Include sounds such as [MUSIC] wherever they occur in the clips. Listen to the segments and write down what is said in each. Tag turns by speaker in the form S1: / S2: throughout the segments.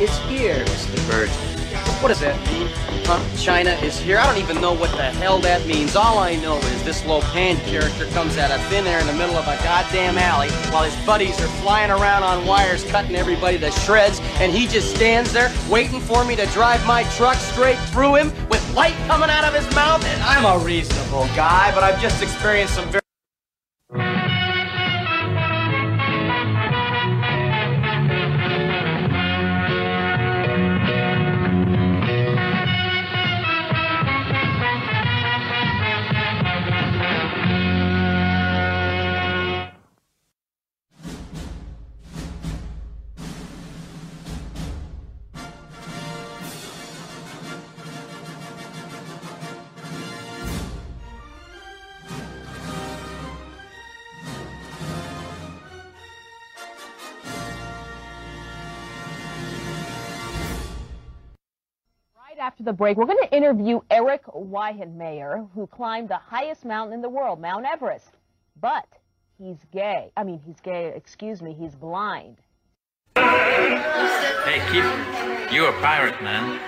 S1: is here, Mr. Virgin. What does that mean? Huh? China is here? I don't even know what the hell that means. All I know is this Lopan character comes out of thin air in the middle of a goddamn alley while his buddies are flying around on wires cutting everybody to shreds, and he just stands there waiting for me to drive my truck straight through him with light coming out of his mouth. And I'm a reasonable guy, but I've just experienced some very
S2: Right after the break, we're going to interview Eric Weihenmayer, who climbed the highest mountain in the world, Mount Everest. But he's gay. I mean, he's gay, excuse me, he's blind.
S3: Hey, keep. You a pirate, man.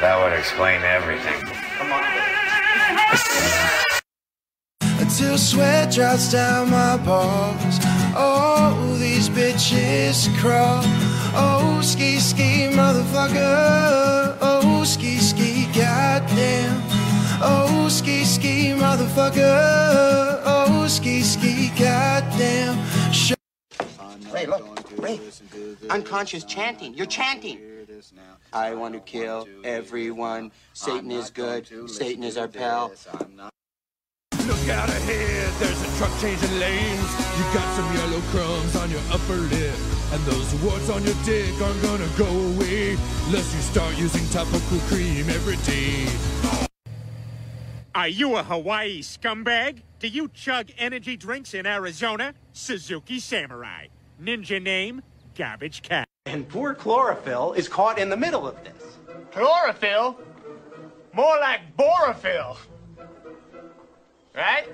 S4: That would explain everything.
S5: Until sweat drops down my balls. Oh, these bitches crawl. Oh, ski ski, motherfucker. Oh, ski ski, goddamn. Oh, ski ski, motherfucker. Oh, ski ski, goddamn. Sh-
S6: Ray, look, Ray, unconscious chanting. You're chanting. I want to kill everyone. Satan is good. Satan is our pal.
S7: Look out ahead, there's a truck changing lanes. You got some yellow crumbs on your upper lip, and those warts on your dick aren't gonna go away unless you start using topical cream every day.
S8: Are you a Hawaii scumbag? Do you chug energy drinks in Arizona? Suzuki Samurai. Ninja name, Garbage Cat.
S6: And poor chlorophyll is caught in the middle of this.
S9: Chlorophyll? More like borophyll. Right?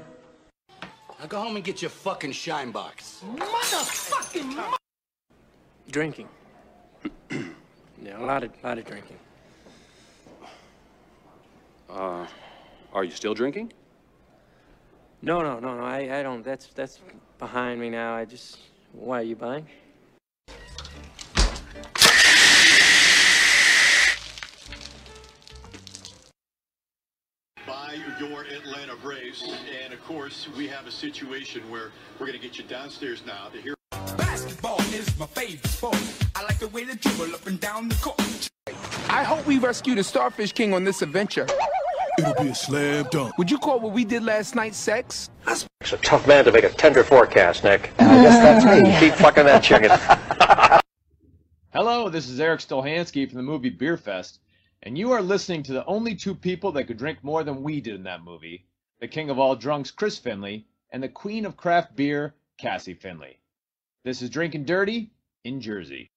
S6: Now go home and get your fucking shine box.
S9: Motherfucking
S10: Drinking. [CLEARS THROAT] yeah, a lot of lot of drinking.
S11: Uh, are you still drinking?
S10: No, no, no, no. I, I don't. That's that's behind me now. I just. Why are you buying?
S12: by your Atlanta Braves. And of course, we have a situation where we're going to get you downstairs now to hear.
S13: Basketball is my favorite sport. I like the way they dribble up and down the court.
S14: I hope we rescue the Starfish King on this adventure.
S7: It'll be a slam dunk.
S14: Would you call what we did last night sex?
S15: It's a tough man to make a tender forecast, Nick. I guess that's me. Keep fucking that chicken.
S16: Hello, this is Eric Stolhansky from the movie Beer Fest, and you are listening to the only two people that could drink more than we did in that movie the king of all drunks, Chris Finley, and the queen of craft beer, Cassie Finley. This is Drinking Dirty in Jersey.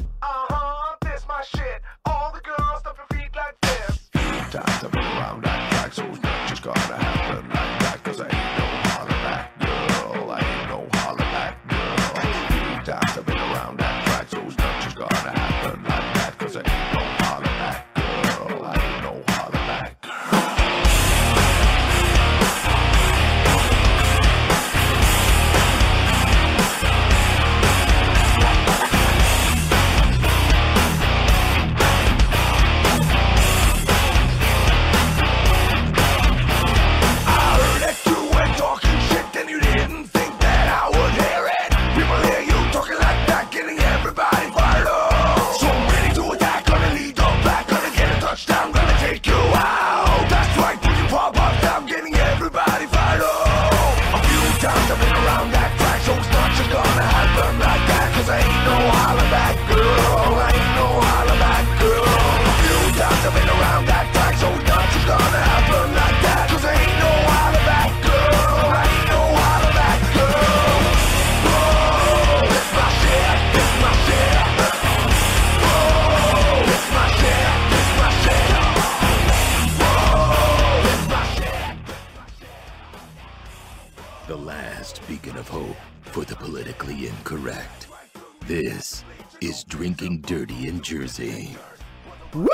S17: Uh-huh, this my shit. All the girls stuff your feet like this.
S18: Time to move around that track, so it's not just gonna happen like that. Cause I ain't no holler back girl, I ain't no holler back girl. Time to been around that track, so it's not just gonna happen like that. Cause I ain't no holler back girl, I ain't no holler back girl.
S19: drinking dirty in Jersey.
S20: Woo!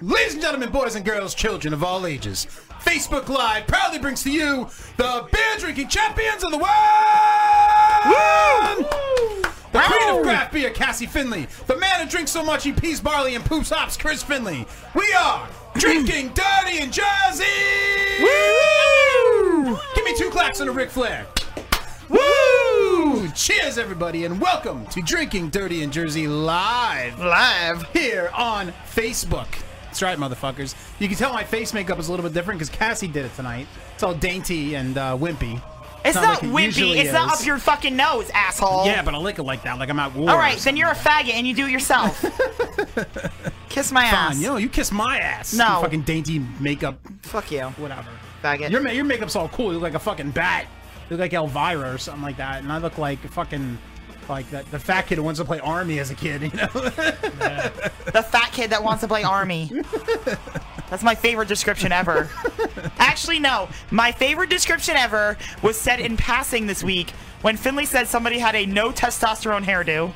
S20: Ladies and gentlemen, [LAUGHS] boys and girls, children of all ages, Facebook Live proudly brings to you the beer drinking champions of the world! The queen of craft beer, Cassie Finley. The man who drinks so much he pees barley and poops hops, Chris Finley. We are drinking dirty in Jersey! Woo! Give me two claps and a Ric Flair. Woo! Cheers, everybody, and welcome to Drinking Dirty in Jersey live, live here on Facebook. That's right, motherfuckers. You can tell my face makeup is a little bit different because Cassie did it tonight. It's all dainty and uh, wimpy.
S21: It's
S20: like
S21: not,
S20: it
S21: wimpy.
S20: usually
S21: It's not
S20: is.
S21: up your fucking nose, asshole.
S20: Yeah, but I lick it like that, like I'm at war.
S21: All right, then you're a faggot and you do
S20: [LAUGHS]
S21: it yourself. Kiss my ass.
S20: Fine, yo, you kiss my ass.
S21: No.
S20: You fucking dainty makeup.
S21: Fuck you.
S20: Whatever.
S21: Faggot.
S20: Your, ma- your makeup's all cool. You look like a fucking bat. You look like Elvira or something like that. And I look like fucking, like that, the fat kid who wants to play army as a kid, you know? [LAUGHS]
S21: The fat kid that wants to play army. That's my favorite
S20: [LAUGHS]
S21: description ever. Actually, no. My favorite description ever was said in passing this week when Finley said somebody had a no testosterone hairdo.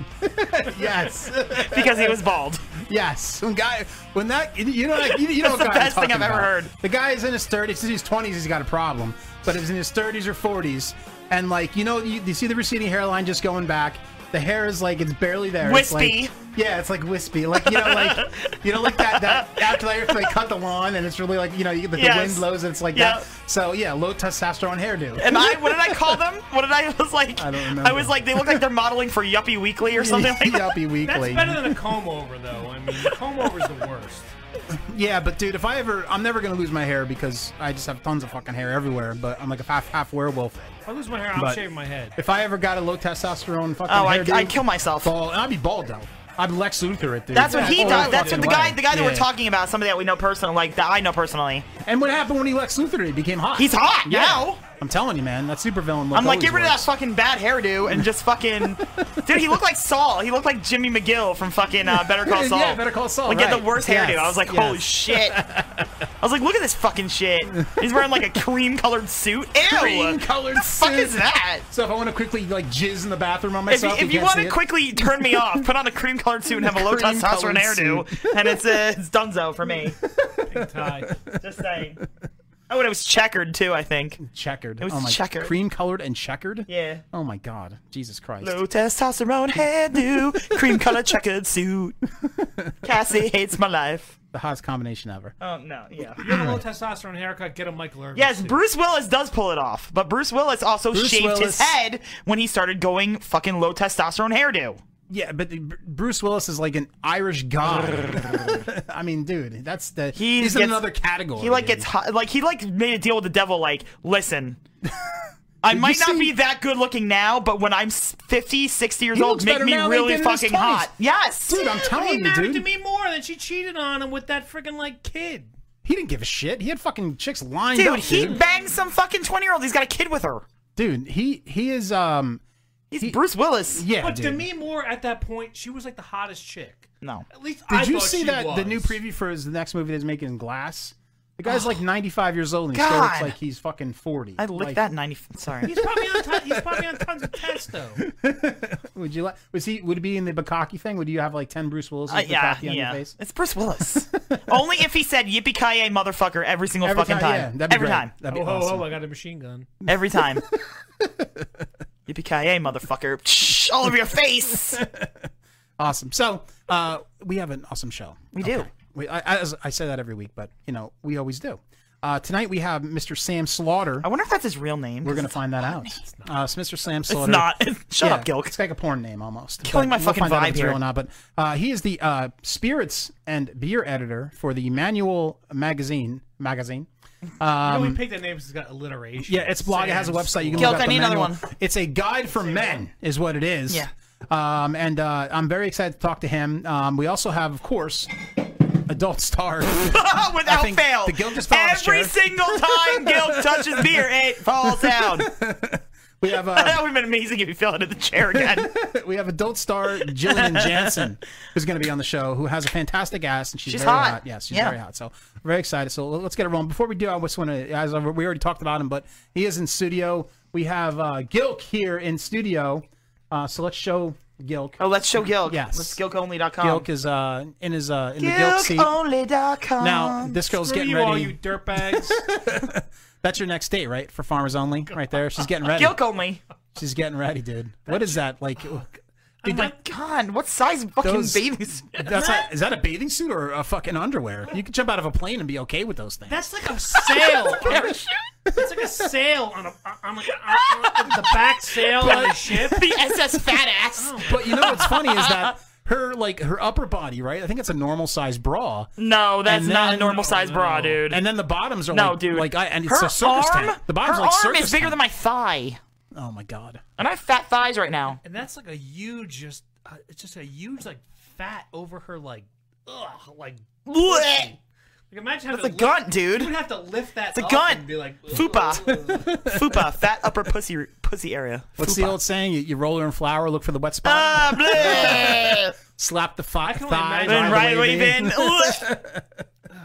S20: yes.
S21: [LAUGHS] Because he was bald.
S20: Yes. When guy, when that, you know, like, you,
S21: [LAUGHS]
S20: you know what
S21: That's the
S20: guy I'm
S21: best thing
S20: talking
S21: I've ever
S20: about.
S21: heard.
S20: The guy is in his 30s, it's in his 20s, he's got a problem. But it's in his 30s or 40s, and like, you know, you, you see the receding hairline just going back. The hair is like it's barely there. It's
S21: Wispy.
S20: like, yeah, it's like wispy. Like you know,
S21: [LAUGHS]
S20: like you know, like that. That after they, after they cut the lawn, and it's really like you know, you, the,
S21: Yes.
S20: the wind blows, and it's like
S21: Yeah.
S20: that. So yeah, low testosterone hairdo.
S21: And I, what did I
S20: [LAUGHS]
S21: call them? What did I, [LAUGHS] I was like? I,
S20: don't remember.
S21: was like, they look like they're modeling for Yuppie Weekly
S20: [LAUGHS]
S21: or something like that.
S20: Yuppie Weekly.
S6: That's better than a comb over, though. I mean, comb over's the worst.
S20: Yeah, but dude, if I ever, I'm never gonna lose my hair because I just have tons of fucking hair everywhere. But I'm like a half half werewolf.
S6: If I lose my hair, I'm
S20: But-
S6: shaving my head.
S20: If I ever got a low testosterone fucking
S21: Oh, I-
S20: hairdo,
S21: I'd kill myself.
S20: Bald, I'd be bald though. I'd be Lex Luthor it, dude.
S21: That's what he
S20: Oh,
S21: does. That's what the
S20: fucking
S21: guy,
S20: way.
S21: the guy that we're
S20: Yeah.
S21: talking about, somebody that we know personally, like that I know personally.
S20: And what happened when he Lex Luthor? He became hot.
S21: He's hot now.
S20: I'm telling you, man, that supervillain. look
S21: I'm like,
S20: always
S21: get rid of that
S20: works.
S21: fucking bad hairdo and
S20: [LAUGHS]
S21: just fucking, dude. He looked like Saul. He looked like Jimmy McGill from fucking uh, Better
S20: [LAUGHS]
S21: Call
S20: Yeah,
S21: Saul.
S20: Better Call Saul,
S21: Like, had
S20: right.
S21: the worst hairdo.
S20: Yes,
S21: I was like,
S20: yes.
S21: holy shit.
S20: [LAUGHS]
S21: I was like, look at this fucking shit. He's wearing like a cream colored suit. Ew.
S20: Green colored
S21: the fuck is that?
S20: So if I want to quickly like jizz in the bathroom on
S21: If you,
S20: myself,
S21: if you
S20: can't
S21: want
S20: see
S21: to
S20: it.
S21: quickly turn me off, put on a cream colored suit and have
S20: [LAUGHS]
S21: a low
S20: Cream-colored
S21: testosterone hairdo,
S20: suit.
S21: and it's uh, it's Dunzo for me. Just saying. Oh, and it was checkered too. I think.
S20: checkered,
S21: It was
S20: oh my,
S21: checkered.
S20: cream colored and checkered.
S21: Yeah.
S20: Oh my god, Jesus Christ.
S21: Low
S20: [LAUGHS]
S21: testosterone hairdo, cream colored checkered suit. Cassie hates my life.
S20: The hottest combination ever.
S21: Oh no, yeah.
S6: You have a low testosterone haircut, get a Michael Irvin.
S21: Yes,
S6: suit.
S21: Bruce Willis does pull it off, but Bruce Willis also
S20: Bruce
S21: shaved his
S20: Willis-
S21: head when he started going fucking low testosterone hairdo.
S20: Yeah, but the- Br- Bruce Willis is like an Irish
S21: [LAUGHS]
S20: god. [LAUGHS] I mean, dude, that's the he's, in
S21: gets-
S20: another category.
S21: He like
S20: dude.
S21: gets hot, like he like made a deal with the devil. Like,
S20: [LAUGHS]
S21: listen, I
S20: Did
S21: might
S20: you
S21: not
S20: see-
S21: be that good looking now, but when I'm s- 50, 60 years
S20: He
S21: old,
S20: looks
S21: make
S20: better
S21: me
S20: now than he
S21: really
S20: did in his
S21: fucking
S20: 20s.
S21: hot. Yes,
S20: Dude, I'm
S6: He
S20: telling you,
S6: mattered
S20: dude.
S6: to me more than she cheated on him with that freaking like kid.
S20: He didn't give a shit. He had fucking chicks lined
S21: dude,
S20: up,
S21: he
S20: dude.
S21: banged some fucking twenty year old. He's got a kid with her.
S20: dude, he he is um
S21: He's Bruce Willis.
S20: yeah,
S6: but
S20: dude.
S6: Demi Moore at that point, she was like the hottest chick.
S21: No.
S6: At least
S20: Did
S6: I
S20: you
S6: thought
S20: see
S6: she
S20: that
S6: was.
S20: the new preview for his the next movie that's making Glass? The
S21: [GASPS]
S20: guy's like 95 years old and he still
S21: God.
S20: looks like he's fucking 40.
S21: I licked
S20: Like,
S21: that ninety. Sorry.
S6: He's probably on. Ton, he's probably on tons of tests though.
S20: [LAUGHS] Would you like? Was he? Would it be in the Bakaki thing? Would you have like 10 Bruce Willis
S21: Uh,
S20: with
S21: yeah,
S20: Bukkake on your
S21: yeah.
S20: face?
S21: It's Bruce Willis. Only if he said "Yippee ki yay, motherfucker" every single
S20: Every
S21: fucking
S20: time,
S21: time.
S20: yeah, that'd be
S21: every
S20: great.
S21: time.
S20: That'd be
S6: Oh, ho,
S20: awesome.
S6: ho, I got a machine gun.
S21: Every time.
S20: [LAUGHS]
S21: Yippee ki yay, motherfucker! All over your face.
S20: [LAUGHS]
S21: [LAUGHS]
S20: Awesome. So uh, we have an awesome show.
S21: We do.
S20: We, I, I, as I say that every week, but you know we always do. Uh, tonight we have Mr. Sam Slaughter.
S21: I wonder if that's his real name.
S20: We're gonna find that
S6: [LAUGHS]
S20: out. Uh, it's Mr. Sam Slaughter.
S21: not. [LAUGHS] Shut
S20: Yeah,
S21: up, Gilk.
S20: It's like a porn name almost.
S21: Killing my
S20: But
S21: fucking
S20: we'll find out
S21: vibe
S20: if it's real
S21: here.
S20: Or not, but uh, he is the uh, spirits and beer editor for the Manual Magazine.
S21: [LAUGHS]
S20: Magazine.
S6: You know, we
S20: Um,
S6: picked that name because it's got alliteration.
S20: yeah, it's blog. It has a
S6: Sam's
S20: website. You can
S21: Gilk,
S20: look up
S21: I
S20: the
S21: need another
S20: manual.
S21: one.
S20: It's a guide for men, is what it is.
S21: Yeah.
S20: Um, and uh, I'm very excited to talk to him. Um, we also have, of course, adult star.
S21: [LAUGHS] Without
S20: think
S21: fail.
S20: the Gilk just fell off his
S21: Every
S20: chair.
S21: single time Gilk touches beer, it falls down.
S20: we have
S21: that
S20: uh,
S21: would have been amazing if he fell into the chair again.
S20: we have adult star
S21: [LAUGHS]
S20: Jillian Jansen, who's going to be on the show, who has a fantastic ass, and she's,
S21: She's
S20: very
S21: hot.
S20: hot. Yes, she's
S21: Yeah.
S20: very hot. So I'm very excited. So let's get it rolling. Before we do, I just want to, as I, we already talked about him, but he is in studio. We have uh, Gilk here in studio. Uh, so let's show Gilk.
S21: Oh, let's show
S20: [LAUGHS]
S21: Gilk.
S20: Yes.
S21: Let's gilkonly.com.
S20: Gilk is uh in his uh in the Gilk seat.
S21: Gilkonly.com.
S20: Now this girl's
S21: Screw
S20: getting
S21: you
S20: ready.
S21: all, you
S20: dirtbags. That's your next date, right? For farmers only, right there. She's getting ready.
S21: Gilk only.
S20: She's getting ready, dude. What is that like?
S21: Dude, my God,
S6: [LAUGHS]
S21: what size fucking
S20: Those-
S21: bathing suit?
S20: That's not, is that a bathing suit or a fucking underwear? You could jump out of a plane and be okay with those things.
S6: That's like a
S21: [LAUGHS]
S6: sail. it's like a sail on a on like on, on the back sail on the ship.
S21: [LAUGHS] The SS fat ass.
S20: Oh, But you know what's funny is
S21: [LAUGHS]
S20: that her like her upper body, right? I think it's a normal size bra.
S21: No, that's
S20: And
S21: not a
S20: then-
S21: normal size bra, dude.
S20: And then the bottoms are
S21: no,
S20: like,
S21: dude.
S20: like I, and it's
S21: her
S20: a circus
S21: arm,
S20: tent. The bottoms
S21: her
S20: are like
S21: arm
S20: circus
S21: is bigger
S20: tent.
S21: than my thigh,
S20: Oh my god.
S21: and I have fat thighs right now.
S6: And that's like a huge, just uh, it's just a huge like fat over her like, ugh, like.
S21: Blech.
S6: Like imagine having
S21: That's a
S6: to
S21: gun,
S6: lift,
S21: dude.
S6: You would have to lift that.
S21: It's a
S6: up
S21: gun.
S6: And be like, ugh. [LAUGHS]
S21: [LAUGHS] Fupa,
S20: [LAUGHS]
S21: fupa, fat upper pussy pussy area.
S20: What's the
S21: Fupa.
S20: old saying? You, you roll her in flour, look for the wet spot. [LAUGHS]
S21: Ah, bleh.
S20: Slap the fi-
S21: can only
S20: thigh.
S21: imagine- Then right
S20: away, [LAUGHS]
S21: wave in.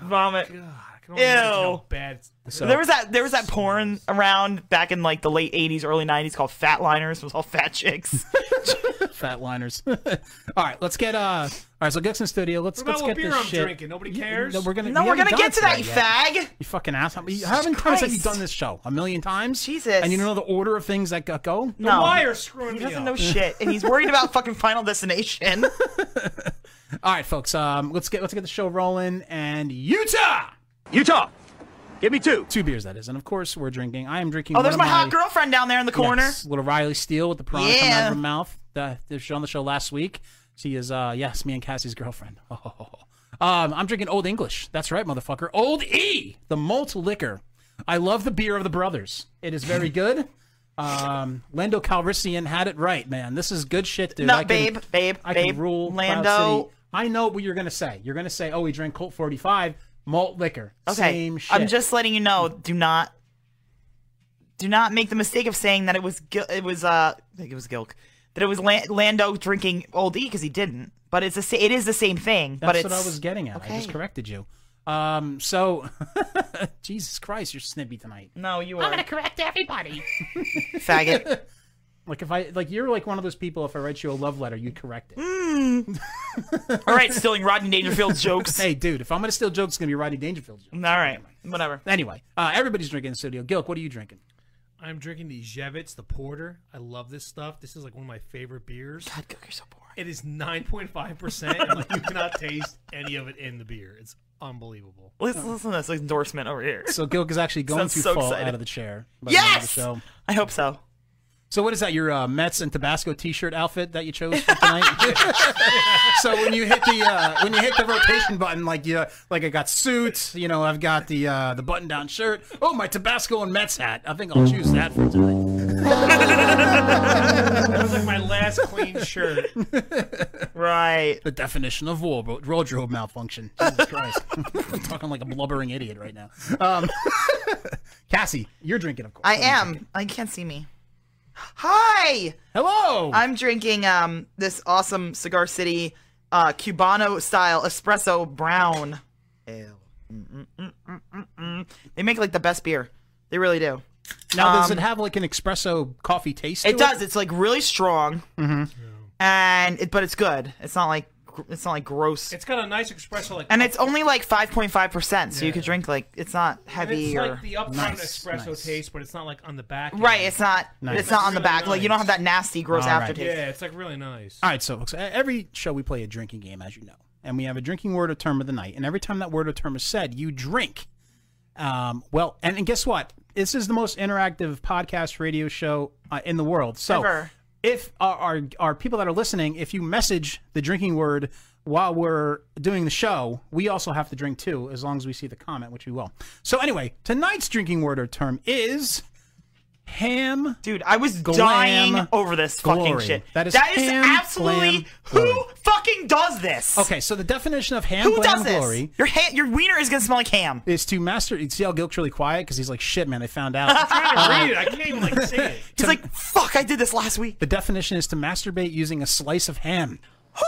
S21: Vomit.
S6: only imagine
S21: Ew.
S6: how bad.
S20: So-
S21: there was that there was that porn around back in like the late '80s, early '90s called fat liners. It was all fat chicks.
S20: [LAUGHS] Fat liners. [LAUGHS] all right, let's get uh. All right, so Gibson Studio. Let's
S6: What about
S20: let's
S6: what
S20: get
S6: beer
S20: this
S6: I'm
S20: shit.
S6: drinking? Nobody cares.
S20: No, we're gonna.
S21: No,
S20: we
S21: we're
S20: haven't
S21: gonna
S20: done
S21: get to that,
S20: yet.
S21: you fag.
S20: You fucking asshole! You- How many times have you
S21: Christ.
S20: done this show? A million times.
S21: Jesus.
S20: And you know the order of things that got go.
S21: No. The
S6: [LAUGHS]
S21: wire
S6: screwing
S21: He doesn't know shit, and he's worried about fucking
S20: [LAUGHS]
S21: Final Destination.
S20: All right, folks. Um, let's get let's get the show rolling. And Utah,
S1: Utah, give me two.
S20: Two beers, that is. And of course, we're drinking. I am drinking.
S21: oh,
S20: one
S21: there's
S20: of
S21: my,
S20: my
S21: hot girlfriend down there in the corner.
S20: Yes, little Riley Steele with the piranha coming out
S21: Yeah.
S20: of her mouth. That that was on the show last week. She is, uh, yes, me and Cassie's girlfriend. [LAUGHS] Um, I'm drinking Old English. That's right, motherfucker. Old E, the malt liquor. I love the beer of the brothers. It is
S21: [LAUGHS]
S20: very good. Um, Lando Calrissian had it right, man. This is good shit, dude.
S21: No,
S20: I can-
S21: babe, babe,
S20: I
S21: babe,
S20: can rule Cloud
S21: Lando.
S20: City. I know what you're gonna say. You're gonna say, "Oh, we drank Colt 45 malt liquor."
S21: Okay,
S20: Same shit.
S21: I'm just letting you know. Do not, do not make the mistake of saying that it was Gil- it was uh I think it was Gilk that it was Lan- Lando drinking Old E because he didn't. But it's the sa- it is the same thing. but
S20: That's
S21: it's
S20: what I was getting at. I just
S21: Okay.
S20: corrected you. Um, so [LAUGHS] Jesus Christ, you're snippy tonight.
S21: No, you are.
S22: correct everybody.
S21: Faggot.
S20: [LAUGHS] like if I like you're like one of those people. If I write you a love letter, you'd correct it.
S21: hmm. All right, stealing Rodney Dangerfield's
S20: [LAUGHS]
S21: jokes.
S20: hey, dude, if I'm gonna steal jokes, it's gonna be Rodney Dangerfield jokes.
S21: All right, whatever.
S20: Anyway, uh, everybody's drinking in the studio. Gilk, what are you drinking?
S6: I'm drinking the Jevits, the porter. I love this stuff. This is like one of my favorite beers. God,
S21: Gilk, you're so boring.
S6: It is 9.5%, and like, you cannot taste any of it in the beer. It's unbelievable.
S21: [LAUGHS] Listen, listen to this endorsement over here.
S20: So Gilk is actually going
S21: Sounds
S20: to
S21: [LAUGHS] so
S20: fall
S21: excited.
S20: out of the chair. By the end of the
S21: Yes!
S20: show.
S21: I hope so.
S20: So what is that? Your uh, Mets and Tabasco T-shirt outfit that you chose for tonight? [LAUGHS] so when you hit the uh, when you hit the rotation button, like you like I got suits, you know, I've got the uh, the button down shirt. Oh, my Tabasco and Mets hat. I think I'll choose that for tonight. [LAUGHS]
S6: [LAUGHS] That was like my last clean shirt.
S21: Right.
S20: The definition of war- wardrobe malfunction. Jesus Christ, [LAUGHS] I'm talking like a blubbering idiot right now. Um, [LAUGHS] Cassie, you're drinking, of course.
S21: I am. I can't see me. Hi.
S20: Hello.
S21: I'm drinking um this awesome Cigar City uh Cubano style espresso brown. Ew. Mm-mm-mm-mm-mm. They make like the best beer. They really do.
S20: Now, does
S21: Um,
S20: it have like an espresso coffee taste? To
S21: It does. It's like really strong,
S20: Mhm.
S21: and it, but it's good. It's not like gr- it's not like gross.
S6: It's got a nice espresso, like
S21: and it's only like 5.5 percent, so you could drink like it's not
S6: And
S21: heavy
S6: it's
S21: or
S6: like the upfront espresso taste, but it's not like on the back.
S21: Right, it's not.
S20: Nice.
S21: It's not on the
S6: Really
S21: back. Like you don't have
S6: nice.
S21: that nasty gross
S20: All right.
S21: aftertaste.
S6: Yeah, it's like really nice.
S20: All right, so folks, e- every show we play a drinking game, as you know, and we have a drinking word or term of the night. And every time that word or term is said, you drink. Um, well, and, and guess what? This is the most interactive podcast radio show uh, in the world. So,
S21: Ever.
S20: if our, our our people that are listening, if you message the drinking word while we're doing the show, we also have to drink too, as long as we see the comment, which we will. So, anyway, tonight's drinking word or term is ham.
S21: Dude, I was
S20: glam
S21: dying over this fucking
S20: glory.
S21: shit.
S20: That is
S21: That is
S20: ham,
S21: absolutely-
S20: glam,
S21: Who fucking does this?
S20: Okay, so the definition of ham
S21: Who
S20: glam
S21: does this?
S20: glory.
S21: Your ha- your wiener is gonna smell like ham.
S20: Is to master. See how Gilk's really quiet because he's like, "Shit, man, they found
S21: [LAUGHS]
S20: out." Uh,
S21: trying
S6: to read it. I can't even like say it.
S21: He's like, "Fuck, I did this last week."
S20: The definition is to masturbate using a slice of ham. [GASPS]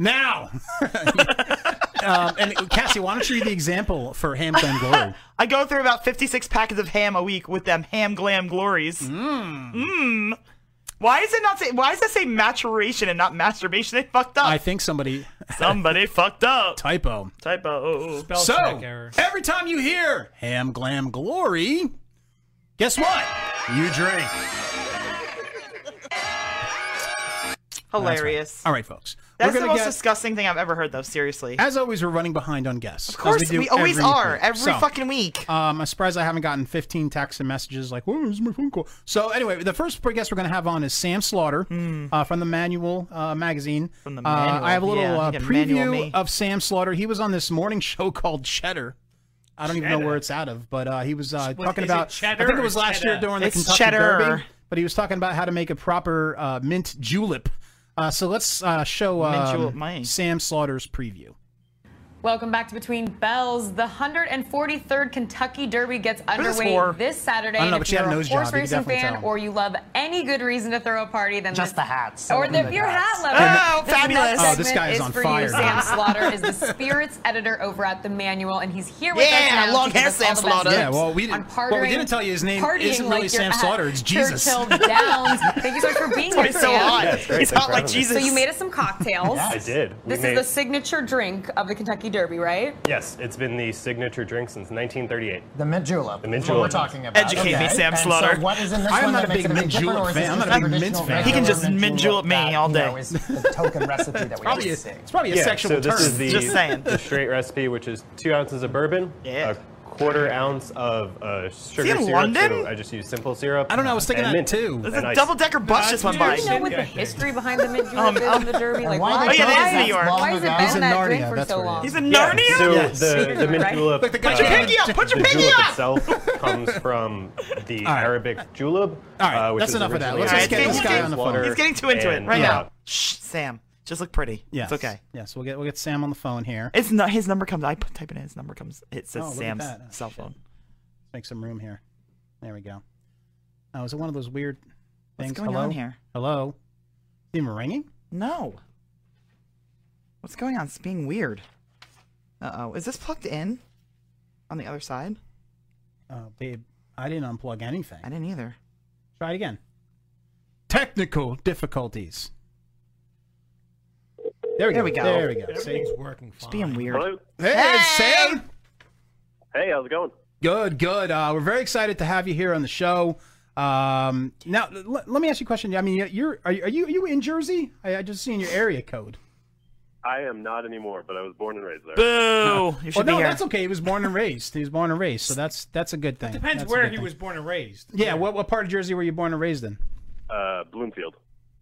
S20: now, um, and Cassie, why don't you read the example for ham
S21: [LAUGHS]
S20: glam glory?
S21: I go through
S20: Hmm.
S21: about 56 packets of ham a week with them ham glam glories. Mmm. Why is it not say? Why does that say maturation and not masturbation? They fucked up.
S20: I [LAUGHS] think somebody
S21: Somebody fucked up.
S20: Typo.
S21: Typo. Oh,
S20: so every time you hear ham glam glory, guess what? You drink.
S21: Hilarious.
S20: All right, folks.
S21: That's
S20: We're
S21: the
S20: gonna
S21: most
S20: get-
S21: disgusting thing I've ever heard, though. Seriously.
S20: As always, we're running behind on guests. Of
S21: course, we always are, every
S20: fucking
S21: week.
S20: Um, I'm surprised I haven't gotten 15 texts and messages like, "Whoa, this is my phone call." So anyway, the first guest we're going to have on is Sam Slaughter uh, from the Manual uh, magazine. From
S21: Hmm. the
S20: uh,
S21: Manual,
S20: I have a little
S21: yeah,
S20: uh,
S21: you can manual
S20: preview
S21: me.
S20: of Sam Slaughter. He was on this morning [LAUGHS] show called Cheddar. I don't even know where it's out of, but uh, he was uh,
S6: What,
S20: talking
S6: is it
S20: about.
S6: cheddar
S20: I think it
S6: or
S20: was last year
S6: cheddar?
S20: during the
S21: It's
S20: Kentucky
S21: cheddar.
S20: Derby, but he was talking about how to make a proper uh, mint julep. Uh, so let's uh, show
S21: Mint
S20: um,
S21: julep, mine.
S20: Sam Slaughter's preview.
S22: Welcome back to Between Bells. The 143rd Kentucky Derby gets
S20: is
S22: underway
S20: for?
S22: this Saturday.
S20: I don't know,
S22: and
S20: but
S22: if
S20: she had
S22: you're
S20: a
S22: a
S20: nose job,
S22: horse
S20: you can
S22: racing
S20: definitely
S22: fan
S20: tell.
S22: or you love any good reason to throw a party, then
S20: Just
S22: this,
S20: the hats.
S22: Or
S20: Something
S22: if
S20: like
S22: you're a
S20: hats. [LAUGHS]
S22: hat lover,
S20: And the-
S22: then next
S20: Oh, this
S22: segment
S20: guy is on
S22: for
S20: fire.
S22: You. Sam Slaughter is the spirits editor over at the Manual, and he's here with us
S21: Yeah,
S22: now.
S21: long
S22: to give
S21: hair
S22: us all
S21: Sam
S22: the best
S21: Slaughter.
S22: tips
S20: Yeah, well, we
S22: on
S20: didn't- well, we
S22: partnering-
S20: didn't tell you his name
S22: partying
S20: isn't
S22: like
S20: really
S22: you're
S20: Sam
S22: at
S20: Slaughter, it's Jesus.
S22: Churchill Downs.
S20: [LAUGHS]
S22: Thank you so much for being
S21: That's
S22: here.
S21: why he's so
S22: Sam.
S21: hot. Yeah, it's great. He's Thanks hot for like having me. Jesus.
S22: So you made us some
S23: [LAUGHS]
S22: cocktails.
S23: I did. We
S22: This is
S23: made-
S22: the signature drink of the Kentucky Derby, right?
S23: Yes, it's been the signature drink since 1938.
S24: The mint julep.
S23: The mint
S24: is what we're
S23: julep.
S24: talking about.
S23: Educate me, Sam
S24: And so
S23: Slaughter.
S24: what is in this
S23: I am
S24: one
S23: not
S24: that
S23: a
S24: makes
S23: big
S24: it
S23: mint
S24: different,
S23: julep
S24: or is this
S23: fan. I'm
S24: just
S23: not
S24: the
S23: a big mint
S24: traditional
S23: fan.
S21: He can just
S24: regular
S21: mint julep me
S24: that,
S21: all
S24: you
S21: day.
S24: know, is the token recipe that we
S20: Probably
S24: always
S20: a-
S24: sing.
S20: it's probably a
S23: yeah,
S20: sexual
S23: so this
S20: term.
S23: Is the,
S20: Just saying.
S23: [LAUGHS] The straight recipe, which is two ounces of bourbon, a quarter ounce of uh, sugar
S21: in
S23: syrup.
S21: London?
S23: So I just use simple syrup.
S21: I don't know, I was thinking
S23: and
S21: that
S23: mint
S21: too.
S23: and
S21: There's a
S23: ice.
S21: double-decker bus No, just went by.
S22: Do you know what the history behind the mint
S23: Um,
S22: julep is in the Derby? Like,
S21: why
S22: why,
S21: they chose
S22: why,
S21: that long
S22: why has it
S21: ago?
S22: been
S23: He's in
S22: that
S23: Narnia,
S22: drink for
S23: that's
S22: so
S23: where he
S22: long?
S23: is. He's
S21: in
S23: Yeah,
S21: Narnia?
S23: So
S21: Yes.
S23: the, the mint
S21: [LAUGHS] Right?
S23: julep.
S21: Look, the guy- Put your pinky up, put your
S23: the
S21: pinky
S23: julep
S21: up!
S23: itself comes from the
S21: All right.
S23: Arabic julep. uh, which
S21: That's
S23: was
S21: enough of that.
S23: originally
S21: Let's just get
S23: made
S21: this
S23: with
S21: guy on the phone.
S23: water
S21: He's getting too into it
S23: and,
S21: right
S23: uh,
S21: now. Shh, Sam, just look pretty.
S20: Yes.
S21: It's okay.
S20: Yes, we'll get we'll get Sam on the phone here.
S21: It's not his number comes. I put, type it in. His number comes. It says
S20: Oh, look at
S21: Sam's
S20: that. Oh,
S21: cell phone.
S20: Make some room here. There we go. Oh, is it one of those weird
S21: What's
S20: things?
S21: going
S20: Hello?
S21: on here?
S20: Hello. Is it even ringing?
S21: No. What's going on? It's being weird. Uh oh. Is this plugged in? On the other side?
S20: Oh, babe, I didn't unplug anything. I
S21: didn't either.
S20: Try it again. Technical difficulties. There we
S21: There
S20: go.
S21: we go.
S20: There we go. See?
S21: Everything's
S20: working
S21: It's being weird.
S23: Hello?
S20: Hey, Sam.
S23: Hey, how's it going?
S20: Good, good. Uh, we're very excited to have you here on the show. Um, now, l- let me ask you a question. I mean, you're are you are you, are you in Jersey? I, I just seen your area code.
S23: I am not anymore, but I was born and raised there.
S21: Boo! You
S20: well, no, that's okay. He was born and raised. He was born and raised, so that's that's a good thing.
S6: Depends
S20: That's a
S6: where
S20: good
S6: he
S20: thing.
S6: was born and raised.
S20: Yeah. What what part of Jersey were you born and raised in?
S23: Uh, Bloomfield.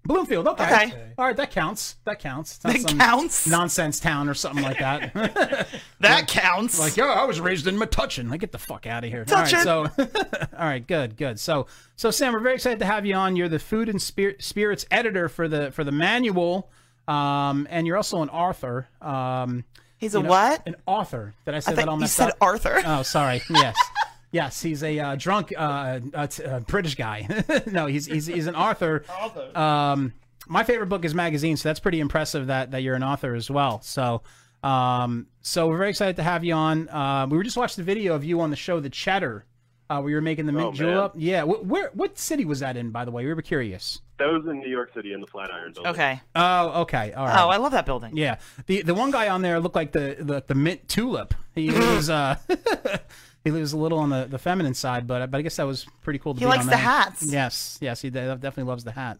S20: Bloomfield. Okay.
S21: Okay.
S20: All right, that [LAUGHS] counts. That counts. It's not
S21: That
S20: some
S21: counts?
S20: Nonsense town or something like that.
S21: [LAUGHS]
S20: [LAUGHS]
S21: that counts.
S20: Like, oh, I was raised in Metuchen. Like, get the fuck out of here.
S21: Metuchen.
S20: All right, so, [LAUGHS] all right, good, good. So, so Sam, we're very excited to have you on. You're the food and spirit, spirits editor for the for the manual, um, and you're also an author. Um,
S21: He's
S20: you
S21: a what?
S20: An author. Did I say
S21: I
S20: that
S21: thought
S20: all
S21: you
S20: messed
S21: said
S20: up?
S21: Arthur.
S20: Oh, sorry. Yes. [LAUGHS] Yes, he's a uh, drunk uh, uh, t- uh, British guy. [LAUGHS] no, he's, he's he's an author.
S21: Author.
S20: Um, my favorite book is magazine, so that's pretty impressive that that you're an author as well. So, um, so we're very excited to have you on. Uh, we were just watching the video of you on the show, The Cheddar, uh, where you were making the mint
S23: man.
S20: julep. Yeah, wh- where what city was that in, by the way? We were curious.
S23: That was in New York City in the Flatiron Building.
S20: Oh, okay. All right.
S21: Oh, I love that building.
S20: Yeah, the the one guy on there looked like the the, the mint tulip.
S21: [LAUGHS]
S20: He was uh, [LAUGHS] he was a little on the, the feminine side, but but I guess that was pretty cool. To
S21: He
S20: be
S21: likes
S20: on
S21: the
S20: that.
S21: hats.
S20: Yes, yes, he de- definitely loves the hat.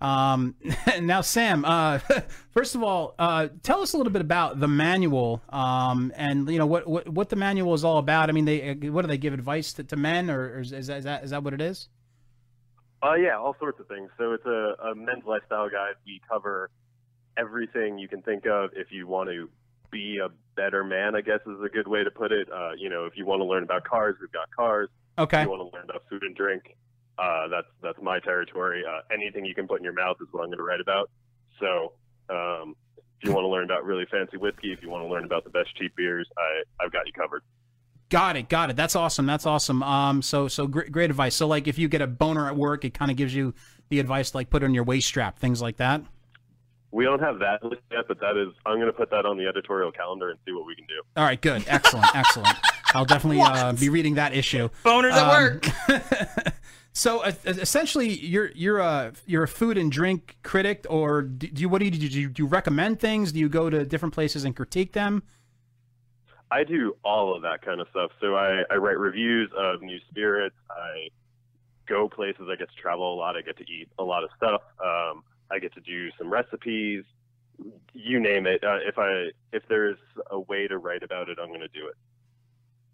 S20: Um, [LAUGHS] now Sam, uh, [LAUGHS] first of all, uh, tell us a little bit about the manual, um, and you know what, what what the manual is all about. I mean, they uh, what do they give advice to, to men, or, or is, is that is that is that what it is?
S23: Uh, yeah, all sorts of things. So it's a, a men's lifestyle guide. We cover everything you can think of if you want to be a better man, I guess is a good way to put it. Uh, you know, if you want to learn about cars, we've got cars.
S20: Okay.
S23: If you want to learn about food and drink, uh, that's that's my territory. Uh, anything you can put in your mouth is what I'm going to write about. So um, if you want to learn about really fancy whiskey, if you want to learn about the best cheap beers, I, I've got you covered.
S20: Got it, got it. That's awesome. That's awesome. Um, so so great, great advice. So like, if you get a boner at work, it kind of gives you the advice to, like put it on your waist strap, things like that.
S23: We don't have that list yet, but that is I'm going to put that on the editorial calendar and see what we can do.
S20: All right, good,
S21: [LAUGHS]
S20: excellent, excellent. I'll definitely uh, be reading that issue.
S21: Boners at
S20: Um,
S21: work.
S20: [LAUGHS] So uh, essentially, you're you're a you're a food and drink critic, or do do you what do you do? You, do you recommend things? Do you go to different places and critique them?
S23: I do all of that kind of stuff. So I, I write reviews of new spirits. I go places. I get to travel a lot. I get to eat a lot of stuff. Um, I get to do some recipes. You name it. Uh, if I if there's a way to write about it, I'm going to do it.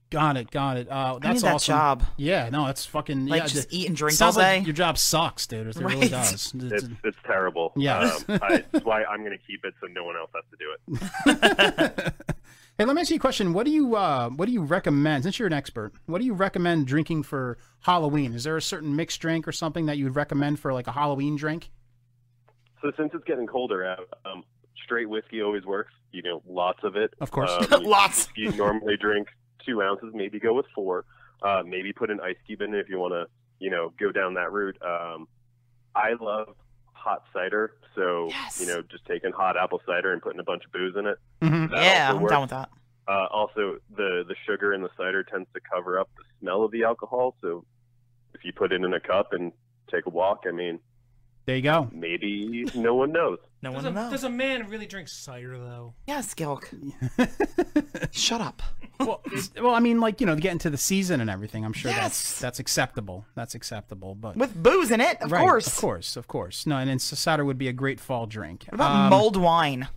S20: Got it, got it. Uh, that's
S21: need that
S20: awesome.
S21: job.
S20: Yeah, no, it's fucking
S21: Like,
S20: yeah,
S21: just
S20: the-
S21: eat and drink
S20: sounds
S21: all
S20: like
S21: day?
S20: your job sucks, dude. It really
S21: Right.
S20: does.
S23: It's, it's terrible.
S20: Yeah.
S23: Um, I, it's why I'm going to keep it so no one else has to do it.
S20: Hey, let me ask you a question. What do you uh, what do you recommend? Since you're an expert, what do you recommend drinking for Halloween? Is there a certain mixed drink or something that you would recommend for like a Halloween drink?
S23: So since it's getting colder out, um, straight whiskey always works. You know, lots of it.
S20: Of course.
S23: Um, you-
S21: Lots.
S23: You normally drink two ounces. Maybe go with four. Uh, maybe put an ice cube in it if you want to. You know, go down that route. Um, I love hot cider, so you know, just taking hot apple cider and putting a bunch of booze in it.
S24: Mm-hmm.
S21: Mhm.
S23: That
S21: Yeah,
S23: also
S21: I'm down with that.
S23: Uh, also, the the sugar in the cider tends to cover up the smell of the alcohol. So if you put it in a cup and take a walk, I mean,
S20: there you go.
S23: Maybe no one knows.
S21: No
S6: Does a, does a man really drink cider though?
S21: Yes,
S20: [LAUGHS]
S21: Gilk. Shut up.
S20: Well, well, I mean, like you know, get into the season and everything. I'm sure that's that's acceptable. That's acceptable, but
S21: With booze in it, of
S20: Right,
S21: course.
S20: of course, of course. No, and then cider would be a great fall drink.
S21: What about mulled wine?
S20: Um,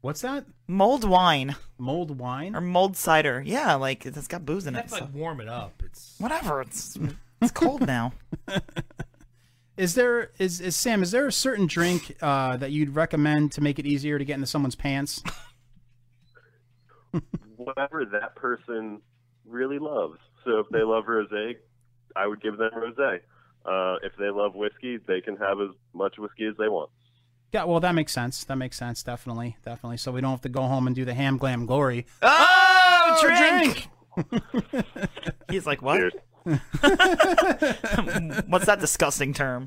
S20: What's that?
S21: Mulled wine.
S20: Mulled wine?
S21: Or mulled cider. Yeah, like it's got booze in it.
S6: That's
S21: so-
S6: like warm it up. It's
S21: Whatever. It's it's cold now.
S20: [LAUGHS] Is there is, is Sam? Is there a certain drink uh, that you'd recommend to make it easier to get into someone's pants?
S23: Whatever that person really loves. So if they love rosé, I would give them rosé. Uh, if they love whiskey, they can have as much whiskey as they want.
S20: Yeah, well, that makes sense. That makes sense. Definitely, definitely. So we don't have to go home and do the ham glam glory.
S21: Oh,
S20: drink!
S21: [LAUGHS] He's like, what? [LAUGHS] What's that disgusting term?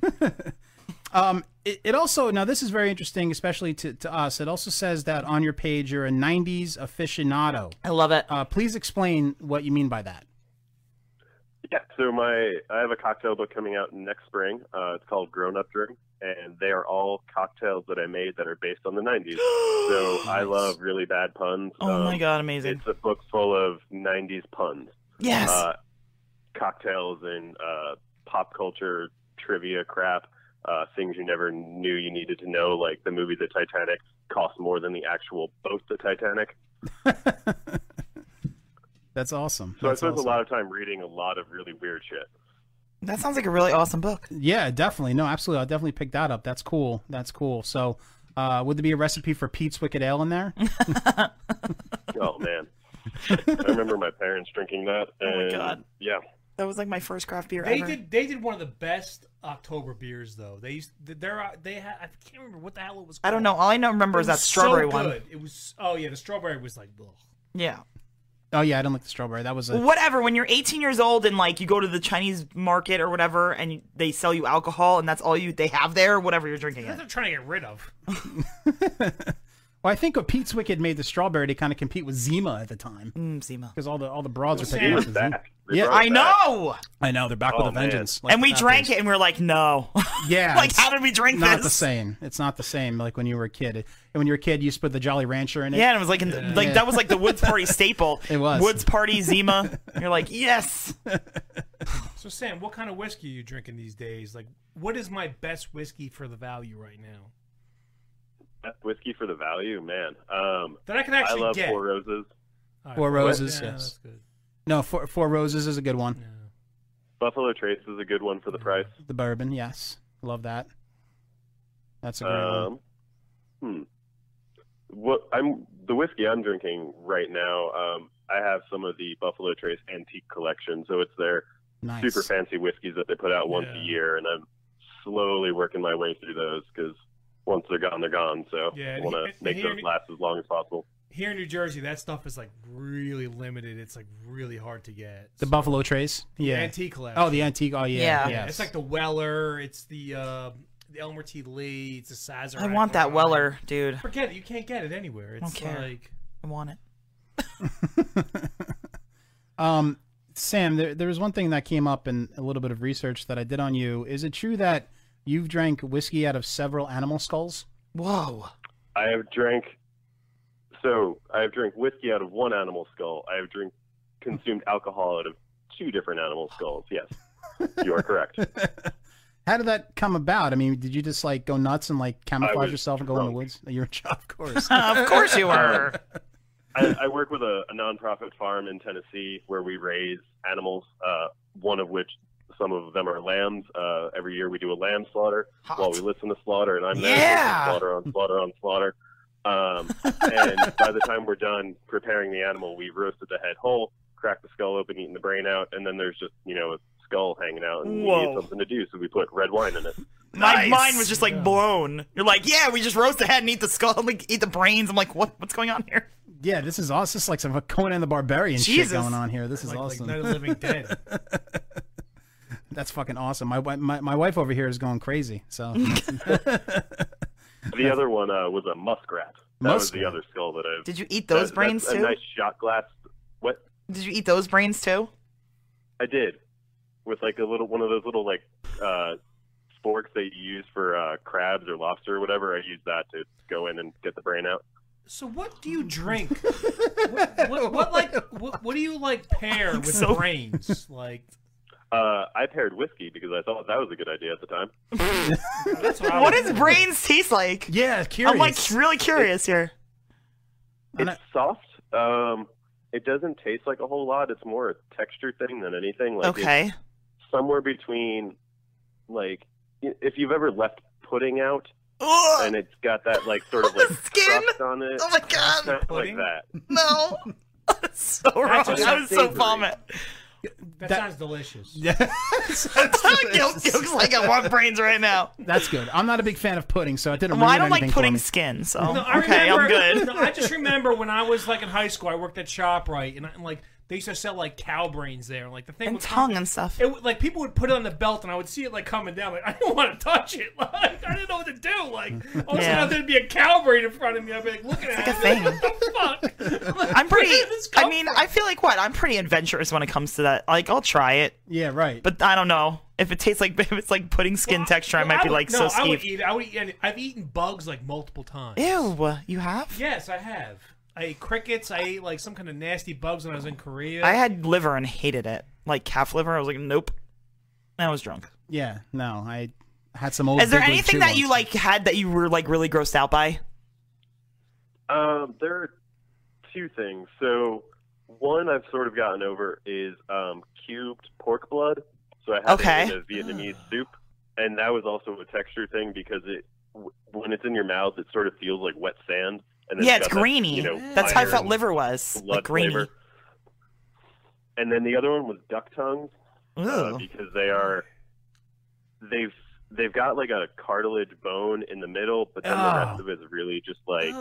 S20: Um, it, it also now this is very interesting, especially to, to us. It also says that on your page you're a '90s aficionado.
S21: I love it.
S20: Uh, please explain what you mean by that.
S23: Yeah. So my I have a cocktail book coming out next spring. Uh, it's called Grown Up Drink, and they are all cocktails that I made that are based on the 90s.
S21: [GASPS]
S23: so I love really bad puns. Um,
S21: Oh my God, amazing.
S23: It's a book full of 90s puns.
S21: Yes.
S23: Uh, cocktails and uh, pop culture trivia crap. Uh, things you never knew you needed to know, like the movie The Titanic cost more than the actual boat The Titanic.
S20: That's awesome.
S23: So
S20: That's
S23: I spent
S20: awesome.
S23: a lot of time reading a lot of really weird shit.
S21: That sounds like a really awesome book.
S20: Yeah, definitely. No, absolutely. I'll definitely pick that up. That's cool. That's cool. So, uh, would there be a recipe for Pete's Wicked Ale in
S21: [LAUGHS]
S20: there?
S23: Oh man, I remember my parents
S20: [LAUGHS]
S23: drinking that.
S20: Oh,
S23: And,
S21: my God.
S23: Yeah,
S21: That was like my first craft beer
S6: They
S21: ever.
S6: did. They did one of the best October beers, though. They used. They're. They had. I can't remember what the hell it was.
S21: I
S6: Called.
S21: don't know. All I know remember
S6: It
S21: is that
S6: was
S21: strawberry
S6: so
S21: one.
S6: good. It was. Oh yeah, the strawberry was like. Ugh.
S21: Yeah.
S20: Oh yeah, I didn't like the strawberry. That was a
S21: Whatever. When you're 18 years old and like you go to the Chinese market or whatever, and they sell you alcohol, and that's all you they have there, whatever you're drinking.
S6: That's what
S21: It.
S6: they're trying to get rid of.
S20: Well, I think what Pete's Wicked made the strawberry to kind of compete with Zima at the time.
S21: Mm, Zima.
S20: Because all the all the broads were
S21: Sam.
S20: picking up
S21: They
S20: the
S21: brought
S20: Zima.
S21: it back. I know!
S20: I know they're back
S21: Oh,
S20: with a
S21: man.
S20: vengeance.
S21: and we drank it, and we were like, no.
S20: Yeah.
S21: [LAUGHS] like,
S20: it's
S21: how did we drink
S20: Not
S21: this?
S20: the same. It's not the same. Like when you were a kid, and when you were a kid, you used to put the Jolly Rancher in it.
S21: Yeah, and it was like, in the, like
S20: Yeah.
S21: that was like the Woods Party staple.
S20: [LAUGHS] It was.
S21: Woods Party Zima. You're like, [LAUGHS] yes.
S6: [LAUGHS] So Sam, what kind of whiskey are you drinking these days? Like, what is my best whiskey for the value right now?
S23: that whiskey for the value, man. Um,
S6: That I can actually
S23: I love
S6: get.
S23: Four Roses.
S20: Four
S23: What?
S20: Roses. yes. No, four, four Roses is a good one.
S23: Buffalo Trace is a good one for the price.
S20: The bourbon, yes, love that. That's a great one.
S23: Um, hmm. What I'm the whiskey I'm drinking right now. Um, I have some of the Buffalo Trace Antique Collection, so it's their
S20: Nice.
S23: super fancy whiskeys that they put out once
S6: Yeah.
S23: a year, and I'm slowly working my way through those because once they're gone, they're gone. So
S6: Yeah,
S23: I
S6: and
S23: want
S6: he- and
S23: to make
S6: here-
S23: those last as long as possible.
S6: Here in New Jersey, that stuff is like really limited. It's like really hard to get.
S20: The Buffalo Trace, yeah.
S6: Antique
S20: Oh, the antique. Oh, yeah. Yeah.
S6: It's like the Weller. It's the uh, the Elmer T. Lee. It's the Sazerac.
S21: I want that Weller, dude.
S6: Forget it. You can't get it anywhere. It's
S21: Don't care.
S6: like
S21: I want it.
S20: Um, Sam, there, there was one thing that came up in a little bit of research that I did on you. Is it true that you've drank whiskey out of several animal skulls? Whoa.
S23: I have drank. So I have drank whiskey out of one animal skull. I have drink consumed alcohol out of two different animal skulls. Yes, you are correct.
S20: How did that come about? I mean, did you just like go nuts and like camouflage
S23: was
S20: yourself and go in the woods? You're a job, of course.
S21: [LAUGHS] of
S20: [LAUGHS]
S21: course you were.
S23: I, I work with a, a nonprofit farm in Tennessee where we raise animals. Uh, one of which, some of them are lambs. Uh, every year we do a lamb slaughter while we listen to slaughter, and I'm there
S25: Yeah.
S23: slaughter on slaughter on slaughter. Um, and by the time we're done preparing the animal, we've roasted the head whole, cracked the skull open, eaten the brain out, and then there's just you know a skull hanging out, and we
S21: Whoa.
S23: need something to do, so we put red wine in it.
S21: My mind was just like blown. You're like, yeah, we just roast the head and eat the skull, like eat the brains. I'm like, what? What's going on here?
S20: Yeah, this is awesome. This is like some Conan the Barbarian
S21: Jesus.
S20: shit going on here. This is awesome.
S21: Night of the
S20: [LAUGHS]
S21: Living
S20: Dead. That's fucking awesome. My, wi- my my wife over here is going crazy.
S21: [LAUGHS]
S20: So
S23: The other one uh, was a muskrat. That was the other skull that I.
S21: Did you eat those
S23: that-
S21: brains,
S23: that's
S21: too?
S23: A nice shot glass. What?
S21: Did you eat those brains too?
S23: I did, with like a little one of those little like uh, forks that you use for uh, crabs or lobster or whatever. I used that to go in and get the brain out.
S6: So what do
S20: [LAUGHS]
S6: you drink? what, what, what like what, what do you like
S21: [LAUGHS]
S6: pair with
S23: So-
S6: brains? Like
S23: Uh, I paired whiskey because I thought that was a good idea at the time.
S21: That's what what does brains taste like?
S20: Yeah,
S21: I'm like
S23: curious.
S21: really curious here.
S23: It's soft. Um, it doesn't taste like a whole lot. It's more a texture thing than anything. Like it's
S21: Okay.
S23: somewhere between, like, i- if you've ever left pudding out, and it's got that like sort
S21: [LAUGHS]
S23: of like crust on it.
S21: Oh my god!
S23: Kind of like that.
S21: No. so wrong.
S6: That's just
S21: I was so
S6: savory.
S21: vomit. [LAUGHS]
S6: that,
S20: That-
S6: sounds delicious.
S20: Yeah.
S21: Guilt looks like I want brains right now.
S20: That's good. I'm not a big fan of pudding, so I didn't.
S21: Well, I
S20: ruin
S21: don't like
S20: anything for
S21: pudding
S20: me.
S21: skin, so
S6: No, I
S21: okay,
S6: remember,
S21: I'm good.
S6: no, [LAUGHS] I just remember when I was like in high school, I worked at ShopRite, and, I, and like they used to sell like cow brains there, like the thing
S21: And
S6: would
S21: tongue
S6: come-
S21: and stuff.
S6: It would- like people would put it on the belt, and I would see it like coming down. Like [LAUGHS] I didn't want to touch it. [LAUGHS] Like I didn't know what to do. Like all of a
S21: Yeah.
S6: sudden there'd be a cow brain in front of me. I'd be like looking at it. [LAUGHS]
S21: thing. [LAUGHS] I'm pretty. I mean, I feel like what? I'm pretty adventurous when it comes to that. Like, I'll try it.
S20: Yeah, right.
S21: But I don't know if it tastes like [LAUGHS] if it's like pudding skin texture. I might be
S6: would-
S21: like
S6: no,
S21: so
S6: I would
S20: skeeved.
S6: eat. I would eat. any- I've eaten bugs like multiple times.
S21: Ew, you have?
S6: Yes, I have. I ate crickets. I ate like some kind of nasty bugs when I was in Korea.
S21: I had liver and hated it, like calf liver. I was like, nope. I was drunk.
S20: Yeah, no, I had some old.
S21: Is there
S20: Big League
S21: anything
S20: Chew
S21: that
S20: once.
S21: you like had that you were like really grossed out by?
S23: Um, there are two things. So one I've sort of gotten over is um, cubed pork blood. So I had
S21: Okay.
S23: it in a Vietnamese soup, and that was also a texture thing because it w- when it's in your mouth, it sort of feels like wet sand. And
S21: Yeah,
S23: got
S21: it's
S23: that,
S21: grainy.
S23: you know,
S21: That's how I felt
S23: iron
S21: liver was.
S23: blood
S21: Like grainy.
S23: flavor. And then the other one was duck tongues uh,
S21: Ooh.
S23: because they are they've they've got like a cartilage bone in the middle, but then the
S21: Oh.
S23: rest of it is really just like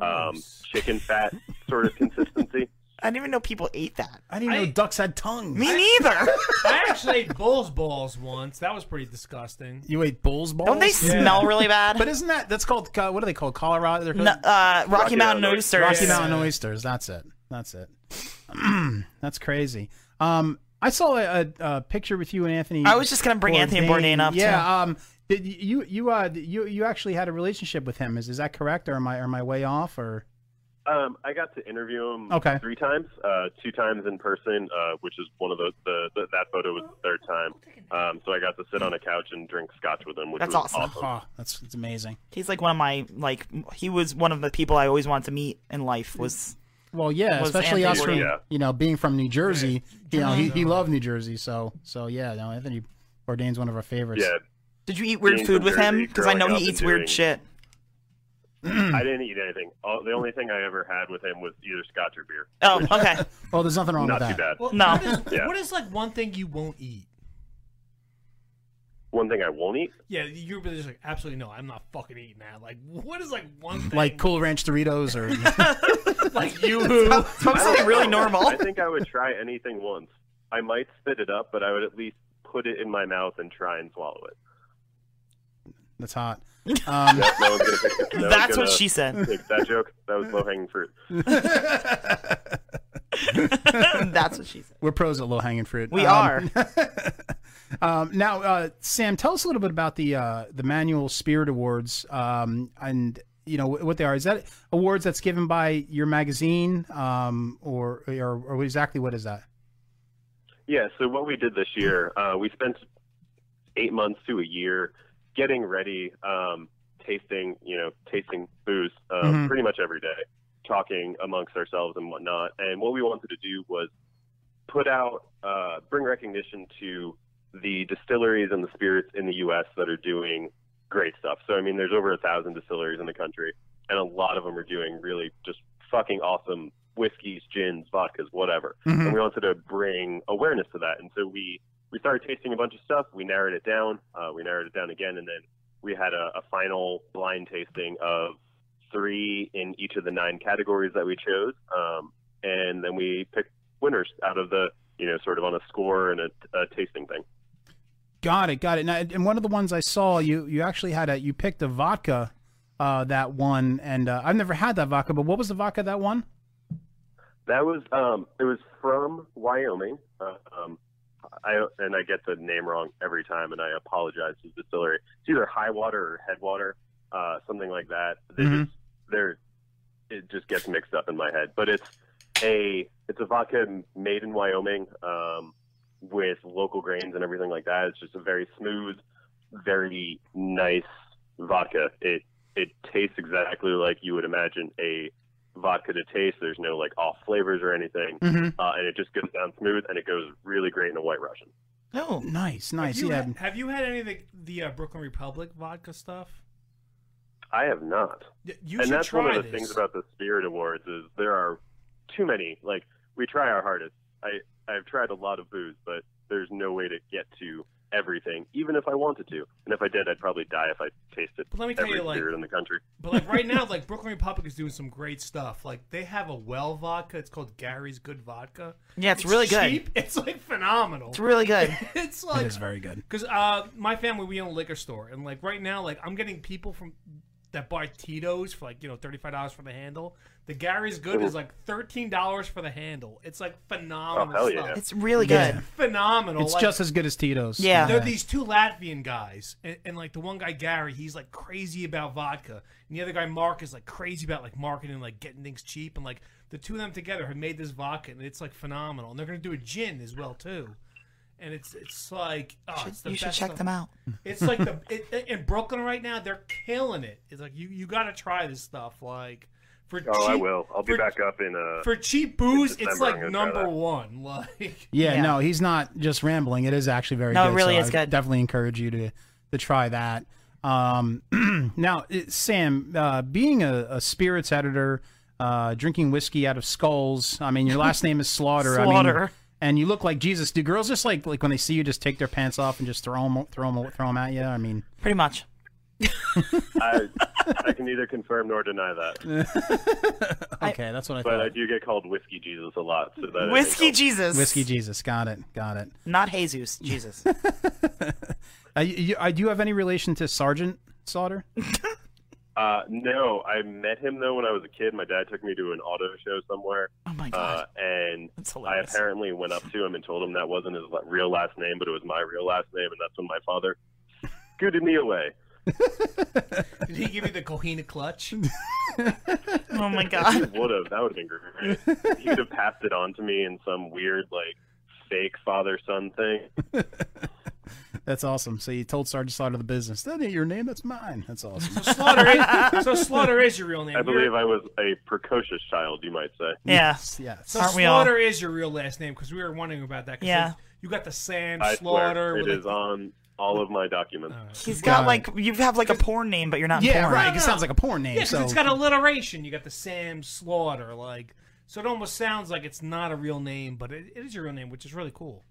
S23: um, chicken fat sort of consistency.
S21: I didn't even know people ate that.
S20: I didn't know ducks had tongues.
S21: Me neither.
S6: [LAUGHS]
S20: [LAUGHS]
S6: I actually ate bull's balls once. That was pretty disgusting.
S20: You ate bull's balls.
S6: Don't they
S20: [LAUGHS]
S6: smell really
S21: bad?
S20: But isn't that that's called uh, what are they called? Colorado. They're called-
S21: No, uh, Rocky Rocky Mountain Mountain oysters.
S20: Rocky
S21: Yeah.
S20: Mountain oysters. That's it. That's it. [CLEARS THROAT] that's crazy. Um, I saw a, a, a picture with you and Anthony.
S21: I was just gonna bring Anthony Bourdain up,
S20: Yeah.
S21: too.
S20: Um, did you you uh you you actually had a relationship with him? Is is that correct, or am I am I way off? Or
S23: [LAUGHS] Um, I got to interview him
S20: Okay.
S23: three times, uh, two times in person, uh, which is one of the, the, the that photo was the third time. Um, so I got to sit on a couch and drink scotch with him, which
S21: That's
S23: was
S21: awesome.
S20: Oh, that's it's amazing.
S21: He's like one of my like he was one of the people I always wanted to meet in life was
S20: Well, yeah,
S21: was
S20: especially
S21: Anthony Mm-hmm.
S20: us from
S21: Bourdain.
S20: you know being from New Jersey. You know, he, he
S21: Jersey.
S20: loved New Jersey, so so yeah. No, Anthony Bourdain's one of our favorites.
S23: Yeah.
S21: Did you eat weird
S23: Being
S21: food
S23: from
S21: with him?
S23: Jersey,
S21: Because I know
S23: growing
S21: he
S23: up
S21: eats
S23: and
S21: weird
S23: doing-
S21: shit.
S23: [CLEARS THROAT]
S21: [CLEARS THROAT]
S23: I didn't eat anything. All, the only thing I ever had with him was either scotch or beer.
S21: Oh,
S23: [LAUGHS] which-
S20: well, there's nothing wrong
S23: Not
S20: with that.
S23: too bad.
S6: What is,
S23: yeah.
S6: what is, like one thing you won't eat?
S23: One thing I won't eat.
S6: Yeah, you're just like absolutely no. I'm not fucking eating that. Like, what is like one
S20: [LAUGHS]
S6: thing?
S20: Like Cool Ranch Doritos
S21: [LAUGHS]
S20: or
S6: like you
S20: [LAUGHS]
S6: who
S23: I don't
S6: [LAUGHS]
S23: know. I think I would try anything once. I might spit it up, but I would at least put it in my mouth and try and swallow it.
S20: that's hot. Um,
S23: No, no one's gonna pick it- no one's
S20: That's what
S23: gonna
S20: she said.
S23: pick That joke. That was low hanging fruit.
S21: That's [LAUGHS] That's what she said.
S20: We're pros at low hanging fruit.
S21: We
S20: are. [LAUGHS] um, now, uh, Sam, tell us a little bit about the uh, the Manual Spirit Awards um, and you know wh- what they are. Is that awards that's given by your magazine, um, or, or or exactly what is that?
S23: Yeah, so what we did this year, uh, we spent eight months to a year getting ready, um, tasting, you know, tasting booze
S25: Mhm.
S23: um, pretty much every day, talking amongst ourselves and whatnot. And what we wanted to do was put out, uh, bring recognition to the distilleries and the spirits in the U.S. that are doing great stuff. So, I mean, there's over a thousand distilleries in the country, and a lot of them are doing really just fucking awesome whiskeys, gins, vodkas, whatever.
S2: Mhm.
S23: And we wanted to bring awareness to that. And so we we started tasting a bunch of stuff. We narrowed it down. Uh, we narrowed it down again, and then we had a, a final blind tasting of three in each of the nine categories that we chose. Um, and then we picked winners out of the you know sort of on a score and a, a tasting thing.
S20: Got it, got it. Now, and one of the ones I saw, you you actually had a you picked a vodka uh, that one, and uh, I've never had that vodka. But what was the vodka that one?
S23: That was um, it was from Wyoming. Uh, um, I and I get the name wrong every time, and I apologize to the distillery. It's either High Water or Headwater, uh, something like that. They
S20: Mm-hmm.
S23: just they're it just gets mixed up in my head. But it's a it's a vodka made in Wyoming um, with local grains and everything like that. It's just a very smooth, very nice vodka. It it tastes exactly like you would imagine a vodka to taste. There's no like off flavors or anything,
S20: Mhm.
S23: uh, and it just goes down smooth and it goes really great in a White Russian.
S20: No, nice, nice.
S6: Have you,
S20: yeah,
S6: had, have you had any of the, the uh, Brooklyn Republic vodka stuff?
S23: I have not.
S6: Y- you
S23: and
S6: should
S23: that's one
S6: try
S23: of the
S6: this.
S23: things about the Spirit Awards is there are too many. Like we try our hardest. I I've tried a lot of booze, but there's no way to get to everything, even if I wanted to. And if I did, I'd probably die if I tasted
S6: let me tell
S23: every
S6: you, like-
S23: spirit in the country.
S6: But like right now, like Brooklyn Republic is doing some great stuff. Like they have a well vodka. It's called Gary's Good Vodka.
S21: Yeah, it's really good.
S6: cheap. [LAUGHS] It's like phenomenal.
S21: It's really good.
S6: [LAUGHS] it's like
S20: very good.
S6: because uh, my family we own a liquor store, and like right now, like I'm getting people from that buy Tito's for like you know thirty five dollars for the handle. The Gary's Good is like thirteen dollars for the handle. It's like phenomenal.
S20: Oh, hell
S6: stuff.
S20: yeah. It's really good. Yeah.
S6: Phenomenal.
S20: it's
S6: like-
S20: just as good as Tito's.
S6: They're these two Latvian guys, and, and like the one guy Gary, he's like crazy about vodka, and the other guy Mark is like crazy about like marketing, like getting things cheap, and like the two of them together have made this vodka, and it's like phenomenal. And they're gonna do a gin as well too, and it's it's like oh, it's the
S21: you should
S6: best
S21: check
S6: stuff.
S21: them out.
S6: It's like
S21: [LAUGHS]
S6: the it, in Brooklyn right now, they're killing it. It's like you you gotta try this stuff like for
S23: Oh,
S6: cheap,
S23: I will. I'll be
S6: for-
S23: back up in uh
S6: for cheap booze. It's
S23: December, I'm
S6: like
S23: gonna try
S6: number
S23: that.
S6: one. [LAUGHS] Like
S20: Yeah, no, he's not just rambling. It is actually very
S6: No, it
S20: good.
S6: really
S20: so
S6: is
S20: I
S6: good.
S20: Definitely encourage you to to try that. Um, [CLEARS THROAT] now, it- Sam, uh, being a, a spirits editor, uh, drinking whiskey out of skulls. I mean, your last name is Slaughter. I mean,
S21: Slaughter.
S20: and you look like Jesus. Do girls just like like when they see you, just take their pants off and just throw them throw them throw them at you? I mean,
S21: pretty much.
S23: I,
S6: [LAUGHS]
S23: I can neither confirm nor deny that.
S20: [LAUGHS] okay, that's what I
S23: But
S20: thought.
S23: I do get called Whiskey Jesus a lot. So that
S21: Whiskey Jesus.
S20: Whiskey Jesus. Got it. Got it.
S21: Not Jesus. Jesus.
S20: [LAUGHS] Uh, you, you, uh, do you have any relation to Sergeant Slaughter?
S23: Uh, no, I met him though when I was a kid. My dad took me to an auto show somewhere.
S21: Oh my
S23: god! Uh, and I apparently went up to him and told him that wasn't his la- real last name, but it was my real last name, and that's when my father scooted me away.
S6: Did he give you the Kohina clutch?
S21: oh my
S23: If
S21: [LAUGHS]
S23: he would have. That would have been great. He would have passed it on to me in some weird like fake father son thing.
S20: That's awesome. So you told Sergeant Slaughter the business. That ain't your name. That's mine. That's awesome.
S6: [LAUGHS] Slaughter
S21: [LAUGHS]
S6: is, so Slaughter is your real name.
S23: I
S6: You're-
S23: believe I was a precocious child, you might say.
S20: Yes, yes.
S6: So
S20: Aren't we all?
S6: Slaughter is your real last name because we were wondering about that. 'cause
S21: Yeah.
S6: like, You got the Sam
S23: I
S6: Slaughter.
S23: swear it
S6: with Oh,
S23: is on all of my documents.
S21: He's got like you have like a porn name, but you're not.
S6: Yeah,
S21: porn.
S6: right, 'cause it sounds like
S20: a porn
S6: yeah, 'cause it's got alliteration. You got the Sam Slaughter, like so. It almost sounds like it's not a real name, but it, it is your real name, which is really cool.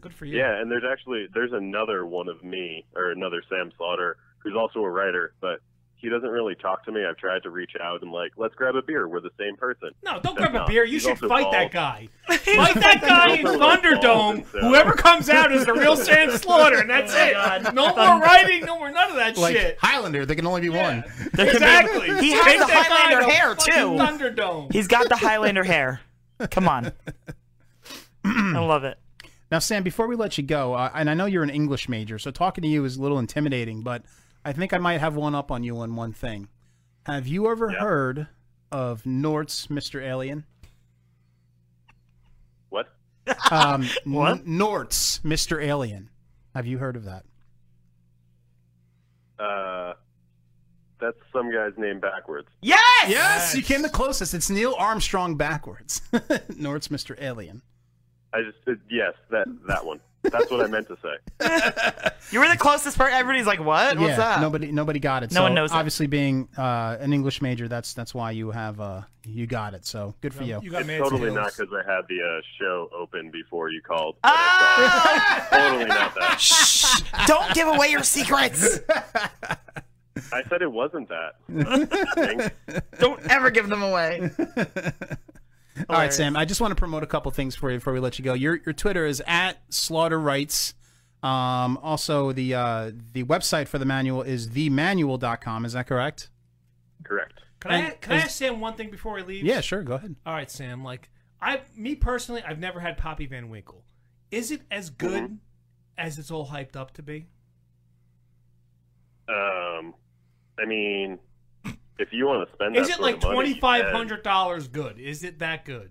S6: Good for you. [LAUGHS]
S23: Yeah, and there's actually there's another one of me or another Sam Slaughter who's also a writer, but he doesn't really talk to me. I've tried to reach out and like, let's grab a beer. We're the same person.
S6: No, don't
S23: That's
S6: grab a
S23: not.
S6: beer. You
S23: He's
S6: should
S23: also
S6: fight that
S23: bald.
S6: guy. fight that guy in
S23: He's also, like, bald
S6: Thunderdome.
S23: and so-
S6: Whoever comes out is the
S23: [LAUGHS]
S6: real Sam Slaughter, and that's
S23: Oh my
S6: it.
S23: God.
S6: No
S20: [LAUGHS]
S6: more writing. No more none of that
S20: Like
S6: shit.
S20: Highlander, there can [LAUGHS] only be one. [LAUGHS]
S6: Exactly.
S21: He has
S6: Take
S21: the
S6: that guy
S21: Highlander
S6: to
S21: hair
S6: fucking
S21: too.
S6: Thunderdome.
S21: He's got the Highlander hair. Come on. I love it.
S20: Now, Sam, before we let you go, uh, and I know you're an English major, so talking to you is a little intimidating, but I think I might have one up on you on one thing. Have you ever heard of Nort's Mr. Alien?
S23: What?
S21: [LAUGHS]
S20: Um, what? Nort's Mr. Alien. Have you heard of that?
S23: Uh, that's some guy's name backwards.
S21: Yes!
S20: Yes! You came the closest. It's Neil Armstrong backwards. [LAUGHS] Nort's Mr. Alien.
S23: I just uh, yes, that that one. That's what I meant to say.
S21: You were [LAUGHS] the closest part. [LAUGHS] Everybody's like, what? What's
S20: yeah,
S21: that?
S20: nobody nobody got it.
S21: No
S20: so
S21: one knows it.
S20: Obviously, being uh, an English major, that's that's why you have uh, you got it. So good for you.
S23: it's totally not because I had the uh, show open before you called. but
S21: Ah!
S23: it's, uh, totally not that.
S21: Shh! Don't [LAUGHS] give away
S20: [LAUGHS]
S21: your [LAUGHS] secrets.
S23: I said it wasn't that.
S21: [LAUGHS] Don't ever give them away.
S20: All right, Sam. I just want to promote a couple things for you before we let you go. Your your Twitter is at Slaughter Rights. Um, also, the uh, the website for the manual is themanual.com. Is that correct?
S23: Correct.
S6: Can I
S20: And
S6: can I
S20: is-
S6: ask Sam one thing before we leave?
S20: Yeah, sure. Go ahead.
S6: All right, Sam. Like I, me personally, I've never had Poppy Van Winkle. Is it as
S21: Mm-hmm.
S6: good as it's all hyped up to be?
S23: Um, I mean, if you want to spend,
S6: Is
S23: that
S6: it
S23: sort
S6: like
S23: of money,
S6: twenty five hundred dollars good? Is it that good?
S23: then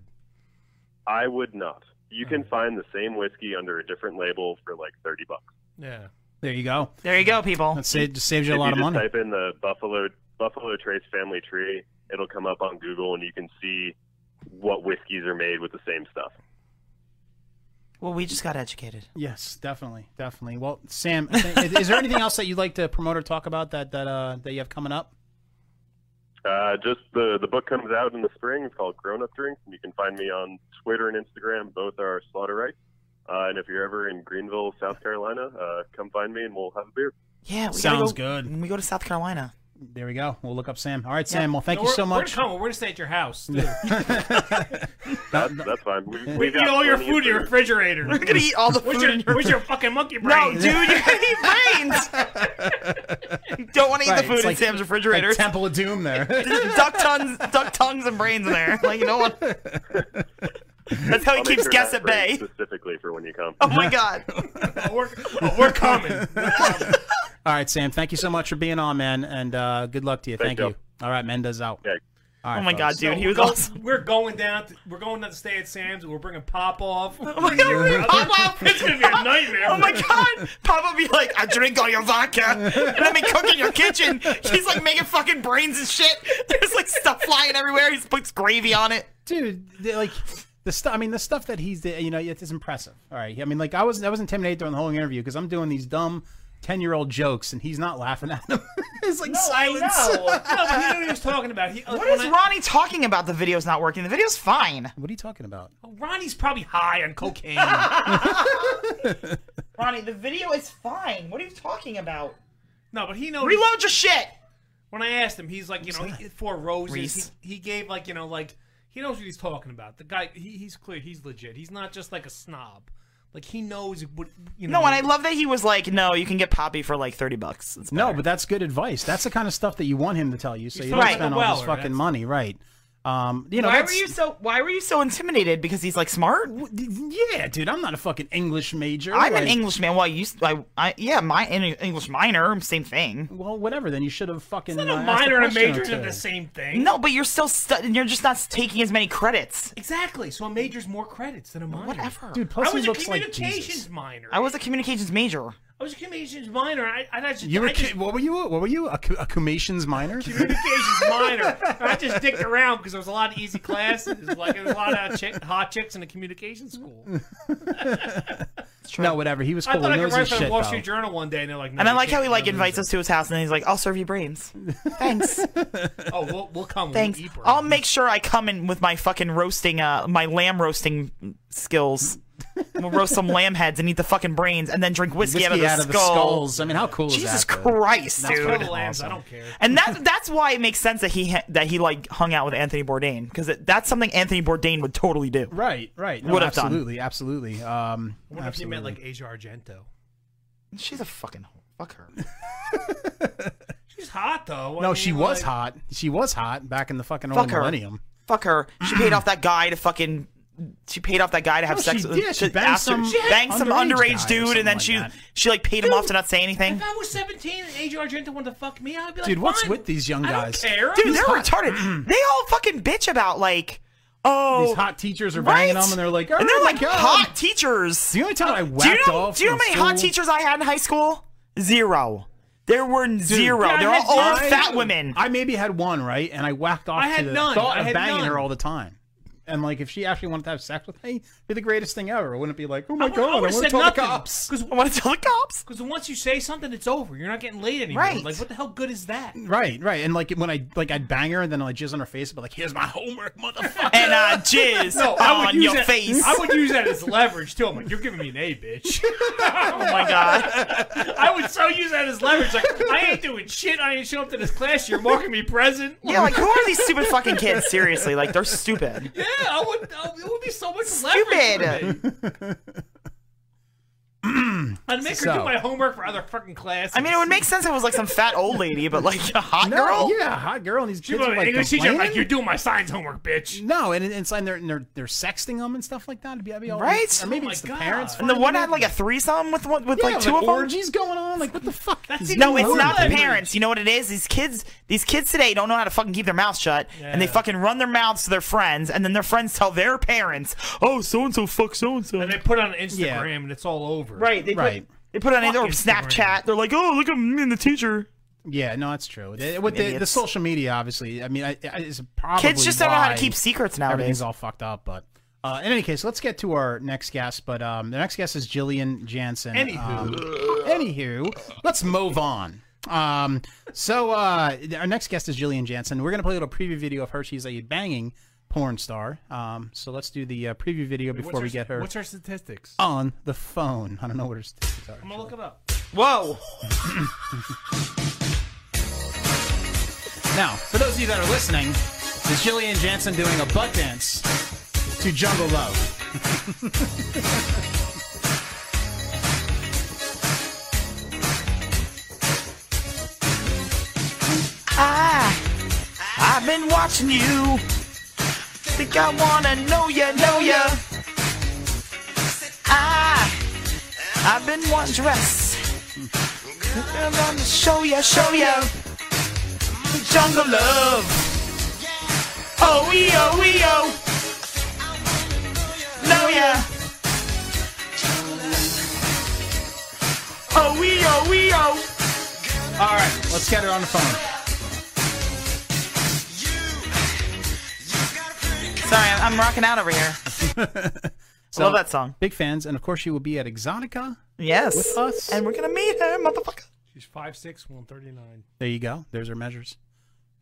S23: I would not. You can find the same whiskey under a different label for like thirty bucks.
S6: Yeah.
S20: There you go.
S21: There you go, people.
S20: That saves, saves you
S23: if
S20: a lot
S23: you
S20: of
S23: just
S20: money.
S23: Type in the Buffalo Buffalo Trace family tree. It'll come up on Google, and you can see what whiskeys are made with the same stuff.
S21: Well, we just got educated.
S20: Yes, definitely, definitely. Well, Sam, I think- is there anything else that you'd like to promote or talk about that that uh, that you have coming up?
S23: Uh, just the the book comes out in the spring. It's called Grown Up Drinks, and you can find me on Twitter and Instagram. Both are Slaughter Rights. Uh, and if you're ever in Greenville, South Carolina, uh, come find me, and we'll have a beer.
S21: Yeah, we
S20: Sounds
S21: good. When we go to South Carolina.
S20: There we go. We'll look up Sam. All right, Sam. Well, thank
S6: No,
S20: you
S6: we're-
S20: so
S6: We're
S20: much.
S6: gonna come. We're gonna stay at your
S20: [LAUGHS]
S6: house. Dude.
S23: That's, that's fine.
S21: [LAUGHS]
S23: We,
S6: We eat all your food in your refrigerator.
S21: We're gonna eat all the
S6: where's
S21: food
S6: your,
S21: in your-
S6: Where's your fucking monkey
S21: No,
S6: brain?
S21: dude,
S20: [LAUGHS]
S21: you're gonna eat brains. [LAUGHS] Don't want to eat
S20: Right,
S21: the food
S20: it's
S21: in
S20: like-
S21: Sam's refrigerator.
S20: like Temple of Doom there.
S21: There's [LAUGHS] duck tongues, duck tongues, and brains in there. Like you know what? That's how he
S23: I'll make
S21: keeps
S23: sure to
S21: guests
S23: have
S21: at bay.
S23: drinks Specifically for when you come.
S21: [LAUGHS]
S25: [LAUGHS]
S21: Oh my god.
S6: we're, we're coming.
S20: [LAUGHS] All right, Sam. Thank you so much for being on, man, and uh, good luck to you. Thank,
S23: Thank you.
S20: you. All right, Mendez out. All right,
S21: Oh my God,
S20: folks.
S21: dude, he
S6: [LAUGHS]
S21: was [LAUGHS]
S6: Go-
S21: awesome.
S6: We're going down. To, we're going down to stay at Sam's. We're bringing Pop off. Oh
S21: my God, [LAUGHS] we're bringing Pop off.
S6: It's gonna be a nightmare.
S21: Oh my god! Papa be like, I drink all your vodka, and let me cook in your kitchen. He's like making fucking brains and shit. There's like stuff flying everywhere. He puts gravy on it.
S20: dude. they- Like the stuff. I mean, the stuff that he's. You know, it's impressive. All right. I mean, like I was. I was intimidated during the whole interview because I'm doing these dumb ten-year-old jokes, and he's not laughing at them. it's like
S6: No,
S20: silence.
S6: I know. No, but he knew
S21: [LAUGHS]
S6: what he was talking about. He, uh,
S21: What is Ronnie talking about? The video's not working. The video's fine.
S20: What are you talking about?
S6: Ronnie's probably high on
S21: [LAUGHS]
S6: cocaine.
S21: Ronnie, the video is fine. What are you talking about?
S6: no, but he knows.
S21: Reload your shit.
S6: When I asked him, he's like, you know, he, four
S21: Reese.
S6: roses. He, he gave like, you know, like he knows what he's talking about. The guy, he, he's clear. He's legit. He's not just like a snob. Like he knows what you know.
S21: No, and I love that he was like, no, you can get Poppy for like thirty bucks. It's
S20: No, but that's good advice. That's the kind of stuff that you want him to tell you, so you
S21: He's
S20: don't
S21: right.
S20: spend all
S21: Well,
S20: this
S21: or
S20: fucking
S21: that's-
S20: money, right? Um, you know,
S21: why
S20: that's,
S21: were you so? Why were you so intimidated? Because he's like smart.
S20: Yeah, dude, I'm not a fucking English major.
S21: I'm an
S20: like-
S21: Englishman. Well, you, s- I, I, yeah, my in- English minor, same thing.
S20: Well, whatever. Then you should have fucking.
S21: It's
S20: uh,
S21: not
S20: asked question or two.
S6: same thing.
S21: No, but you're still stu- and you're just not taking as many credits.
S6: Exactly. So a major's more credits than a minor. Whatever.
S21: Dude, plus
S6: I
S21: he
S6: was
S21: looks
S6: a
S21: like
S6: communications
S21: Jesus.
S6: minor.
S21: I was a communications major.
S6: I was a communications minor. I, I, I just
S20: You were
S6: I just,
S20: ki- what were you? What were you? A, cu- a communications minor?
S6: communications minor. I just dicked around because there was a lot of easy classes. Like there was a lot of chick, hot chicks in the communications school.
S20: no, whatever. He was
S6: I
S20: cool.
S6: thought
S20: He
S6: I could
S20: knows
S6: write
S20: his
S6: for the
S20: shit,
S6: Wall
S20: though.
S6: Street Journal one day, and they're like, no,
S21: and I
S6: you
S21: like how
S6: can't
S21: he like
S6: do that.
S21: invites us to his house, and then he's like, "I'll serve
S20: [LAUGHS]
S21: you brains." Thanks,
S6: [LAUGHS] Oh, we'll, we'll come. We'll
S21: thanks.
S6: eat breakfast.
S21: I'll make sure I come in with my fucking roasting, uh, my lamb roasting skills. We'll roast some lamb heads and eat the fucking brains, and then drink whiskey, out of the skull.
S20: skulls. I mean, how cool
S21: Jesus
S20: is that? dude?
S21: Christ,
S20: That's
S21: dude!
S20: fucking awesome.
S21: And that's that's why it makes sense that he ha- that he like hung out with Anthony Bourdain because that's something Anthony Bourdain would totally do.
S20: Right, right. No,
S21: would have done.
S20: absolutely, absolutely. Um,
S6: I wonder if you
S20: absolutely.
S6: meant like Asia Argento.
S21: She's a fucking hoe. fuck
S20: [LAUGHS]
S21: her.
S6: She's hot though. I
S20: no,
S6: mean,
S20: she was
S6: like-
S20: hot. She was hot back in the fucking early
S21: Fuck her.
S20: millennium. [CLEARS THROAT]
S21: Fuck her. She paid off that guy to fucking she paid off that guy to have
S20: No,
S21: sex
S20: she
S21: with
S20: did. She
S21: to-
S20: banged
S21: after-
S20: some
S21: banged some
S20: underage
S21: underage
S20: guy or
S21: dude
S20: something
S21: and then
S20: like
S21: she
S20: that.
S21: she like paid him off to not say anything.
S6: If I was 17 and Adrian Argento wanted to fuck me, I'd be like,
S21: Dude, what's
S6: fine.
S21: with
S20: these young
S6: I don't
S21: guys?
S6: care.
S21: Dude,
S6: He's
S21: they're
S6: hot.
S21: retarded. they all fucking bitch about like, oh,
S20: These hot teachers are banging
S21: right?
S20: them, and they're like,
S21: and they're
S20: "Oh my
S21: like
S20: God."
S21: hot teachers. The
S20: only time I whacked
S21: do you know,
S20: off
S21: Do you know how
S20: was
S21: many hot
S20: school-
S21: teachers I had in high school? Zero. There were zero.
S20: Yeah, I
S21: they're
S20: had
S21: all old
S20: none.
S21: fat women.
S20: I maybe had one, right? And I whacked off
S21: I had
S20: to the
S21: none.
S20: thought
S21: I
S20: of
S21: had
S20: banging
S21: none.
S20: her all the time. And like, if she actually wanted to have sex with me, it'd be the greatest thing ever. Wouldn't it be like, oh my
S6: I
S20: god, I
S6: would
S20: want
S6: have
S20: to
S6: said
S20: tell
S6: nothing.
S20: the cops?
S21: I want to tell the cops.
S6: Because once you say something, it's over. You're not getting laid anymore.
S20: Right.
S6: Like, what the hell good is that?
S20: Right, right. And like when I like I'd bang her and then I'd like jizz on her face, but like here's my homework, motherfucker.
S21: And I jizz on
S6: use
S21: your
S6: that-
S21: face.
S6: I would use that as leverage too. I'm like, you're giving me an A,
S21: [LAUGHS]
S6: bitch. [LAUGHS] oh
S21: my god.
S6: I would so use that as leverage. Like, I ain't doing shit. I ain't showing up to this class. You're marking me present.
S21: Yeah, like who are these
S6: [LAUGHS]
S21: stupid fucking kids? Seriously, like they're
S20: [LAUGHS]
S21: stupid.
S6: Yeah, I would. I, it would be so much leverage.
S21: Stupid.
S6: For me. I'd make her
S21: So-
S6: do my homework for other fucking classes.
S21: I mean, it would make sense if it was like some fat old lady, but like a hot
S20: [LAUGHS] No,
S21: girl.
S20: yeah, hot girl, and these
S6: She
S20: kids are
S6: was
S20: like
S6: like, English teacher, I'm like,
S20: complaining?
S6: you're doing my science homework, bitch.
S20: No, and and, and they're, they're they're sexting them and stuff like that. It'd be, that'd be all
S21: Right?
S20: Or maybe
S21: Oh
S20: it's the
S21: my God.
S20: parents.
S21: And the
S20: finding
S21: one
S20: out.
S21: had like a threesome with one with
S20: Yeah,
S21: like two
S20: like
S21: of them.
S20: orgies going on. Like what the fuck? Is
S21: no,
S20: going
S21: it's
S20: on?
S21: not the parents. You know what it is? These kids, these kids today don't know how to fucking keep their mouths shut, and they
S6: Yeah.
S21: fucking run their mouths to their friends, and then their friends tell their parents, "Oh, so and so fuck so and so," and
S6: they put on Instagram, and it's all over.
S21: Right? They
S20: Right.
S21: Put, they put it on
S6: Fuck
S21: their
S6: Instagram.
S21: Snapchat. They're like, "Oh, look at me and the teacher."
S20: Yeah, no, that's true. They- With the, the
S21: Idiots.
S20: social media, obviously, I mean, I, I, it's probably
S21: Kids just don't know how to
S20: why
S21: keep secrets nowadays.
S20: Everything's all fucked up. But uh, in any case, let's get to our next guest. But um, the next guest is Jillian Jansen.
S6: Anywho.
S20: Um, anywho, let's move on. Um, so uh, our next guest is Jillian Jansen. We're gonna play a little preview video of her. She's a banging porn star. Um, so let's do the uh, preview video
S6: Wait, what's
S20: before
S6: her-
S20: we get her.
S6: what's her statistics?
S20: on the phone? I don't know what her [LAUGHS] statistics are.
S6: I'm gonna look it up.
S21: Whoa.
S20: [LAUGHS] Now, for those of you that are listening, this is Jillian Jansen doing a butt dance to Jungle Love.
S21: I, Ah, I've been watching you. Think I wanna know ya, know ya. I, Ah, I've been one dress. I'm gonna show ya, show ya. Jungle love. Oh, we, oh, we, oh. Know ya. Oh, we, oh, we, oh.
S20: All right, let's get her on the phone.
S21: Sorry, I'm, I'm rocking out over here.
S20: So,
S21: Love that song.
S20: Big fans, and of course, she will be at Exotica.
S21: Yes.
S20: With us.
S21: And we're gonna meet her, motherfucker.
S6: She's 5'6", 139.
S20: There you go. There's her measures.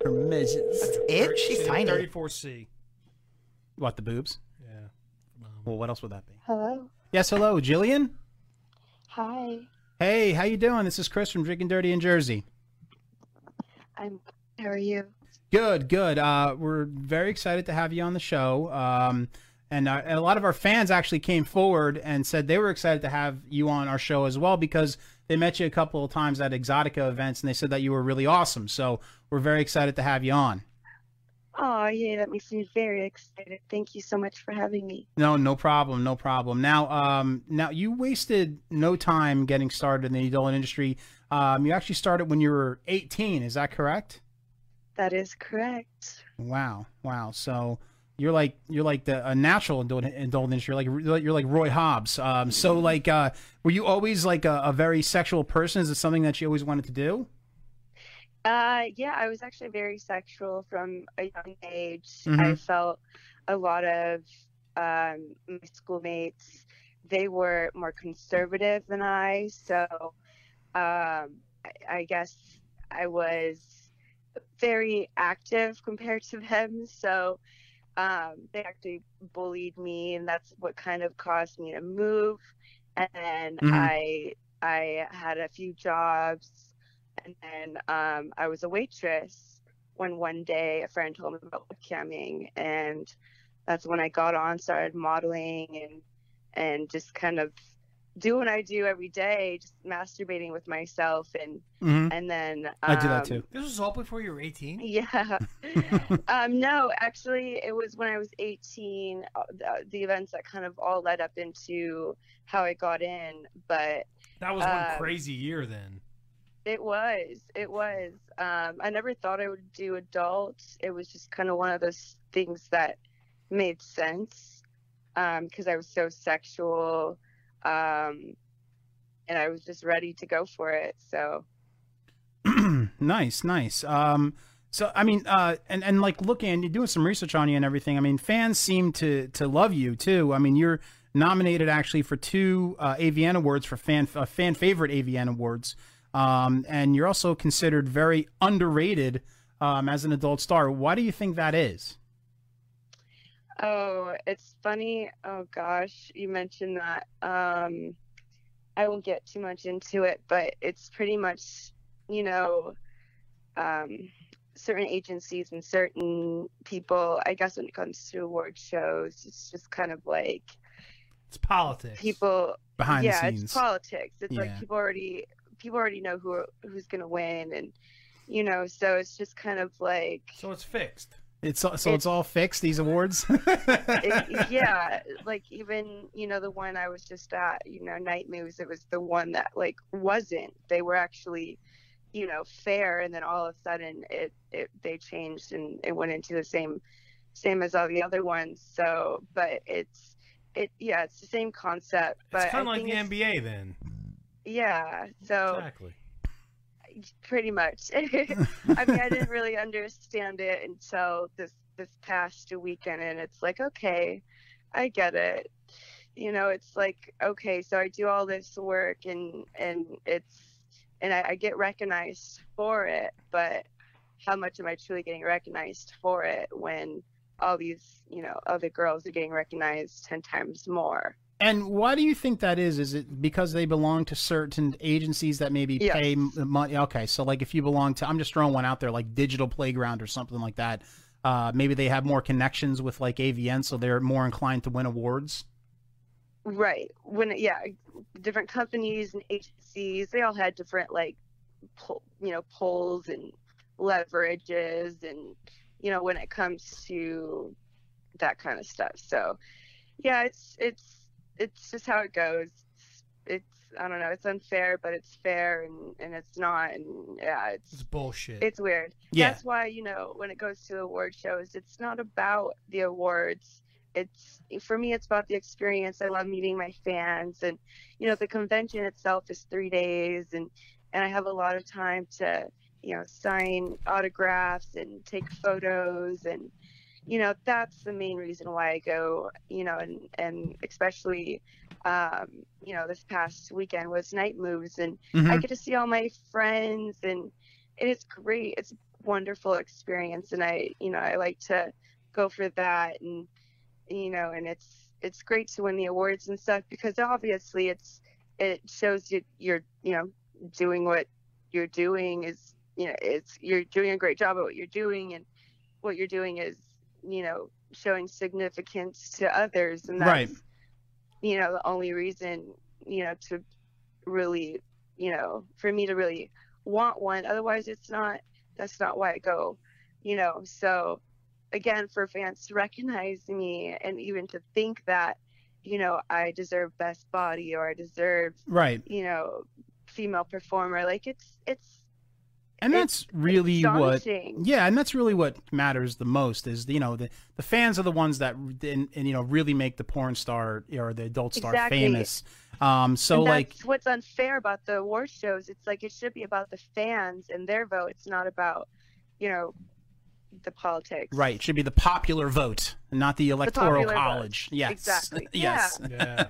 S20: Her measures. That's
S21: it? She's tiny.
S6: 34C.
S20: What, the boobs?
S6: Yeah.
S20: Well, what else would that be?
S25: Hello.
S20: Yes, hello, Jillian?
S25: Hi.
S20: Hey, how you doing? This is Chris from Drinking Dirty in Jersey.
S25: I'm. How are you?
S20: Good, good. Uh, we're very excited to have you on the show. Um, and, uh, and a lot of our fans actually came forward and said they were excited to have you on our show as well because they met you a couple of times at Exotica events and they said that you were really awesome. So we're very excited to have you on.
S25: Oh, yeah, that makes me very excited. Thank you so much for having me.
S20: No, no problem, no problem. Now, um, now you wasted no time getting started in the adult industry. Um, you actually started when you were 18. Is that correct?
S25: That is correct.
S20: Wow, wow. So you're like you're like the a natural adult, adult industry. You're like you're like Roy Hobbs. Um, so like, uh, were you always like a, a very sexual person? Is it something that you always wanted to do?
S25: Uh, yeah, I was actually very sexual from a young age. I
S20: Mhm.
S25: felt a lot of um, my schoolmates, they were more conservative than I. So um, I, I guess I was very active compared to them. So um, they actually bullied me, and that's what kind of caused me to move. And then
S20: Mm-hmm.
S2: Mhm.
S25: I I had a few jobs and then um, I was a waitress when one day a friend told me about webcamming, and that's when I got on, started modeling, and and just kind of do what I do every day, just masturbating with myself, and
S20: Mhm.
S25: and then um,
S20: I do that too.
S6: This was all before you were 18? [LAUGHS]
S25: Yeah. um, no, actually, it was when I was 18, uh, the, the events that kind of all led up into how I got in. But
S6: That was one
S25: um,
S6: crazy year then.
S25: It was. It was. Um, I never thought I would do adult. It was just kind of one of those things that made sense because I was so sexual um, and I was just ready to go for it. So.
S20: nice, nice. Um, so I mean, uh, and and like looking, you're doing some research on you and everything. I mean, fans seem to to love you too. I mean, you're nominated actually for two uh, AVN awards for fan uh, fan favorite AVN awards, um, and you're also considered very underrated um, as an adult star. Why do you think that is?
S25: Oh, it's funny. Oh gosh, you mentioned that. Um, I won't get too much into it, but it's pretty much, you know, um, certain agencies and certain people. I guess when it comes to award shows, it's just kind of like
S6: It's politics.
S25: people
S6: Behind the
S25: yeah,
S6: scenes.
S25: it's politics. It's
S6: Yeah.
S25: like people already people already know who who's gonna win, and you know, so it's just kind of like
S6: so it's fixed.
S20: It's all- so it's, all fixed these awards. [LAUGHS]
S6: [LAUGHS]
S25: it, yeah, like even you know the one I was just at, you know, Night Moves. It was the one that like wasn't. They were actually, you know, fair, and then all of a sudden it it they changed and it went into the same same as all the other ones. So, but it's it yeah, it's the same concept. But
S6: It's kind of
S25: I
S6: like
S25: think
S6: the
S25: it's-
S6: NBA then.
S25: Yeah, so
S6: Exactly.
S25: pretty much. [LAUGHS] I mean, I didn't really understand it until this this past weekend, and it's like, okay, I get it. You know, it's like, okay, so I do all this work, and and it's and I, I get recognized for it, but how much am I truly getting recognized for it when all these, you know, other girls are getting recognized ten times more?
S20: And why do you think that is? Is it because they belong to certain agencies that maybe
S25: Yes.
S20: pay m- money? Okay, so like if you belong to, I'm just throwing one out there, like Digital Playground or something like that. Uh, maybe they have more connections with like AVN, so they're more inclined to win awards.
S25: Right. When yeah, different companies and agencies, they all had different like, pull, you know, polls and leverages, and you know when it comes to that kind of stuff. So yeah, it's it's it's just how it goes. It's, it's I don't know. It's unfair, but it's fair, and and it's not, and yeah, it's
S6: It's bullshit.
S25: it's weird.
S6: Yeah.
S25: That's why, you know, when it goes to award shows, it's not about the awards. It's for me, it's about the experience. I love meeting my fans, and you know, the convention itself is three days, and and I have a lot of time to, you know, sign autographs and take photos, and you know, that's the main reason why I go. You know, and and especially, um, you know, this past weekend was night moves, and I
S2: Mhm.
S25: get to see all my friends and it is great. It's a wonderful experience, and I, you know, I like to go for that, and you know, and it's it's great to win the awards and stuff because obviously it's it shows you you're you know doing what you're doing is you know it's you're doing a great job at what you're doing, and what you're doing is you know showing significance to others, and that's
S20: Right.
S25: you know the only reason you know to really you know for me to really want one otherwise it's not that's not why i go you know so again for fans to recognize me and even to think that you know i deserve best body or i deserve
S20: Right.
S25: you know female performer like it's it's
S20: and that's really what
S25: daunting.
S20: yeah and that's really what matters the most is you know the, the fans are the ones that and, and you know really make the porn star or the adult star
S25: Exactly.
S20: famous um so
S25: and
S20: like
S25: that's what's unfair about the award shows it's like it should be about the fans and their vote it's not about you know the politics
S20: right it should be the popular vote and not the electoral
S25: popular vote.
S20: college yes
S25: Exactly.
S20: [LAUGHS] yes
S25: Yeah.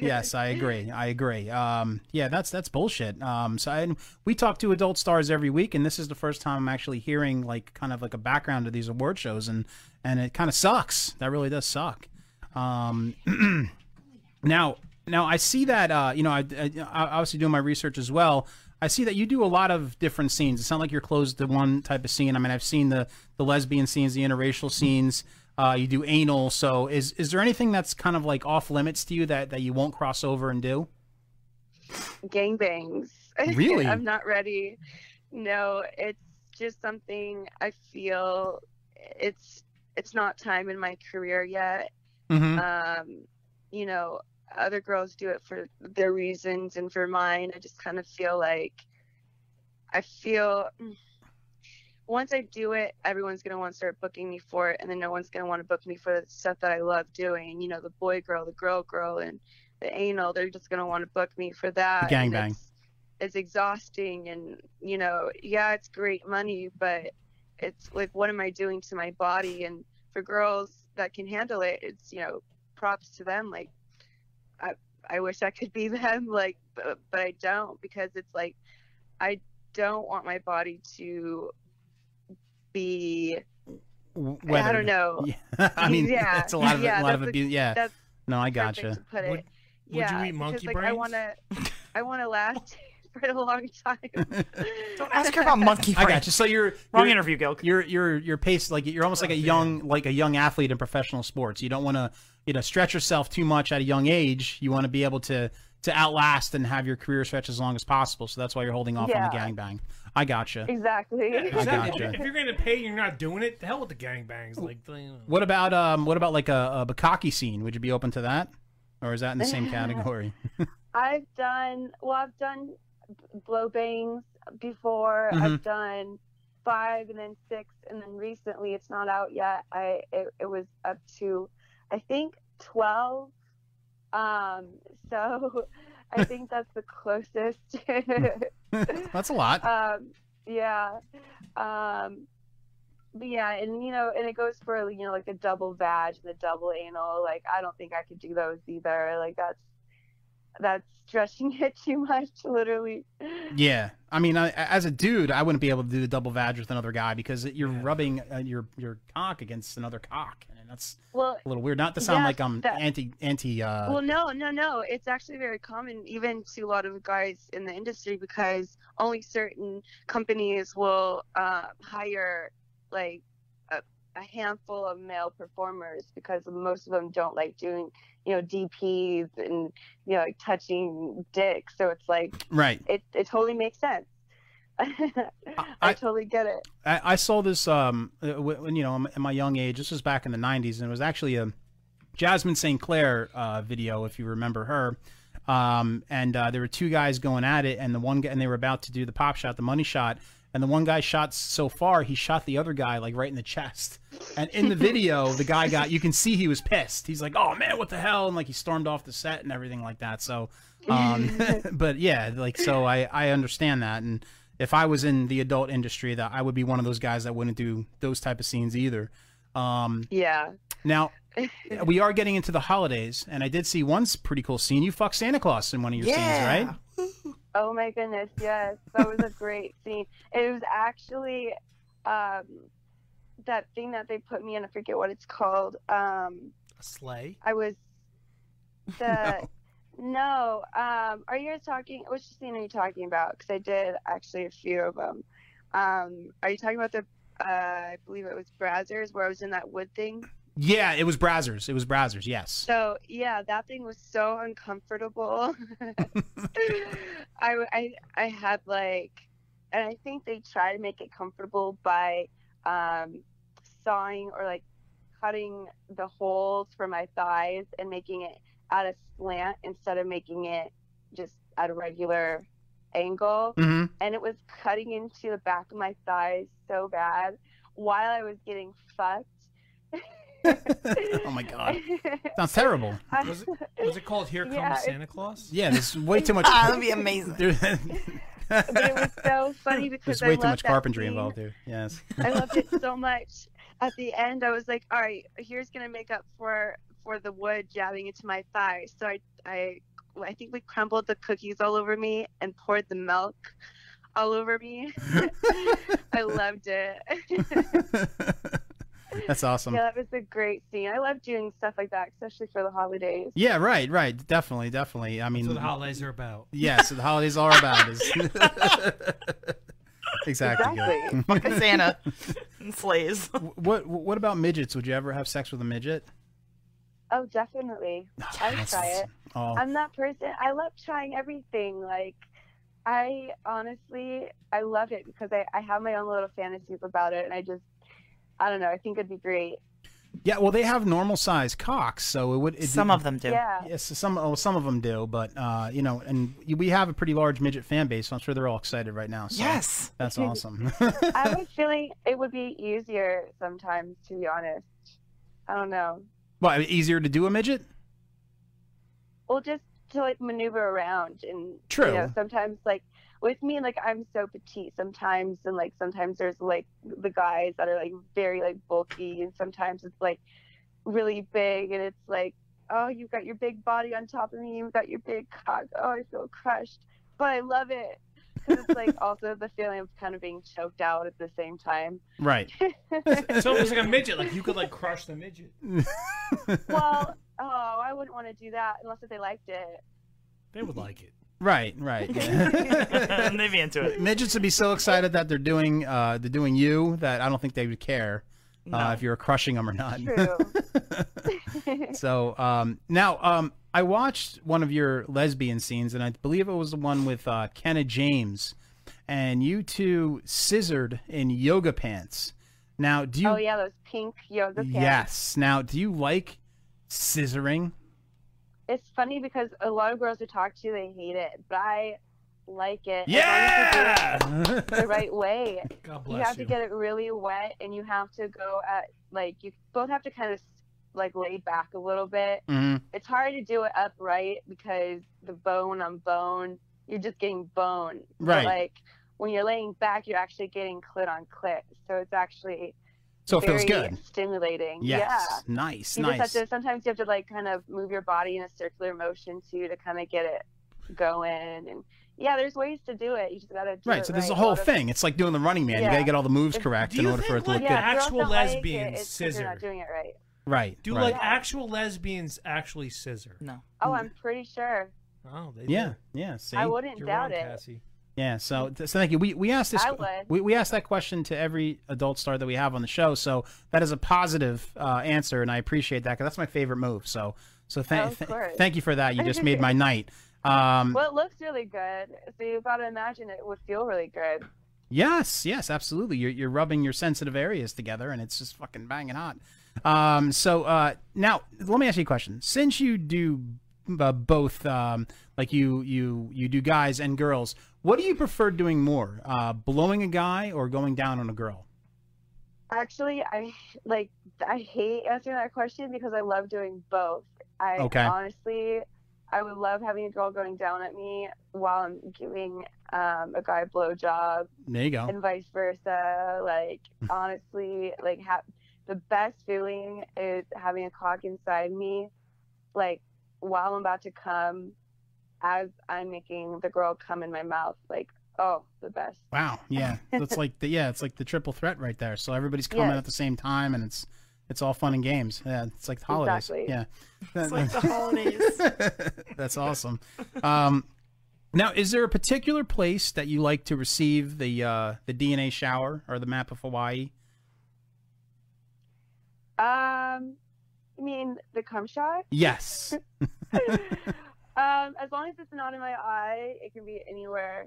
S20: yes, I agree. I agree. Um, yeah, that's that's bullshit. Um, so I, we talk to adult stars every week, and this is the first time I'm actually hearing like kind of like a background to these award shows, and and it kind of sucks. That really does suck. Um, [CLEARS THROAT] now, now I see that uh, you know I, I, I obviously doing my research as well. I see that you do a lot of different scenes. It's not like you're closed to one type of scene. I mean, I've seen the the lesbian scenes, the interracial scenes. Uh, you do anal. So is is there anything that's kind of like off limits to you that that you won't cross over and do?
S25: gangbangs. [LAUGHS]
S20: Really?
S25: I'm not ready. No, it's just something I feel it's it's not time in my career yet.
S20: Mhm.
S25: Um, you know, other girls do it for their reasons and for mine. I just kind of feel like I feel mm, once I do it, everyone's gonna want to start booking me for it, and then no one's gonna want to book me for the stuff that I love doing. You know, the boy girl, the girl girl, and the anal. They're just gonna want to book me for that. and
S20: Gangbang.
S25: It's, it's exhausting, and you know, yeah, it's great money, but it's like, what am I doing to my body? And for girls that can handle it, it's you know, props to them. Like, I I wish I could be [LAUGHS] them, like, but, but I don't because it's like, I don't want my body to be I
S20: Weathered.
S25: don't know.
S20: [LAUGHS] Yeah. I mean,
S25: [LAUGHS] Yeah.
S20: that's a lot of a
S25: Yeah,
S20: lot of
S25: that's a-
S20: abuse. Yeah.
S25: that's
S20: No, I
S25: perfect
S20: gotcha.
S25: to put it.
S6: you
S25: yeah,
S6: eat monkey
S25: because, like, I
S6: brains?
S25: want
S21: [LAUGHS]
S25: to, I want to last [LAUGHS] for a long time.
S21: Don't ask her about monkey
S20: I
S21: brain.
S20: gotcha. So you're
S21: Wrong
S20: you're-
S21: interview, Gil.
S20: You're you're you're paced like you're almost like a young like a young athlete in professional sports. You don't want to you know stretch yourself too much at a young age. You want to be able to to outlast and have your career stretch as long as possible. So that's why you're holding off on the
S25: Yeah.
S20: gangbang. I gotcha.
S25: Exactly.
S20: I
S6: Exactly.
S20: gotcha.
S6: If you're gonna pay and you're not doing it, the hell with the gangbangs. Like, you know.
S20: What about um? What about like a, a bukkake scene? Would you be open to that, or is that in the same category?
S25: I've done well. I've done b- blow bangs before. I've
S20: Mhm.
S25: done five and then six, and then recently it's not out yet. I it, it was up to, I think twelve. Um, so [LAUGHS]
S20: [LAUGHS]
S25: I think that's the closest.
S20: that's a lot.
S25: Um, yeah. Um, but yeah, and you know, and it goes for you know like the double vag and the double anal. Like I don't think I could do those either. Like that's that's stretching [LAUGHS] it too much, literally.
S20: Yeah, I mean, I, as a dude, I wouldn't be able to do the double vag with another guy because you're rubbing uh, your your cock against another cock, and that's
S25: Well,
S20: a little weird. Not to sound
S25: yeah,
S20: like I'm
S25: that-
S20: anti anti. Uh,
S25: well, no, no, no. It's actually very common, even to a lot of guys in the industry, because only certain companies will uh, hire like a, a handful of male performers because most of them don't like doing, you know, DPs and you know, like touching dicks. So it's like
S20: Right.
S25: It it totally makes sense. [LAUGHS] I totally get it.
S20: I, I saw this um uh, wh- when you know at my young age. This was back in the '90s, and it was actually a Jasmine St. Clair uh, video, if you remember her. Um, and uh, there were two guys going at it, and the one guy, and they were about to do the pop shot, the money shot, and the one guy shot so far, he shot the other guy like right in the chest. And in the video, the guy got you can see he was pissed. He's like, "Oh man, what the hell?" And like he stormed off the set and everything like that. So, um, [LAUGHS] but yeah, like so I I understand that, and if I was in the adult industry, that I would be one of those guys that wouldn't do those type of scenes either. Um,
S25: Yeah. [LAUGHS]
S20: now, we are getting into the holidays, and I did see one s- pretty cool scene. You fuck Santa Claus in one of your
S25: Yeah.
S20: scenes, right?
S25: [LAUGHS] Oh my goodness, yes. That was a great scene. It was actually um, that thing that they put me in, I forget what it's called. Um,
S6: a sleigh.
S20: [LAUGHS]
S25: I was the. no. um, are you guys talking? Which scene are you talking about? Because I did actually a few of them. Um, are you talking about the. Uh, I believe it was Brazzers, where I was in that wood thing?
S20: Yeah, it was Brazzers. It was Brazzers. Yes.
S25: [LAUGHS] So yeah, that thing was so uncomfortable. [LAUGHS] I, I I had like, and I think they try to make it comfortable by um, sawing or like cutting the holes for my thighs and making it at a slant instead of making it just at a regular angle.
S20: Mhm.
S25: And it was cutting into the back of my thighs so bad while I was getting fucked.
S20: Oh my
S25: [LAUGHS]
S20: god, sounds terrible.
S6: Was it, was it called "Here Comes
S25: Yeah, it-
S6: Santa Claus"?
S20: Yeah, there's way
S25: [LAUGHS]
S20: too much.
S6: Ah, that'd be amazing.
S20: There- [LAUGHS]
S25: but it was so funny because
S20: there's
S25: I
S20: way too
S25: loved
S20: much
S25: that
S20: carpentry
S25: scene.
S20: involved here. Yes. [LAUGHS]
S25: I loved it so much. At the end, I was like, "All right, here's gonna make up for for the wood jabbing into my thigh." So I I I think we crumbled the cookies all over me and poured the milk all over
S20: [LAUGHS]
S25: me. I loved it.
S20: That's awesome.
S25: Yeah, that was a great scene. I love doing stuff like that, especially for the holidays.
S20: Yeah, right, right, definitely, definitely. I mean,
S6: That's what the holidays are about.
S20: Yeah, so the holidays are about is [LAUGHS] exactly. [LAUGHS]
S21: Exactly. Fucking Santa. and slays.
S20: What What about midgets? Would you ever have sex with a midget?
S25: Oh, definitely. I would try it.
S20: Oh.
S25: I'm that person. I love trying everything. Like, I honestly, I love it because I, I have my own little fantasies about it, and I just, I don't know. I think it'd be great.
S20: Yeah, well, they have normal size cocks, so it would. It,
S25: Some of them do. Yeah.
S20: Yes, some oh, some of them do, but uh, you know, and we have a pretty large midget fan base, so I'm sure they're all excited right now. So
S25: Yes.
S20: that's awesome. [LAUGHS]
S25: I was feeling it would be easier sometimes, to be honest. I don't know.
S20: what easier to do a midget?
S25: Well, just to like maneuver around and
S20: True.
S25: you know sometimes like with me like I'm so petite sometimes and like sometimes there's like the guys that are like very like bulky and sometimes it's like really big and it's like oh you've got your big body on top of me you've got your big cock oh I feel crushed but I love it 'Cause
S6: [LAUGHS]
S25: it's like also the feeling of kind of being choked out at the same time
S20: Right.
S6: it's almost like a midget. Like you could like crush
S20: [LAUGHS]
S6: the midget.
S25: well oh I wouldn't want to do that unless if they liked it
S6: They would like it.
S20: Right, right. [LAUGHS]
S21: They'd be into it.
S20: Midgets would be so excited that they're doing uh, they're doing you that I don't think they would care uh,
S21: No.
S20: if you were crushing them or not.
S25: [LAUGHS] True.
S20: [LAUGHS] so um, now um, I watched one of your lesbian scenes, and I believe it was the one with uh, Kenna James, and you two scissored in yoga pants. Now, do you?
S25: oh yeah those pink yoga pants
S20: Yes. Now, do you like scissoring?
S25: it's funny because a lot of girls who talk to you, they hate it, but I like it. as long as you do it the
S21: [LAUGHS]
S25: right way.
S20: God
S25: you
S20: bless
S25: have
S20: you.
S25: to get it really wet, and you have to go at like you both have to kind of like lay back a little bit.
S20: Mhm.
S25: It's hard to do it upright because the bone on bone, you're just getting bone. But,
S20: Right.
S25: like when you're laying back, you're actually getting clit on clit, so it's actually
S20: So it feels
S25: very
S20: good.
S25: stimulating.
S20: Yes.
S25: Yeah
S20: Nice.
S25: you
S20: nice.
S25: just have to sometimes you have to like kind of move your body in a circular motion too to kind of get it going and yeah there's ways to do it you just gotta do
S20: Right,
S25: it
S20: so there's
S25: right.
S20: a whole
S25: lot of-
S20: thing. It's like doing the running man. You
S25: Yeah.
S20: gotta get all the moves
S25: If-
S20: correct
S25: do
S20: in
S25: you
S20: order for it
S25: think,
S20: to look
S25: like,
S20: good.
S25: girls
S6: actual
S25: don't like
S6: lesbian
S25: it, it's 'cause you're not
S6: scissored?
S25: doing it right
S20: Right.
S6: Do
S20: right.
S6: like actual lesbians actually scissor?
S21: No.
S25: oh i'm pretty sure
S6: Oh, they
S20: Yeah,
S6: do.
S20: yeah, see?
S25: i wouldn't
S6: You're
S25: doubt
S6: wrong,
S25: it
S6: Cassie.
S20: Yeah, so th- so thank you. We we asked this
S25: I would.
S20: we, we asked that question to every adult star that we have on the show. So that is a positive uh, answer, and I appreciate that because that's my favorite move. So so
S25: Oh,
S20: thank
S25: of
S20: th-
S25: course.
S20: thank you for that.
S25: [LAUGHS]
S20: You just made my night. Um,
S25: well it looks really good so you gotta imagine it would feel really good
S20: Yes, yes, absolutely. You're you're rubbing your sensitive areas together, and it's just fucking banging hot. Um, so uh, now let me ask you a question. Since you do uh, both, um, like you you you do guys and girls, what do you prefer doing more, uh, blowing a guy or going down on a girl?
S25: Actually, I like I hate answering that question because I love doing both. I
S20: Okay.
S25: honestly, I would love having a girl going down at me while I'm giving um, a guy a blowjob,
S20: There you go.
S25: and vice versa.
S20: [LAUGHS]
S25: Like honestly, like ha- the best feeling is having a cock inside me, like while I'm about to come, as I'm making the girl come in my mouth. Like oh, the best.
S20: Wow. Yeah, that's like the yeah, it's like the triple threat right there. So everybody's coming
S25: Yes.
S20: at the same time, and it's it's all fun and games. Yeah, it's like the holidays.
S25: Exactly.
S20: Yeah,
S25: It's like the holidays.
S20: that's awesome. Um, now, is there a particular place that you like to receive the uh, the DNA shower or the map of Hawaii?
S25: Um, you mean the cum shot?
S20: Yes.
S25: Um, as long as it's not in my eye, it can be anywhere.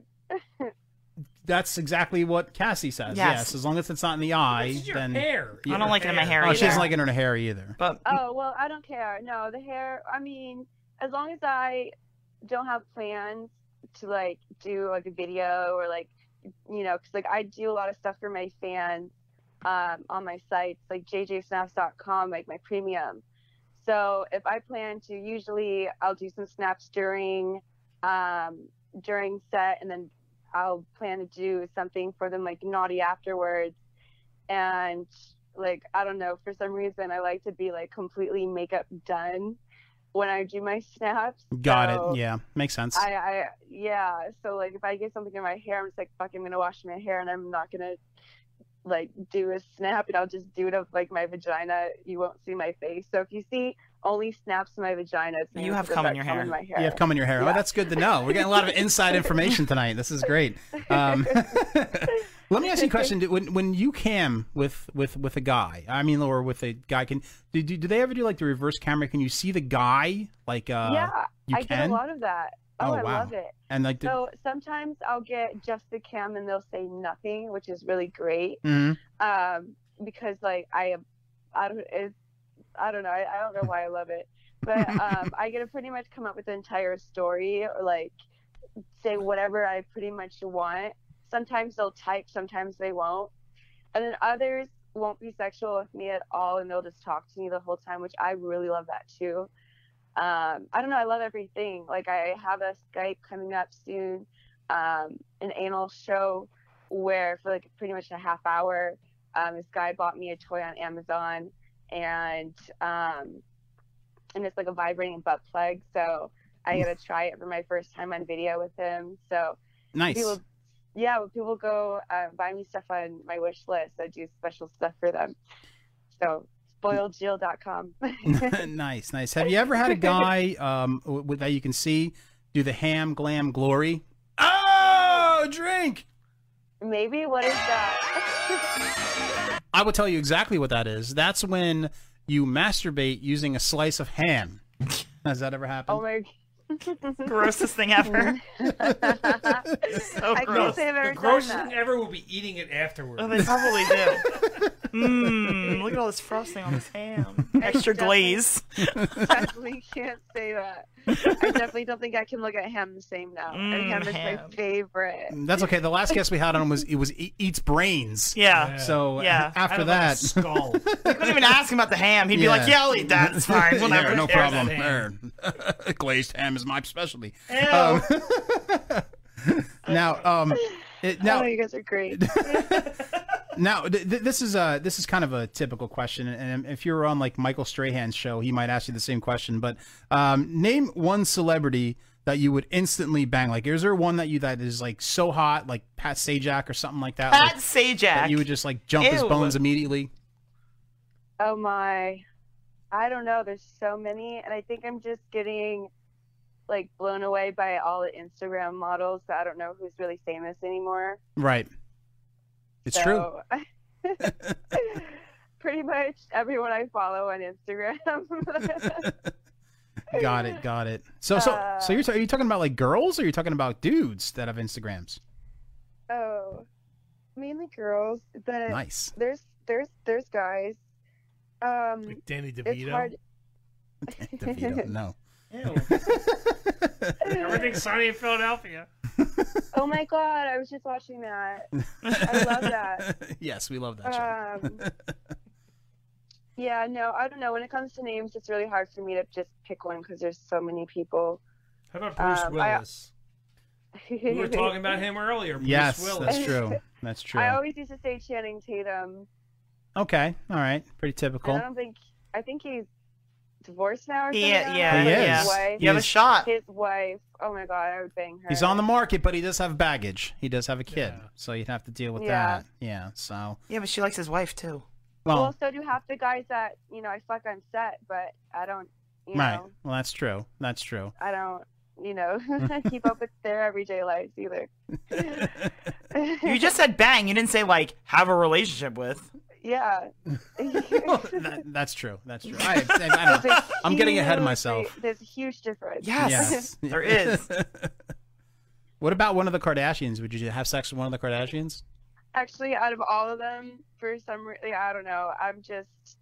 S25: [LAUGHS]
S20: That's exactly what Cassie says. Yes.
S25: Yes.
S20: as long as it's not in the eye,
S25: your
S20: then
S25: hair.
S20: Yeah.
S21: I don't like it in my hair
S20: Oh, she doesn't
S21: either.
S20: like it in her hair either.
S21: But
S25: oh well, I don't care. No, the hair. I mean, as long as I don't have plans to like do like a video or like you know, 'cause like I do a lot of stuff for my fans um, on my sites, like jjsnaps.com, like my premium. So if I plan to, usually I'll do some snaps during um, during set, and then I'll plan to do something for them like naughty afterwards. And like I don't know, for some reason I like to be like completely makeup done when I do my snaps.
S20: Got
S25: So
S20: it. Yeah, makes sense.
S25: Oh. I, I yeah. So like if I get something in my hair, I'm just like fuck, I'm gonna wash my hair, and I'm not gonna like do a snap and I'll just do it of like my vagina. You won't see my face. So if you see only snaps in my vagina, it's me
S21: You have
S25: because
S21: cum in
S25: I've
S21: your
S25: In
S21: hair.
S25: my hair.
S20: You have cum in your hair. Oh, that's good to know. We're getting a lot of inside information tonight. This is great. Um, [LAUGHS] let me ask you a question. Do- When when you cam with with with a guy, I mean, or with a guy, can do, do, do they ever do like the reverse camera? Can you see the guy? Like, uh,
S25: yeah,
S20: you
S25: I
S20: can.
S25: get a lot of that.
S20: Oh,
S25: Oh, I
S20: wow.
S25: love it.
S20: And, like, the-
S25: so sometimes I'll get just the cam and they'll say nothing, which is really great.
S20: Mhm.
S25: Um, because like I am, I don't, it's, I don't know, I, I don't know why I love it, but um, I get to pretty much come up with the entire story or like say whatever I pretty much want. Sometimes they'll type, sometimes they won't, and then others won't be sexual with me at all, and they'll just talk to me the whole time, which I really love that too um, I don't know. I love everything. Like I have a Skype coming up soon, um, an anal show where for like pretty much a half hour, um, this guy bought me a toy on Amazon, and um, and it's like a vibrating butt plug. So I got to try it for my first time on video with him. So
S20: Nice.
S25: People, yeah, when people go uh, buy me stuff on my wish list, I do special stuff for them. So [LAUGHS] spoiledjill.com.
S20: nice, [LAUGHS] nice. Have you ever had a guy um, w- with that you can see do the ham glam glory? Oh, drink.
S25: Maybe what is
S21: [LAUGHS]
S25: that?
S20: I will tell you exactly what that is. That's when you masturbate using a slice of ham. Has that ever happened?
S25: oh my.
S21: Grossest thing ever.
S25: so I
S6: No,
S25: can't say I've ever
S6: the grossest
S25: done
S6: thing ever will be eating it afterwards.
S21: Oh, they
S6: [LAUGHS]
S21: probably do. Mmm, look at all this frosting on
S25: [LAUGHS]
S21: this ham. Extra glaze.
S25: that. definitely can't say that. I definitely don't think I can look at ham the same now. and
S21: Mm,
S25: ham is
S21: ham.
S25: my favorite.
S20: Mm, That's okay. The last guest we had on was it was e- eats brains.
S21: Yeah.
S20: So
S21: Yeah.
S20: after
S21: Out of, like, a
S20: that, [LAUGHS]
S21: skull. You couldn't even ask him about the ham. He'd be like,
S20: Yeah.
S21: yeah, I'll eat that. It's fine.
S20: [LAUGHS] Yeah,
S21: Whatever.
S20: no
S21: There's
S20: problem.
S21: that
S20: There. [LAUGHS] Glazed ham is my
S25: [LAUGHS]
S20: specialty. Um, now, um, [LAUGHS] it- now
S25: oh, you guys
S20: [LAUGHS]
S25: are great.
S20: Now, th- th- this is a this is kind of a typical question, and if you were on like Michael Strahan's show, he might ask you the same question. But um, name one celebrity that you would instantly bang. Like, is there one that you that is like so hot, like Pat Sajak or something like that?
S21: Pat
S20: like,
S21: Sajak.
S20: that you would just like jump his
S21: Ew.
S20: bones immediately.
S25: Oh my. I don't know. There's so many, and I think I'm just getting like blown away by all the Instagram models. So I don't know who's really famous anymore.
S20: Right. It's true.
S25: So- [LAUGHS]
S20: [LAUGHS]
S25: pretty much everyone I follow on Instagram. [LAUGHS]
S20: Got it. Got it. So so so
S25: uh,
S20: you're ta- are you talking about like girls or you're talking about dudes that have Instagrams?
S25: oh, mainly girls, but
S20: Nice.
S25: There's there's there's guys. Um,
S6: Danny
S25: It's hard.
S20: [LAUGHS]
S6: DeVito.
S20: DeVito, no.
S6: Everything's sunny in Philadelphia.
S25: [LAUGHS] Oh my god, I was just watching that. I love that.
S20: [LAUGHS] yes, we love that show.
S25: Um, yeah, no, I don't know. When it comes to names, it's really hard for me to just pick one because there's so many people.
S6: How about Bruce
S25: Um, I-
S6: Willis? We were talking about him earlier. Bruce
S20: yes,
S6: Willis.
S20: that's
S25: [LAUGHS]
S20: true. That's true.
S25: I always used to say Channing Tatum.
S20: Okay. All right. Pretty
S25: And
S20: typical.
S25: I don't think I think he's divorced now. Or
S21: He-
S25: something.
S20: yeah, Oh, He
S25: His
S20: is.
S25: wife-
S20: You have a shot.
S25: His wife. Oh my god, I would bang her.
S20: He's on the market, but he does have baggage. He does have a kid, so you'd have to deal with
S25: Yeah.
S20: that. Yeah. So.
S21: Yeah, but she likes his wife too.
S25: Well,
S20: Well.
S25: so do half the guys that you know I fuck on set, but I don't. You
S20: right.
S25: Know,
S20: Well, that's true. That's true.
S25: I don't.
S20: [LAUGHS]
S25: You know, [LAUGHS] keep up with their everyday lives either.
S21: You just said bang. You didn't say like have a relationship with.
S20: [LAUGHS]
S25: Yeah.
S20: That, that's true. That's true. I, I, I don't, I'm getting ahead of
S25: Huge-
S20: myself.
S25: There's a huge difference. [LAUGHS]
S21: [LAUGHS]
S20: Yes. [LAUGHS] There is. What about one of the Kardashians? Would you have sex with one of the Kardashians?
S25: Actually, out of all of them, for some reason, I don't know. I'm just.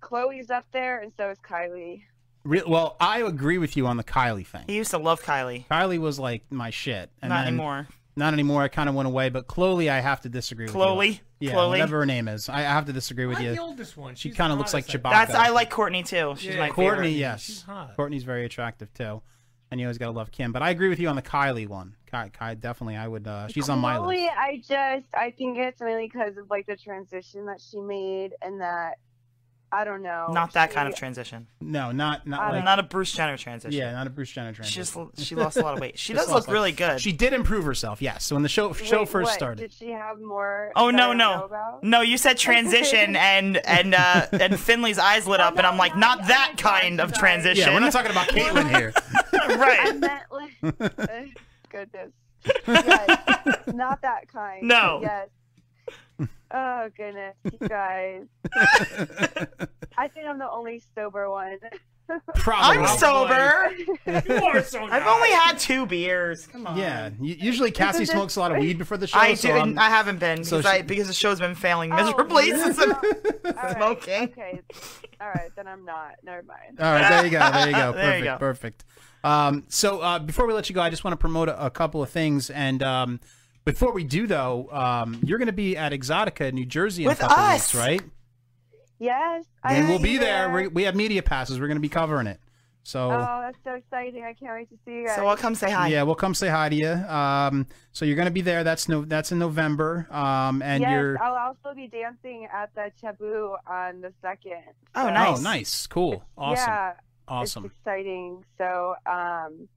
S25: Chloe's up there, and so is Kylie.
S20: Re- well, I agree with you on the Kylie thing.
S21: He used to love Kylie.
S20: Kylie was like my shit. And
S21: Not
S20: then-
S21: anymore.
S20: Not anymore. I kind of went away, but Chloe, I have to disagree with
S21: Chloe?
S20: you. Yeah,
S21: Chloe?
S20: whatever her name is. I I have to disagree with you.
S21: the oldest one.
S20: She
S21: She's
S20: kind
S21: the
S20: of looks like Chewbacca.
S21: That's I like Courtney too. She's my
S20: Courtney,
S21: favorite.
S20: yes. Courtney's very attractive too. And you always gotta love Kim. But I agree with you on the Kylie one. Kai, Kai definitely I would uh she's on my list.
S25: Chloe, I just I think it's mainly because of like the transition that she made and that I don't know.
S21: Not that
S25: She-
S21: kind of transition.
S20: No, not not
S21: Uh,
S20: like
S21: not a Bruce Jenner transition.
S20: Yeah, not a Bruce Jenner
S21: She
S20: transition.
S21: just l- she lost a lot
S20: [LAUGHS]
S21: of weight. She
S20: Just
S21: does look
S20: lost a lot.
S21: really good.
S20: She did improve herself. Yes. So when the
S25: [LAUGHS]
S20: show [LAUGHS] show
S25: Wait,
S20: first
S25: what?
S20: started,
S25: Did she have more?
S21: Oh
S25: that I
S21: no
S25: don't know
S21: no
S25: about?
S21: no! You
S25: [LAUGHS]
S21: said transition and and uh, and Finley's eyes lit up, and I'm like, not that kind of transition.
S20: yeah, we're not talking about Caitlyn
S25: [LAUGHS]
S20: here.
S25: I
S21: [LAUGHS] right?
S25: meant like, uh, [LAUGHS] goodness. Yes, not that kind.
S21: No.
S25: Yes. Oh goodness, you guys.
S20: [LAUGHS]
S25: I think I'm the only sober one.
S20: Probably.
S21: I'm sober.
S20: You are so
S21: I've only had two beers. Come on.
S20: Yeah. u- Usually Cassie
S21: Isn't it-
S20: smokes a lot of weed before the show.
S21: I
S20: so I'm-
S21: didn't. I haven't been
S20: so
S21: because I because the show's been
S25: Oh,
S21: failing miserably [LAUGHS]
S25: yeah.
S21: since I'm
S25: smoking. Okay. All right, then I'm not. Never mind.
S20: All right, there you go. There you go. Perfect.
S21: [LAUGHS] There you go.
S20: Perfect. Um, so uh, before we let you go, I just want to promote a, a couple of things. And um, before we do, though, um, you're going to be at Exotica in New Jersey in
S25: With
S20: a couple of weeks,
S25: us.
S20: right?
S25: Yes. I
S20: and
S25: will
S20: we'll be there. We, we have media passes. We're going to be covering it. So.
S25: Oh, that's so exciting! I can't wait to see you guys.
S21: So I'll come say hi.
S20: Yeah, we'll come say hi to you. Um, so you're gonna be there. That's no, that's in November. Um, and
S25: yes,
S20: you're
S25: I'll also be dancing at the Chabu on the second.
S20: oh
S25: so-
S20: oh nice, cool, awesome,
S25: Yeah,
S20: awesome.
S25: it's exciting. So um,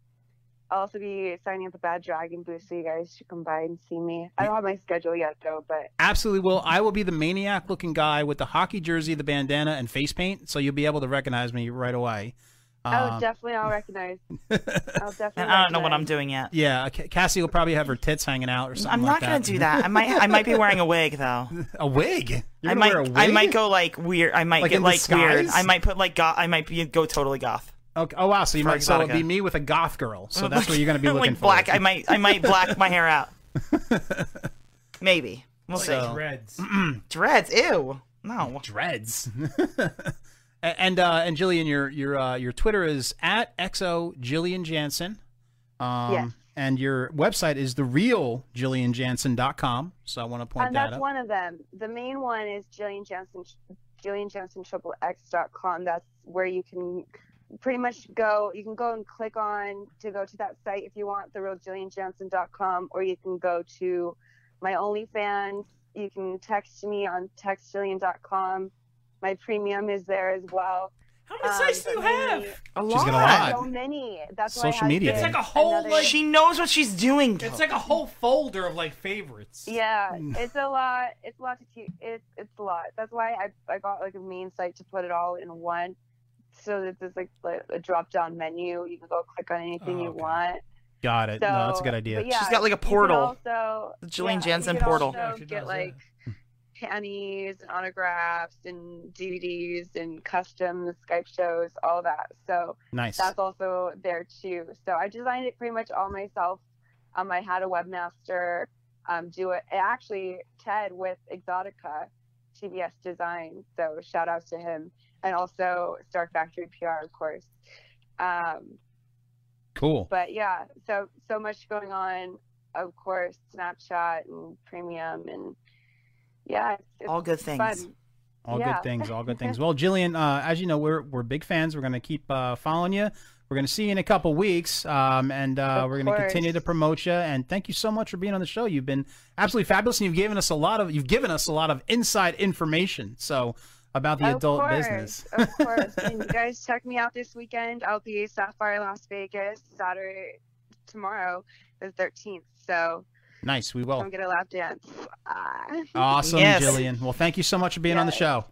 S25: I'll also be signing up the Bad Dragon booth, so you guys should come by and see me. I don't have my schedule yet though, but
S20: Absolutely will. I will be the maniac looking guy with the hockey jersey, the bandana, and face paint. So you'll be able to recognize me right away.
S25: oh,
S20: Um,
S25: definitely
S20: [LAUGHS]
S25: I'll recognize. I'll definitely.
S21: And I don't know what I'm
S25: recognize.
S21: doing yet.
S20: yeah, Ca- Cassie will probably have her tits hanging out or something.
S21: I'm not
S20: like
S21: gonna do that. I might I might be wearing a wig though.
S20: [LAUGHS] a wig. You're
S21: I
S20: gonna
S21: might
S20: wear a wig?
S21: I might go like weird. I might
S20: Like
S21: get
S20: in
S21: like weird.
S20: disguise?
S21: I might put like goth. I might be, go totally goth.
S20: Okay. Oh wow, so you
S21: for
S20: might so it'll
S21: Exotica.
S20: be me with a goth girl.
S21: [LAUGHS]
S20: So that's what you're gonna be
S21: like
S20: looking for.
S21: black. I might I might black my
S20: [LAUGHS]
S21: hair out. Maybe we'll
S20: Like [CLEARS THROAT]
S21: see.
S20: dreads.
S21: [CLEARS THROAT] dreads. Ew. No.
S20: Dreads. [LAUGHS] A- And uh, and Jillian, your your uh, your Twitter is at XO Jillian Jansen. Um,
S25: Yes.
S20: And your website is therealjillianjansen.com. So I want to point
S25: and
S20: that
S25: that's
S20: out.
S25: one of them. The main one is Jillian Johnson, Jillian Johnson triple X dot com. That's where you can pretty much go. You can go and click on to go to that site if you want, the real dot com, or you can go to my OnlyFans. You can text me on textjillian.com. My premium is there as well. Um, How many sites do you have?
S21: A
S20: She's got a lot.
S25: So many. That's why I
S20: Social
S25: had
S20: media.
S25: to-
S20: It's like a
S6: whole,
S25: another-
S21: Like, she knows what she's doing.
S6: It's like a whole folder of like favorites.
S25: Yeah, it's a lot. It's a lot to keep. It's it's a lot. That's why I I got like a main site to put it all in one, so that there's like, like a drop down menu. You can go click on anything you want.
S20: Got it.
S25: So,
S20: no, that's a good idea.
S25: but yeah,
S21: She's got, like, a
S25: you can
S21: portal.
S25: Also,
S21: The Jillian
S25: yeah,
S21: Jansen
S25: you can
S21: portal.
S25: also
S21: Yeah, she
S25: get
S21: does,
S25: like panties and autographs and DVDs and custom Skype shows, all that. So
S20: Nice.
S25: That's also there too. So I designed it pretty much all myself. Um, I had a webmaster um, do it. and Actually, Ted with Exotica, TBS Design. So shout out to him, and also Stark Factory PR, of course. Um,
S20: Cool.
S25: but yeah, so so much going on. Of course, Snapchat and Premium and yeah, it's, it's
S21: All good things.
S25: fun.
S20: All
S25: Yeah.
S20: good things. All good
S25: [LAUGHS]
S20: things. Well, Jillian, uh, as you know, we're we're big fans. We're gonna keep uh, following you. We're gonna see you in a couple weeks, um, and uh,
S25: Of
S20: we're gonna continue
S25: course.
S20: to promote you. And thank you so much for being on the show. You've been absolutely fabulous, and you've given us a lot of you've given us a lot of inside information. So about the
S25: Of
S20: adult
S25: course,
S20: business.
S25: of course. and you guys check me out this weekend. I'll be at Sapphire Las Vegas Saturday tomorrow, the thirteenth. So
S20: [LAUGHS] Nice. We will.
S25: I'm gonna lap dance. Ah.
S20: [LAUGHS] Awesome,
S21: Yes.
S20: Jillian. Well, thank you so much for being on the
S25: Yes.
S20: show.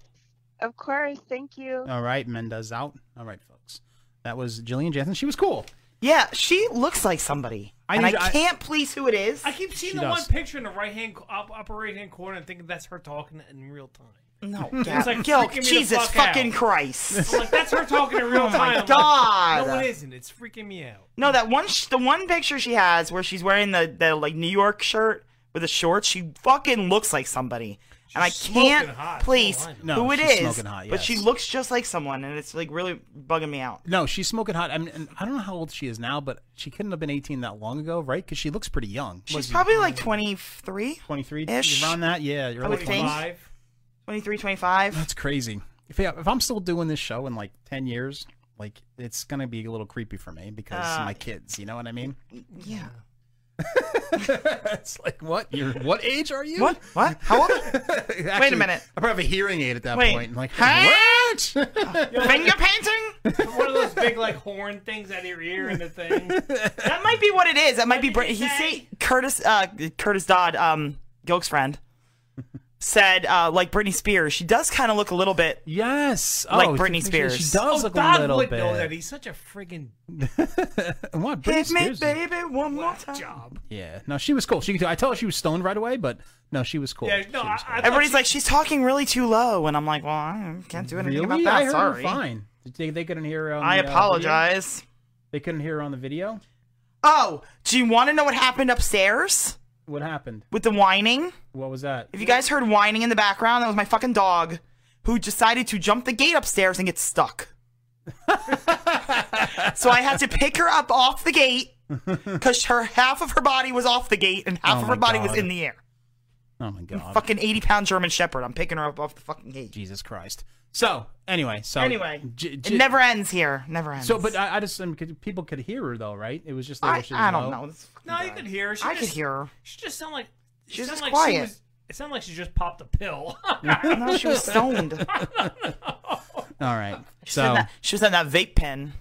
S25: Of course, thank you.
S20: All right, Mendez out. All right, folks. That was Jillian Jansen. She was cool.
S21: Yeah, she looks like somebody.
S20: I
S21: and
S20: need-
S21: I
S20: I-
S21: can't please who it is.
S6: I keep seeing
S20: She
S6: the
S20: does.
S6: one picture in the right hand up, upper right hand corner and thinking that's her talking in real time.
S21: No,
S6: It's
S21: Gab-
S6: like
S21: Gil,
S6: freaking me the
S21: Jesus
S6: fuck
S21: fucking
S6: out.
S21: Christ.
S6: I'm like that's her talking in real
S21: Oh
S6: time. I'm
S21: my
S6: like,
S21: God.
S6: no, it isn't. It's freaking me out.
S21: No, that one, sh- the one picture she has where she's wearing the, the like New York shirt with the shorts, she fucking looks like somebody, and I can't
S6: smoking hot.
S21: place
S20: Oh, I know.
S21: who it
S20: No,
S21: is.
S20: she's smoking hot,
S21: But she
S20: yes.
S21: looks just like someone, and it's like really bugging me out.
S20: No, she's smoking hot. I mean, and I don't know how old she is now, but she couldn't have been 18 that long ago, right? Because she looks pretty young.
S21: She's
S20: Was
S21: probably
S20: [LAUGHS]
S21: like 23,
S20: 23
S21: ish.
S20: around that. Yeah, you're
S21: I would think. 23, 25.
S20: That's crazy. If yeah, if I'm still doing this show in like 10 years, like it's gonna be a little creepy for me because
S21: Uh,
S20: my kids. You know what I mean?
S21: Yeah.
S20: it's like what? You're what age are you? [LAUGHS]
S21: What? What? How old?
S20: Actually,
S21: minute.
S20: I probably have a hearing aid at that
S21: Wait.
S20: point. Like
S21: Huh?
S6: [LAUGHS]
S20: much.
S21: Finger painting?
S6: One of those big like horn things out of your ear and the thing.
S21: That might be what it is. That might be. Br- he say Curtis uh, Curtis Dodd, um, Gilk's friend,
S20: [LAUGHS]
S21: said uh, like Britney Spears. She does kind of look a little bit.
S20: Yes,
S21: like
S20: Oh,
S21: Britney
S20: she- she
S21: Spears.
S20: does
S6: oh,
S20: look a
S6: God
S20: little
S6: would know
S20: bit.
S6: that. He's such a friggin'
S20: what? Britney
S21: Hit me,
S20: Spears is-
S21: baby, one more time.
S6: Job.
S20: Yeah, no, she was cool. She, could- I tell her she was stoned right away, but no, she was cool.
S6: Yeah, no, I, I
S21: Everybody's like, she's talking really too low, and I'm like, well, I can't do anything
S20: Really?
S21: about that.
S20: I heard
S21: Sorry.
S20: her fine. They, they couldn't hear her. On
S21: I
S20: the, uh, video?
S21: apologize.
S20: they couldn't hear her on the video.
S21: Oh, do you want to know what happened upstairs
S20: What happened?
S21: with the whining?
S20: What was that?
S21: If you guys heard whining in the background, that was my fucking dog who decided to jump the gate upstairs and get stuck. so I had to pick her up off
S20: [LAUGHS]
S21: the gate because her half of her body was off the gate and half
S20: Oh
S21: of
S20: my
S21: her body was
S20: God.
S21: in the air.
S20: Oh my god!
S21: Fucking 80 pound German Shepherd. I'm picking her up off the fucking gate.
S20: Jesus Christ. So anyway, so
S21: anyway,
S20: J-
S21: it
S20: j-
S21: never ends here. Never ends.
S20: So, but [LAUGHS] I, I just um, could, people could hear her though, right? It was just
S21: I-
S20: like she was
S21: I don't
S20: low.
S21: know.
S6: No, you could hear her. She
S21: I
S6: just,
S21: could hear her.
S6: She just sounded like she
S21: She's
S6: sounded
S21: just
S6: like She
S21: quiet.
S6: was, it sounded like she just popped a pill.
S21: [LAUGHS] no,
S6: [LAUGHS]
S21: she was stoned.
S20: All right.
S21: She
S20: So
S21: was in that- she was in that vape pen.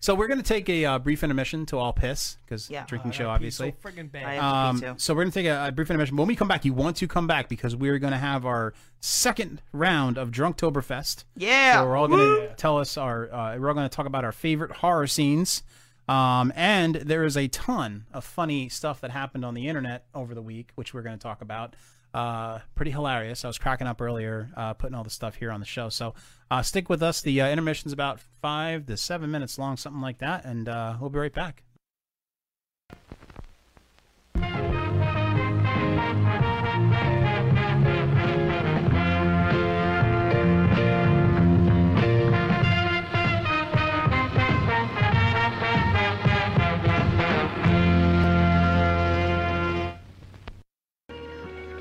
S20: So we're gonna take a uh, brief intermission to all piss because
S21: Yeah.
S20: drinking
S21: Oh, I
S20: show,
S21: gotta pee
S20: obviously.
S6: so friggin' bad. I have to
S20: Um,
S6: pee too.
S20: so we're gonna take a, a brief intermission. When we come back, you want to come back because we're gonna have our second round of Drunktoberfest.
S21: Yeah.
S20: So we're all gonna tell us our. Uh, we're all gonna talk about our favorite horror scenes. Um, and there is a ton of funny stuff that happened on the internet over the week, which we're gonna talk about. Uh, pretty hilarious. I was cracking up earlier, uh, putting all the stuff here on the show. So uh, stick with us. The uh, intermission's about five to seven minutes long, something like that, and uh, we'll be right back.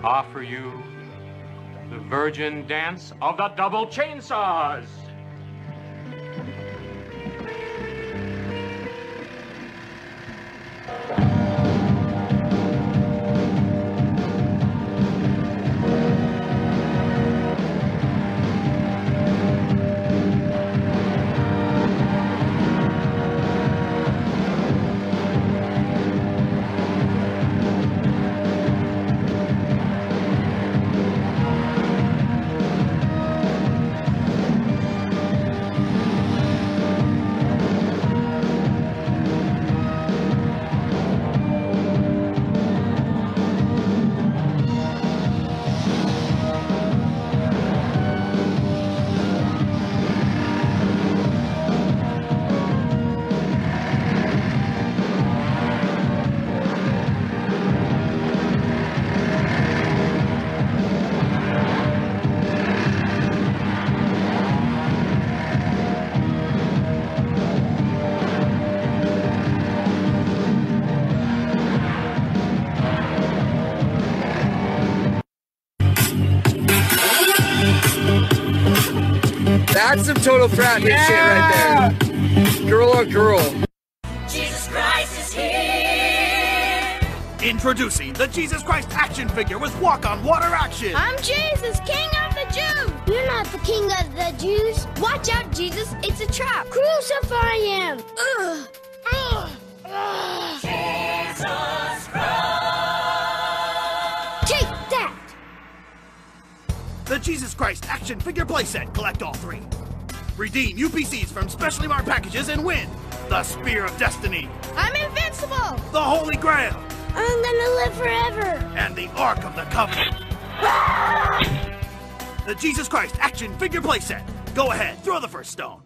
S2: offer you the virgin dance of the double chainsaws.
S26: That's some total frat yeah! shit right there. Girl on girl.
S17: Jesus Christ is here.
S1: Introducing the Jesus Christ action figure with walk on water action.
S8: I'm Jesus, King of the Jews. You're not the King of the Jews. Watch out, Jesus. It's a trap. Crucify him. Ugh. Ugh. Ugh. Take that.
S1: The Jesus Christ action figure playset. Collect all three. Redeem UPCs from specially marked packages and win the Spear of Destiny,
S8: I'm invincible.
S1: the Holy Grail,
S8: I'm gonna live forever.
S1: and the Ark of the Covenant. the Jesus Christ action figure playset. Go ahead, throw the first stone.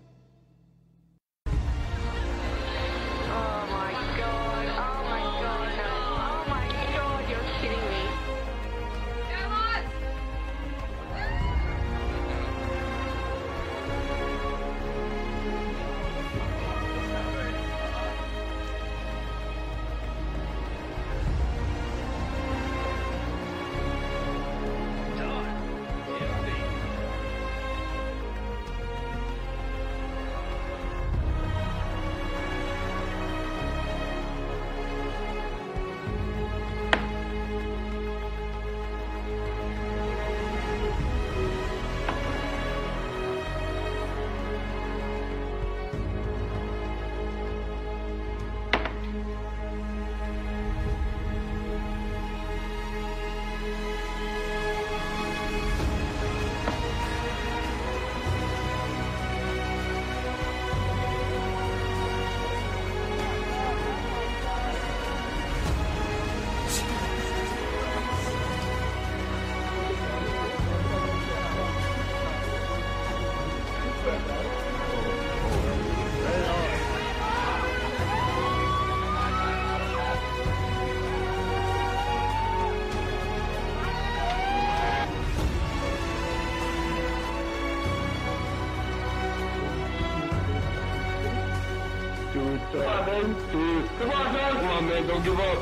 S9: Come on, baby. Come on, man. Come on, man. Don't give up.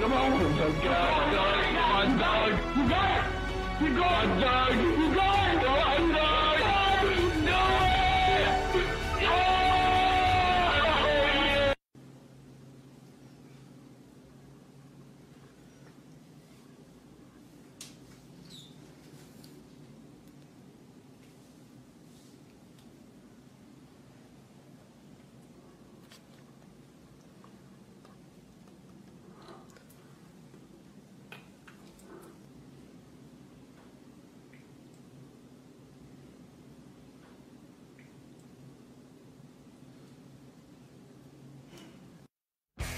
S9: Come on. Come on, dog. Come on, dog. You got it. You got it, dog. You got it. Come on, dog. Do it. Yeah.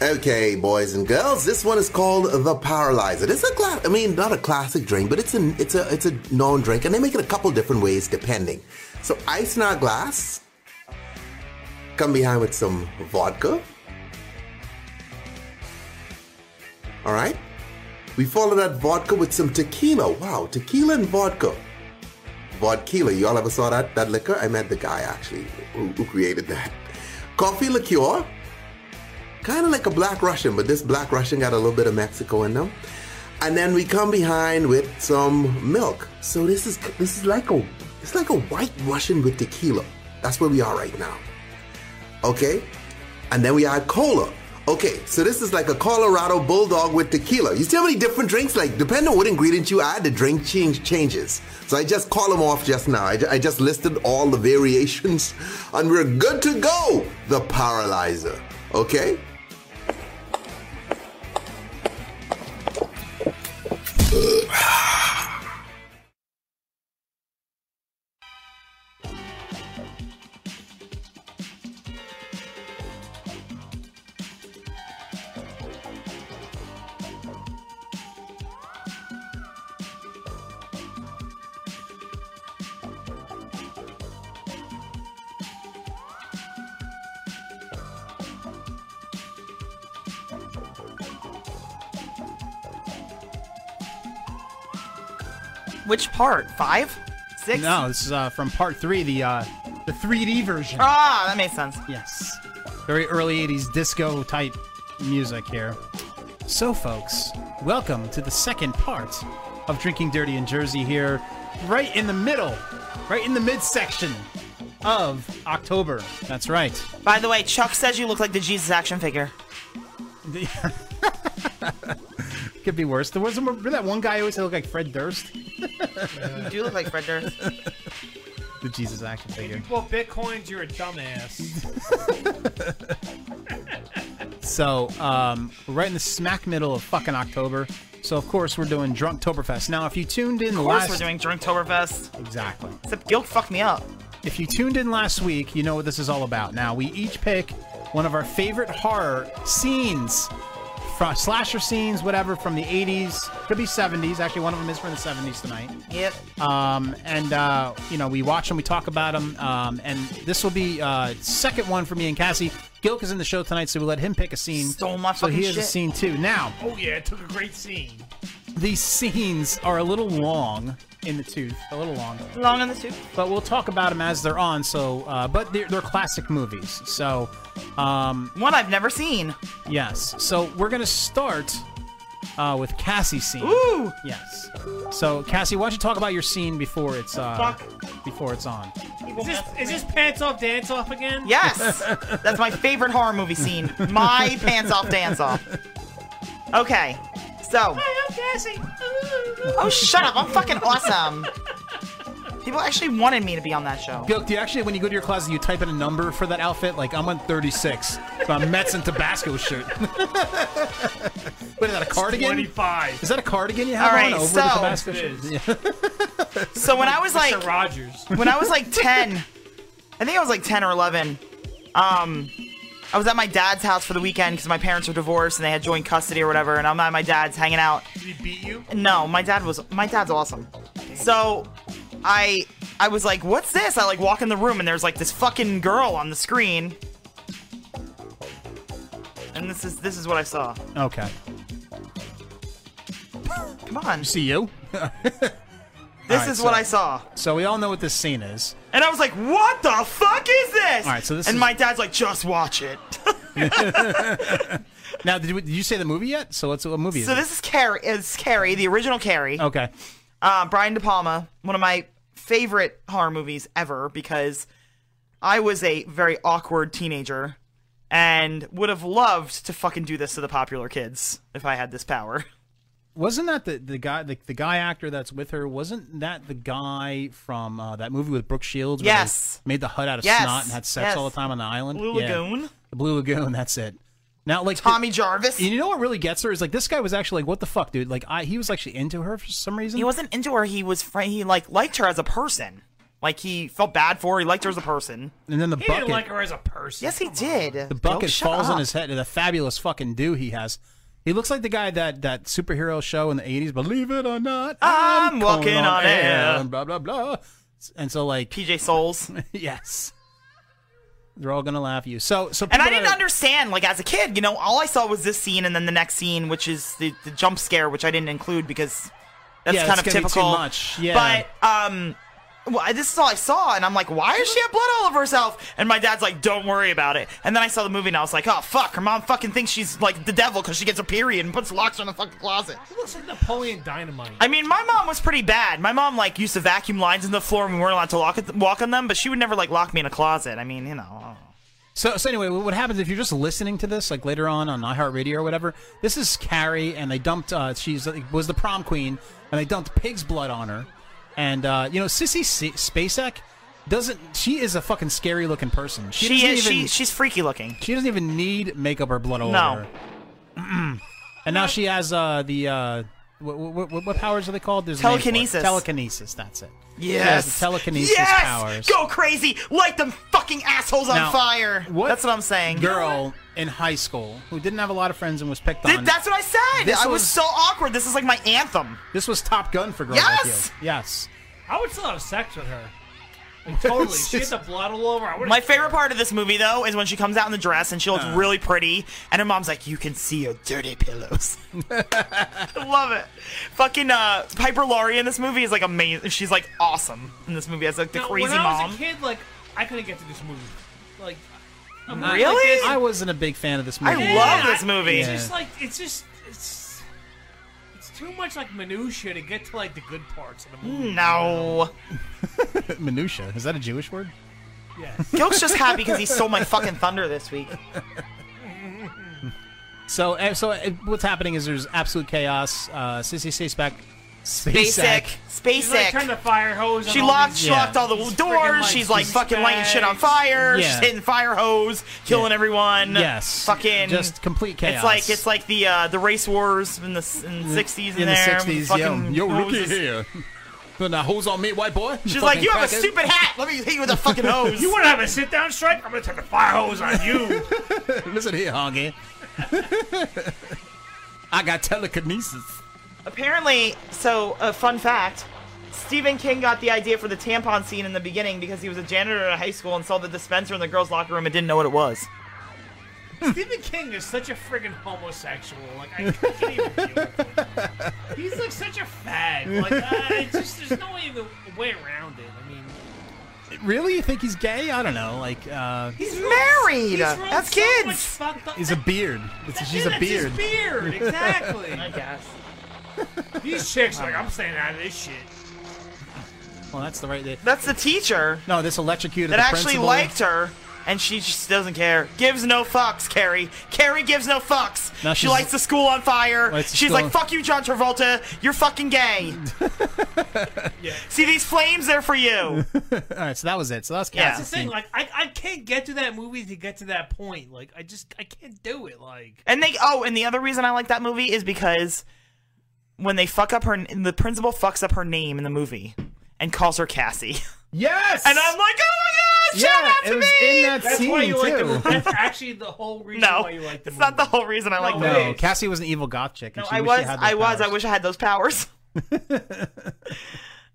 S27: Okay, boys and girls, this one is called the Paralyzer. It's a class, I mean, not a classic drink, but it's a it's a it's a known drink, and they make it a couple different ways depending. So ice in our glass. Come behind with some vodka. All right. We follow that vodka with some tequila. Wow, tequila and vodka. Vodka. You all ever saw that that liquor? I met the guy actually who, who created that. Coffee liqueur kind of like a black Russian, but this black Russian got a little bit of Mexico in them. And then we come behind with some milk. So this is this is like a it's like a white Russian with tequila. That's where we are right now. Okay, and then we add cola. Okay, so this is like a Colorado Bulldog with tequila. You see how many different drinks? Like, depending on what ingredient you add, the drink change changes. So I just call them off just now. I, ju- I just listed all the variations, and we're good to go. The Paralyzer. Okay.
S21: Which part? Five? Six?
S20: No, this is uh, from part three, the uh, the 3D version.
S21: Ah, that makes sense.
S20: Yes. Very early 80s disco type music here. So, folks, welcome to the second part of Drinking Dirty in Jersey here, right in the middle, right in the midsection of October. That's right.
S21: By the way, Chuck says you look like the Jesus action figure.
S20: [LAUGHS] Could be worse. There was remember that one guy who always looked like Fred Durst,
S21: You do look like Fred Durst.
S20: the Jesus action
S6: If
S20: figure.
S6: [LAUGHS] you pull bitcoins, you're a dumbass.
S20: So, um, we're right in the smack middle of fucking October. So, of course, we're doing Drunktoberfest. Now, if you tuned in
S21: Of course
S20: last,
S21: we're doing Drinktoberfest.
S20: Exactly.
S21: Except Gilk fucked me up.
S20: if you tuned in last week, you know what this is all about. Now, we each pick one of our favorite horror scenes, from slasher scenes, whatever, from the 80s, could be 70s. Actually, one of them is from the 70s tonight.
S21: Yep.
S20: Um, and uh, you know, we watch them, we talk about them, um, and this will be uh, second one for me and Cassie. Gilk is in the show tonight, so we let him pick a scene.
S21: Stole my
S20: so
S21: fucking
S20: he has a
S21: shit.
S20: scene too. Now,
S6: oh yeah, it took a great scene.
S20: these scenes are a little long in the tooth, a little long.
S21: Long in the tooth.
S20: But we'll talk about them as they're on. So, uh, but they're, they're classic movies. So, um,
S21: one I've never seen.
S20: Yes. So we're gonna start uh, with Cassie's scene.
S21: Ooh.
S20: Yes. So Cassie, why don't you talk about your scene before it's uh, before it's on?
S6: Is this, is this pants off, dance off again?
S21: Yes, [LAUGHS] that's my favorite horror movie scene.
S20: [LAUGHS]
S21: My pants off, dance off. Okay, so
S6: I'm Cassie.
S21: oh shut up, I'm fucking awesome. People actually wanted me to be on that show.
S20: Gilk, do you actually, when you go to your closet, you type in a number for that outfit? Like, I'm on 36, so I'm Mets and Tabasco shirt. [LAUGHS] Wait, is that a cardigan?
S6: 25.
S20: Is that a cardigan you have
S21: All right,
S20: on over
S21: so-
S20: the Tabasco
S21: It
S20: shirt?
S6: is.
S20: Yeah.
S21: [LAUGHS] So when I was
S6: Mr.
S21: like,
S6: Rogers.
S21: when I was like 10, I think I was like 10 or 11. Um, I was at my dad's house for the weekend because my parents were divorced and they had joint custody or whatever, and I'm at my dad's hanging out.
S6: Did he beat you?
S21: No, my dad was my dad's awesome. So I I was like, what's this? I like walk in the room and there's like this fucking girl on the screen. And this is this is what I saw.
S20: Okay.
S21: Come on. [LAUGHS]
S20: See you?
S21: This
S20: All right,
S21: is
S20: so-
S21: what I saw.
S20: So we all know what this scene is. [LAUGHS]
S21: And I was like, what the fuck is this?
S20: All right, so this
S21: and
S20: is-
S21: my dad's like, just watch it.
S20: Now, did, we, did you say the movie yet? So what's what movie is
S21: So
S20: it?
S21: this is Carrie, is Carrie, the original Carrie.
S20: Okay.
S21: Uh, Brian De Palma, one of my favorite horror movies ever because I was a very awkward teenager and would have loved to fucking do this to the popular kids if I had this power. [LAUGHS]
S20: Wasn't that the, the guy the, the guy actor that's with her? Wasn't that the guy from uh, that movie with Brooke Shields? where they
S21: Yes.
S20: made the hut out of
S21: Yes,
S20: snot and had sex
S21: yes.
S20: all the time on the island.
S21: Blue Lagoon?
S20: The Blue Lagoon. That's it. Now, like
S21: Tommy Jarvis.
S20: And you know what really gets her is like this guy was actually like, what the fuck, dude? Like I he was actually into her for some reason.
S21: He wasn't into her. He was fri he like liked her as a person. Like he felt bad for her. He liked her as a person.
S20: And then the
S21: He didn't
S20: bucket.
S21: like
S6: her as a person.
S21: Yes, he did.
S20: The bucket falls on his head. The fabulous fucking do he has. He looks like the guy that that superhero show in the '80s. Believe it or not,
S21: I'm
S20: going
S21: walking on air.
S20: and Blah blah blah. And so like
S21: PJ Souls.
S20: [LAUGHS] yes, they're all gonna laugh at you. So so
S21: And I
S20: people
S21: didn't
S20: that-
S21: understand, like as a kid, you know, all I saw was this scene and then the next scene, which is the, the jump scare, which I didn't include because that's
S20: Yeah,
S21: kind
S20: it's
S21: of
S20: gonna be too
S21: typical.
S20: much, yeah.
S21: But um, well, I- this is all I saw, and I'm like, why does she have blood all over herself? And my dad's like, don't worry about it. And then I saw the movie, and I was like, oh fuck, her mom fucking thinks she's like the devil because she gets her period and puts locks on the fucking closet.
S6: He looks like Napoleon Dynamite.
S21: [LAUGHS] I mean, my mom was pretty bad. My mom like used to vacuum lines in the floor, and we weren't allowed to lock it, walk on them. But she would never like lock me in a closet. I mean, you know. I don't know.
S20: So, so anyway, what happens if you're just listening to this, like later on on iHeartRadio or whatever? This is Carrie, and they dumped. Uh, she's was the prom queen, and they dumped pig's blood on her. And uh, you know, Sissy S- Spacek doesn't. She is a fucking scary looking person. She,
S21: She
S20: doesn't
S21: is-
S20: Even,
S21: she- she's freaky looking.
S20: She doesn't even need makeup or blood all
S21: No.
S20: over. her. and now she has uh, the uh, what, what, what powers are they called? There's a name for it.
S21: Telekinesis.
S20: Telekinesis. That's it. [CLEARS THROAT] She has
S21: Yes.
S20: the telekinesis
S21: yes!
S20: powers.
S21: Go crazy. Light them fucking assholes on
S20: Now,
S21: fire.
S20: What
S21: That's what I'm saying.
S20: Girl in high school who didn't have a lot of friends and was picked
S21: Th-
S20: on.
S21: that's what I said.
S20: This
S21: I was,
S20: was-
S21: so awkward. This is like my anthem.
S20: This was Top Gun for girls
S21: Yes!
S20: like you. Yes.
S6: I would still have sex with
S21: [LAUGHS]
S6: her. Like, totally. she had the blood all over. I would've-
S21: My favorite part of this movie, though, is when she comes out in the dress and she looks
S6: Uh.
S21: really pretty, and her mom's like, "You can see your
S20: [LAUGHS]
S21: dirty pillows." I love it. Fucking uh, Piper Laurie in this movie is like amazing. She's like awesome in this movie as like the
S6: No,
S21: crazy
S6: when I
S21: mom.
S6: was a kid, like I couldn't get to this movie. Like, I'm not like this.
S21: Really?
S20: I wasn't a big fan of this movie.
S21: I love this movie.
S6: It's just like it's just it's it's too much like minutia to get to like the good parts of the movie.
S21: Mm, No.
S20: [LAUGHS] Minutia. Is that a Jewish word?
S21: [LAUGHS] Gilk's just happy because he
S20: [LAUGHS]
S21: stole my fucking thunder this week.
S20: So, uh, so uh, what's happening is there's absolute chaos. Uh, Sissy Spacek.
S21: Spacek.
S6: She's like
S21: Spacek.
S6: turned the fire hose. on
S21: She
S6: all
S21: locked,
S6: these-
S21: she locked all the
S6: These friggin'
S21: doors. She's like
S6: these
S21: fucking lighting shit on
S6: bags.
S21: fire.
S20: Yeah.
S21: She's hitting fire hose, killing everyone.
S20: Yes.
S21: fucking
S20: Just complete chaos.
S21: It's like it's like the uh, the race wars in the s- in the sixties
S20: in the
S21: there.
S20: 60s. Yo,
S21: fucking
S20: yo
S21: hoses.
S20: rookie here. Put that hose on me, white boy.
S21: She's
S20: Fucking
S21: like, you have a
S20: crackhead." [LAUGHS]
S21: stupid hat. Let me hit you with a fucking hose.
S6: You want to have a sit down strike? I'm gonna turn the fire hose
S21: [LAUGHS]
S6: on you.
S20: Listen here, honky. [LAUGHS] I got telekinesis.
S21: Apparently, so a fun fact. Stephen King got the idea for the tampon scene in the beginning because he was a janitor at a high school and saw the dispenser in the girls' locker room and didn't know what it was.
S6: Stephen King is such a friggin' homosexual. Like I can't even deal
S21: [LAUGHS]
S6: with him. He's like such a fag. Like I just there's no way the way around it. I mean,
S20: Really? You think he's gay? I don't know. Like, uh,
S21: He's married.
S20: he's wrong
S21: That's
S20: so
S21: kids.
S20: much
S6: fucked
S20: he's a beard. It's- she's a
S6: that's his
S20: beard. [LAUGHS]
S6: beard, exactly. I
S21: guess.
S6: These chicks are like I'm staying out of this shit.
S20: well, that's the right.
S21: That's the teacher.
S20: No, this electrocuted
S21: that
S20: the
S21: actually
S20: principal.
S21: liked her, and she just doesn't care. Gives no fucks, Carrie. Carrie gives no fucks.
S20: Now
S21: she
S20: she's-
S21: lights the school on fire.
S20: Lights the
S21: She's
S20: school
S21: like,
S20: on-
S21: "Fuck you, John Travolta. You're
S20: [LAUGHS]
S21: fucking gay." See these flames? They're
S20: [LAUGHS]
S21: for you.
S20: All right, so that was it. So that's
S6: Yeah, that's the
S20: Cassie's
S6: thing. Like I, I can't get to that movie to get to that point. Like I just I can't do it. Like
S21: And they oh, and the other reason I like that movie is because when they fuck up her, the principal fucks up her name in the movie and calls her Cassie.
S20: Yes.
S21: [LAUGHS] And I'm like, oh my god, shout out to me.
S6: that's Why you Like the, movie. that's actually the whole reason
S21: No,
S6: why you like the
S21: it's
S6: movie.
S21: not the whole reason I like the
S20: No,
S21: movie.
S20: Cassie was an evil goth chick. And
S21: No,
S20: she
S21: I
S20: wished
S21: was,
S20: she had those
S21: I was, I
S20: powers.
S21: wish I had those
S20: [LAUGHS]
S21: powers.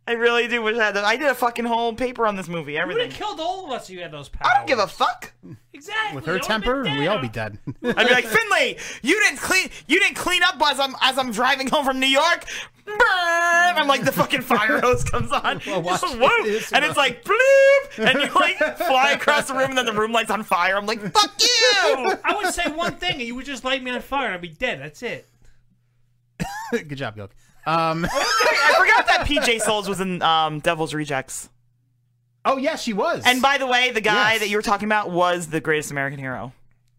S21: I really do wish I had those. I did a fucking whole paper on this movie,
S6: You would have
S21: everything.
S6: killed all of us if you had those powers. I don't
S21: give a fuck.
S6: Exactly.
S20: With her temper, we all be dead. [LAUGHS]
S21: I'd be like, Finley, you didn't clean, you didn't clean up as I'm as I'm driving home from New York. "Burn!" I'm like the fucking fire hose comes
S20: [LAUGHS]
S21: on,
S20: watch
S21: Just whoop,
S20: this.
S21: and it's like bloop, and you like
S20: [LAUGHS]
S21: fly across the room, and then the room lights on fire. I'm like,
S6: [LAUGHS]
S21: "Fuck you!"
S6: I would say one thing, and you would just light me on fire, and I'd be dead. That's it.
S20: [LAUGHS] Good job, Gilk. Um,
S21: [LAUGHS] Oh, I forgot that PJ Souls was in um, Devil's Rejects.
S20: Oh yeah, she was.
S21: And by the way, the guy
S20: Yes.
S21: that you were talking about was the greatest American hero.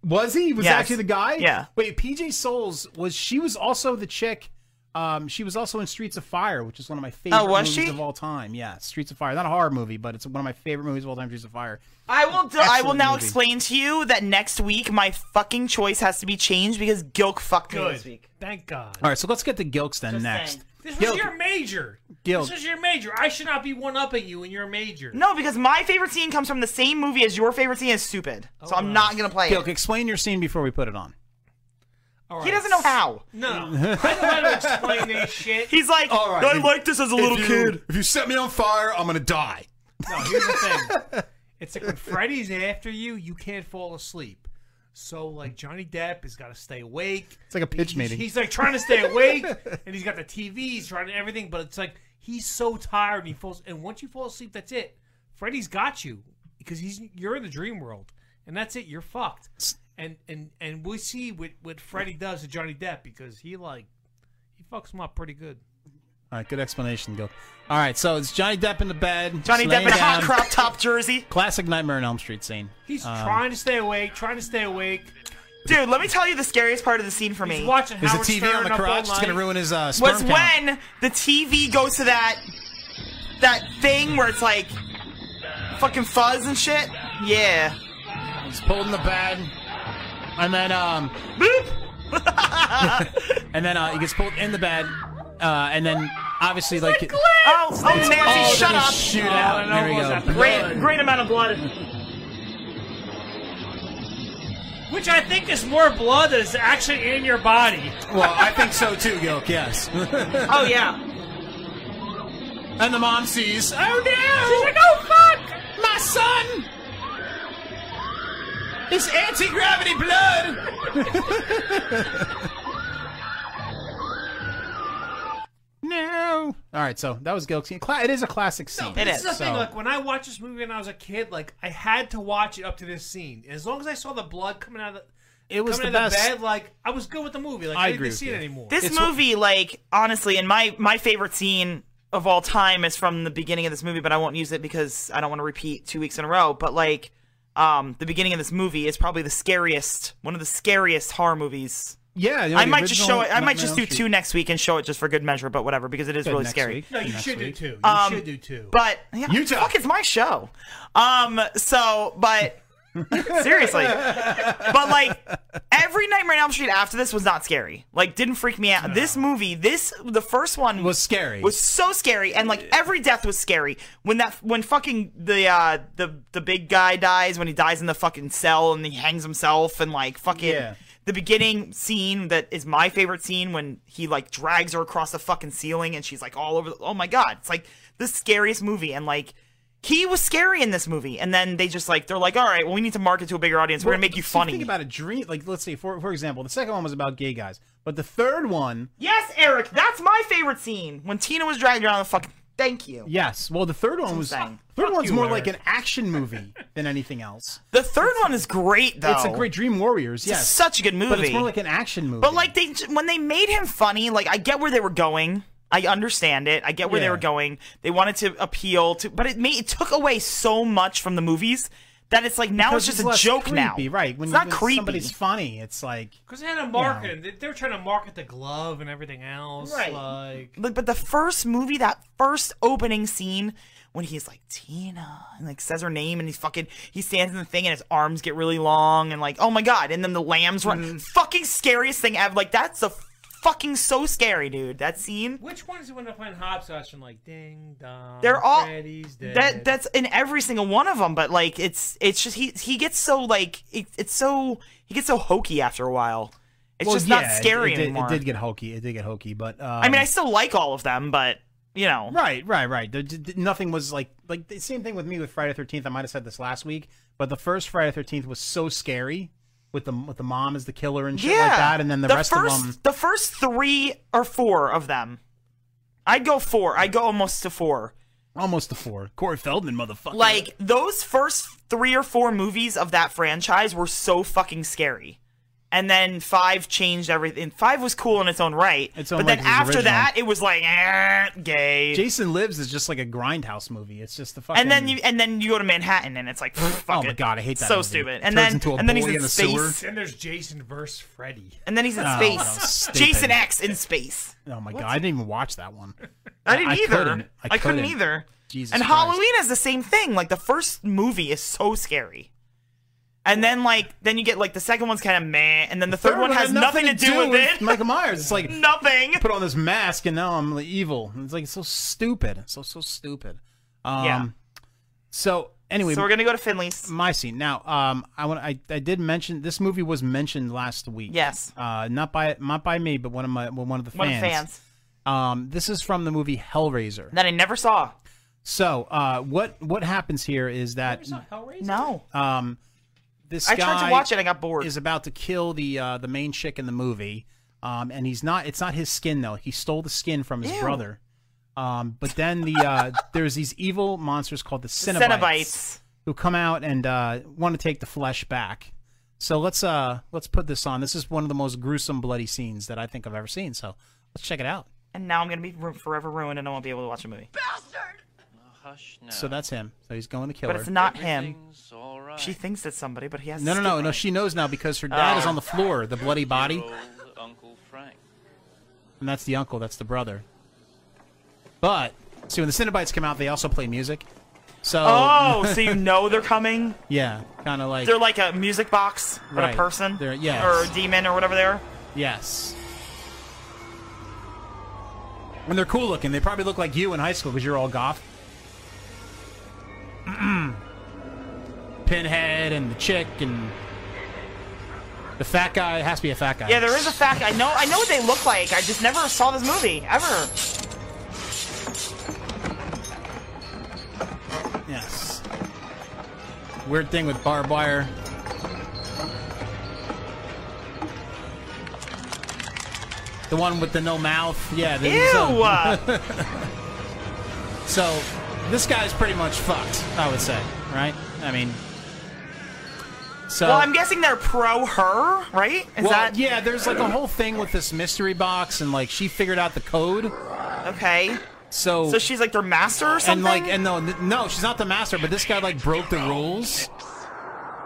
S20: Was he? Was
S21: Yes.
S20: actually the guy?
S21: Yeah.
S20: Wait, PJ Souls was she was also the chick. Um, she was also in Streets of Fire, which is one of my favorite
S21: Oh, was
S20: movies
S21: she?
S20: of all time. Yeah, Streets of Fire. Not a horror movie, but it's one of my favorite movies of all time. Streets of Fire.
S21: I will. Do, I will
S20: Excellent
S21: now
S20: movie.
S21: explain to you that next week my fucking choice has to be changed because Gilk fucked me this week.
S6: Thank God.
S20: All right, so let's get to Gilks then next.
S6: This was
S21: Guilt.
S6: your major.
S20: Guilt.
S6: This is your major. I should not be one up at you in your major.
S21: No, because my favorite scene comes from the same movie as your favorite scene is stupid. So
S6: Oh,
S21: I'm not gonna play
S20: Gilk,
S21: it.
S20: explain your scene before we put it on.
S21: He doesn't know how.
S6: No. I know how to
S20: [LAUGHS]
S6: explain this shit.
S21: He's like,
S6: All right. I liked
S21: this as
S6: a little kid.
S7: If you set me on fire, I'm gonna die.
S6: No, here's the thing. It's like when Freddy's after you, you can't fall asleep. So like Johnny Depp has got to stay awake.
S20: It's like a pitch
S6: He's-
S20: meeting.
S6: He's like trying
S20: [LAUGHS]
S6: to stay awake, and he's got the TV, he's trying to everything, but it's like he's so tired and he falls. And once you fall asleep, that's it. Freddy's got you because he's you're in the dream world, and that's it. You're fucked. And and and we see what what Freddy does to Johnny Depp because he like he fucks him up pretty good.
S20: All right, good explanation, Gilk. All right, so it's Johnny Depp in the bed.
S6: Johnny
S20: just
S6: Depp in a
S20: laying
S6: hot
S20: down.
S21: crop top jersey.
S20: Classic Nightmare on Elm Street scene.
S6: He's
S20: Um,
S6: trying to stay awake, trying to stay awake.
S21: Dude, let me tell you the scariest part of the scene for me.
S6: He's watching
S20: Is the
S6: Howard
S20: TV on
S6: Stern
S20: the
S6: up all
S20: crotch? It's
S6: night.
S20: gonna ruin his uh, sperm
S21: was
S20: count.
S21: when the TV goes to that that thing where it's like fucking fuzz and shit. Yeah.
S20: He's pulled in the bed, and then um, and then uh, he gets pulled in the bed, uh, and then obviously like
S21: Oh, oh,
S20: It's
S21: Nancy,
S20: all
S21: shut
S20: gonna
S21: up.
S20: shoot Oh, out. and it There we almost go. happened.
S21: Great, great amount of blood.
S6: Which I think is more blood that is actually in your body.
S20: well, I think so too, Gilk. Yes.
S21: oh yeah.
S20: And the mom sees. Oh
S21: no!
S20: She's like, oh fuck, my son. It's anti-gravity blood. [LAUGHS] no. All right, so that was Gilk's scene. Cla- It is a classic scene.
S6: This is the
S20: So-
S6: thing. Like when I watched this movie when I was a kid, like I had to watch it up to this scene. As long as I saw the blood coming out of the,
S20: It was
S6: coming
S20: the
S6: out of
S20: best.
S6: bed, like I was good with the movie. Like
S21: I
S6: I, didn't
S21: agree
S6: need
S21: with
S6: to see
S21: you.
S6: it anymore.
S21: This movie, like honestly, and my my favorite scene of all time is from the beginning of this movie, but I won't use it because I don't want to repeat two weeks in a row. But like, um, the beginning of this movie is probably the scariest, one of the scariest horror movies.
S20: Yeah, you know,
S21: I
S20: the
S21: might just
S20: original
S21: show it. I might just do
S20: Nightmare on Elm
S21: two next week and show it just for good measure, but whatever, because it is
S20: Good,
S21: really
S20: next
S21: scary.
S20: week.
S6: No, you
S20: Next
S6: should
S20: week.
S6: do two. You
S21: Um,
S6: should do two.
S21: But yeah, fuck, it's my show. Um, so but
S20: [LAUGHS]
S21: seriously, but like every Nightmare on Elm Street after this was not scary. Like didn't freak me out. This movie, this the first one was
S20: scary.
S21: Was so scary, and like every death was scary. When that when fucking the uh the the big guy dies when he dies in the fucking cell and he hangs himself and like fucking.
S20: Yeah.
S21: The beginning scene that is my favorite scene when he like drags her across the fucking ceiling and she's like all over. The, oh my god, it's like the scariest movie and like he was scary in this movie. And then they just like they're like, all right, well we need to market to a bigger audience. We're gonna
S20: Well,
S21: make you
S20: see,
S21: funny.
S20: Think about a dream. Like, let's say, for for example, the second one was about gay guys, but the third one,
S21: Yes, Eric, that's my favorite scene when Tina was dragged around the fucking. Thank you.
S20: yes. Well, the third one was
S21: insane.
S20: third
S21: Fuck
S20: one's
S21: you,
S20: more like
S21: Eric.
S20: an action movie than anything else.
S21: The third one is great though.
S20: It's a great Dream Warriors.
S21: It's
S20: yes,
S21: such a good
S20: But it's
S21: movie.
S20: more like an action movie.
S21: But like they when they made him funny, like I get where they were going. I understand it. I get where they
S20: Yeah.
S21: were going. They wanted to appeal to, but it made it took away so much from the movies that it's like now
S20: Because
S21: it's just a
S20: less
S21: joke now.
S20: creepy, right? When,
S21: it's not
S20: when
S21: creepy.
S20: Somebody's funny. It's like
S6: because they had to market. it. They- They were trying to market the glove and everything else.
S21: Right.
S6: Like
S21: But, but the first movie, that first opening scene when he's like Tina and like says her name and he's fucking he stands in the thing and his arms get really long and like oh my god and then the lambs run
S20: Mm-hmm.
S21: fucking scariest thing ever like that's a fucking so scary dude that scene
S6: which ones when they're playing hopscotch and like ding dong?
S21: They're all-
S6: Freddy's dead.
S21: that that's in every single one of them but like it's it's just he he gets so like it, it's so he gets so hokey after a while it's
S20: Well,
S21: just
S20: yeah,
S21: not
S20: it-
S21: scary
S20: it, did-
S21: anymore
S20: It did get hokey. It did get hokey. But um,
S21: I mean I still like all of them but you know
S20: Right, right, right. There, d- d- nothing was like like the same thing with me with Friday Thirteenth. I might have said this last week, but the first Friday Thirteenth was so scary with the with the mom as the killer and shit like that, and then the, rest
S21: first,
S20: of them.
S21: The first three or four of them I'd go four. I'd go almost to four.
S20: Almost to four. Corey Feldman, motherfucker.
S21: Like those first three or four movies of that franchise were so fucking scary. And then five changed everything. Five was cool in its own right.
S20: own
S21: but
S20: right
S21: then
S20: 'cause it's
S21: after
S20: original.
S21: that, it was like eh, gay.
S20: Jason Lives is just like a grindhouse movie. It's just the fucking.
S21: and then you and then you go to Manhattan and
S20: [GASPS]
S21: it's like pff, [LAUGHS] fuck
S20: oh my
S21: it.
S20: god, I hate that.
S21: So
S20: movie.
S21: stupid.
S20: Turns
S21: And then
S20: into a
S21: and then he's
S20: boy
S21: in,
S20: in a sewer.
S21: space.
S6: Then there's Jason versus Freddy.
S21: And then he's
S20: Oh,
S21: in
S20: that was
S21: space.
S20: stupid.
S21: Jason X in space.
S20: Oh my god, I didn't even watch that one.
S21: I didn't either.
S20: couldn't.
S21: I couldn't either.
S20: Jesus.
S21: and
S20: Christ.
S21: Halloween is the same thing. Like the first movie is so scary. And then like then you get like the second one's kind of meh, and then the, third, one has nothing, to do with it.
S20: Michael Myers.
S21: [LAUGHS]
S20: It's like
S21: nothing.
S20: Put on this mask and now I'm like, evil. It's like so stupid. So so stupid. Um,
S21: Yeah.
S20: So anyway,
S21: So we're gonna go to Finley's.
S20: My scene now. Um, I want I, I did mention this movie was mentioned last week.
S21: Yes.
S20: Uh, not by not by me, but one of my well, one of the fans.
S21: One of the fans.
S20: Um, this is from the movie Hellraiser.
S21: That I never saw.
S20: So, uh, what what happens here is that
S21: No.
S20: um, this
S21: I
S20: guy
S21: tried to watch it. I got bored.
S20: Is about to kill the uh, the main chick in the movie, um, and he's not. It's not his skin though. He stole the skin from his
S21: Ew.
S20: brother. Um, but then the uh, there's these evil monsters called the Cenobites,
S21: Cenobites.
S20: who come out and uh, want to take the flesh back. So let's uh let's put this on. This is one of the most gruesome bloody scenes that I think I've ever seen. So let's check it out.
S21: And now I'm gonna be ru- forever ruined, and I won't be able to watch a movie.
S20: So that's him. So he's going to kill
S21: But
S20: her.
S21: it's not him. She thinks it's somebody, but he has.
S20: No, no,
S21: skin
S20: no,
S21: on
S20: no.
S21: it.
S20: She knows now because her dad is
S21: Oh.
S20: on the floor, the bloody body, and that's the uncle, that's the brother. But see, when the Cenobites come out, they also play music. So [LAUGHS]
S21: Oh, so you know they're coming?
S20: yeah, kind of [LAUGHS] like
S21: They're like a music box, but
S20: Right.
S21: a person,
S20: They're- yes.
S21: or a demon, or whatever they are.
S20: yes. And they're cool looking. They probably look like you in high school because you're all goth. [CLEARS THROAT] Pinhead and the chick and the fat guy it has to be a fat guy.
S21: Yeah, there is a fact. I know. I know what they look like. I just never saw this movie ever.
S20: Yes. Weird thing with barbed wire. The one with the no mouth. Yeah. the-
S21: Ew!
S20: [LAUGHS] so this guy's pretty much fucked, I would say, right? I mean, so.
S21: well, I'm guessing they're pro her, right? Is
S20: Well,
S21: that
S20: yeah, there's like a whole thing with this mystery box, and like she figured out the code.
S21: Okay.
S20: So.
S21: So she's like their master or something.
S20: And like, and no, no, she's not the master, but this guy like broke the rules.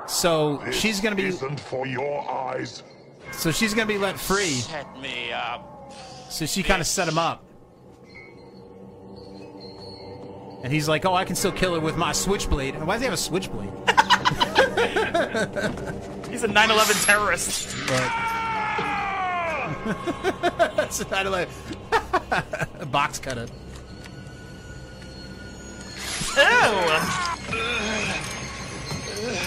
S20: So she's gonna be. Isn't for your eyes. So she's gonna be let free.
S10: Set me up.
S20: So she kind of set him up. And he's like, "Oh, I can still kill her with my switchblade." Why does he have a switchblade?
S21: [LAUGHS] He's a 9/11 terrorist.
S20: [LAUGHS] That's a 9/11. A [LAUGHS] box cutter.
S21: Oh.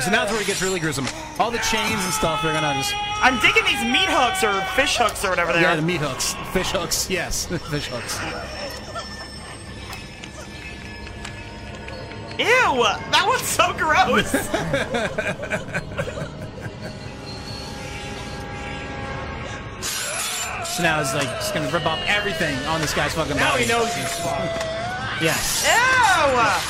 S20: So now that's where he gets really gruesome. All the chains and stuff, they're gonna just
S21: I'm thinking these meat hooks or fish hooks or whatever they
S20: yeah,
S21: are.
S20: the meat hooks, fish hooks, yes, fish hooks.
S21: Ew! That was so
S20: [LAUGHS]
S21: gross.
S20: So now he's like just gonna rip off everything on this guy's fucking
S21: Now
S20: body.
S21: he knows
S20: he's [LAUGHS] fucked. Yes.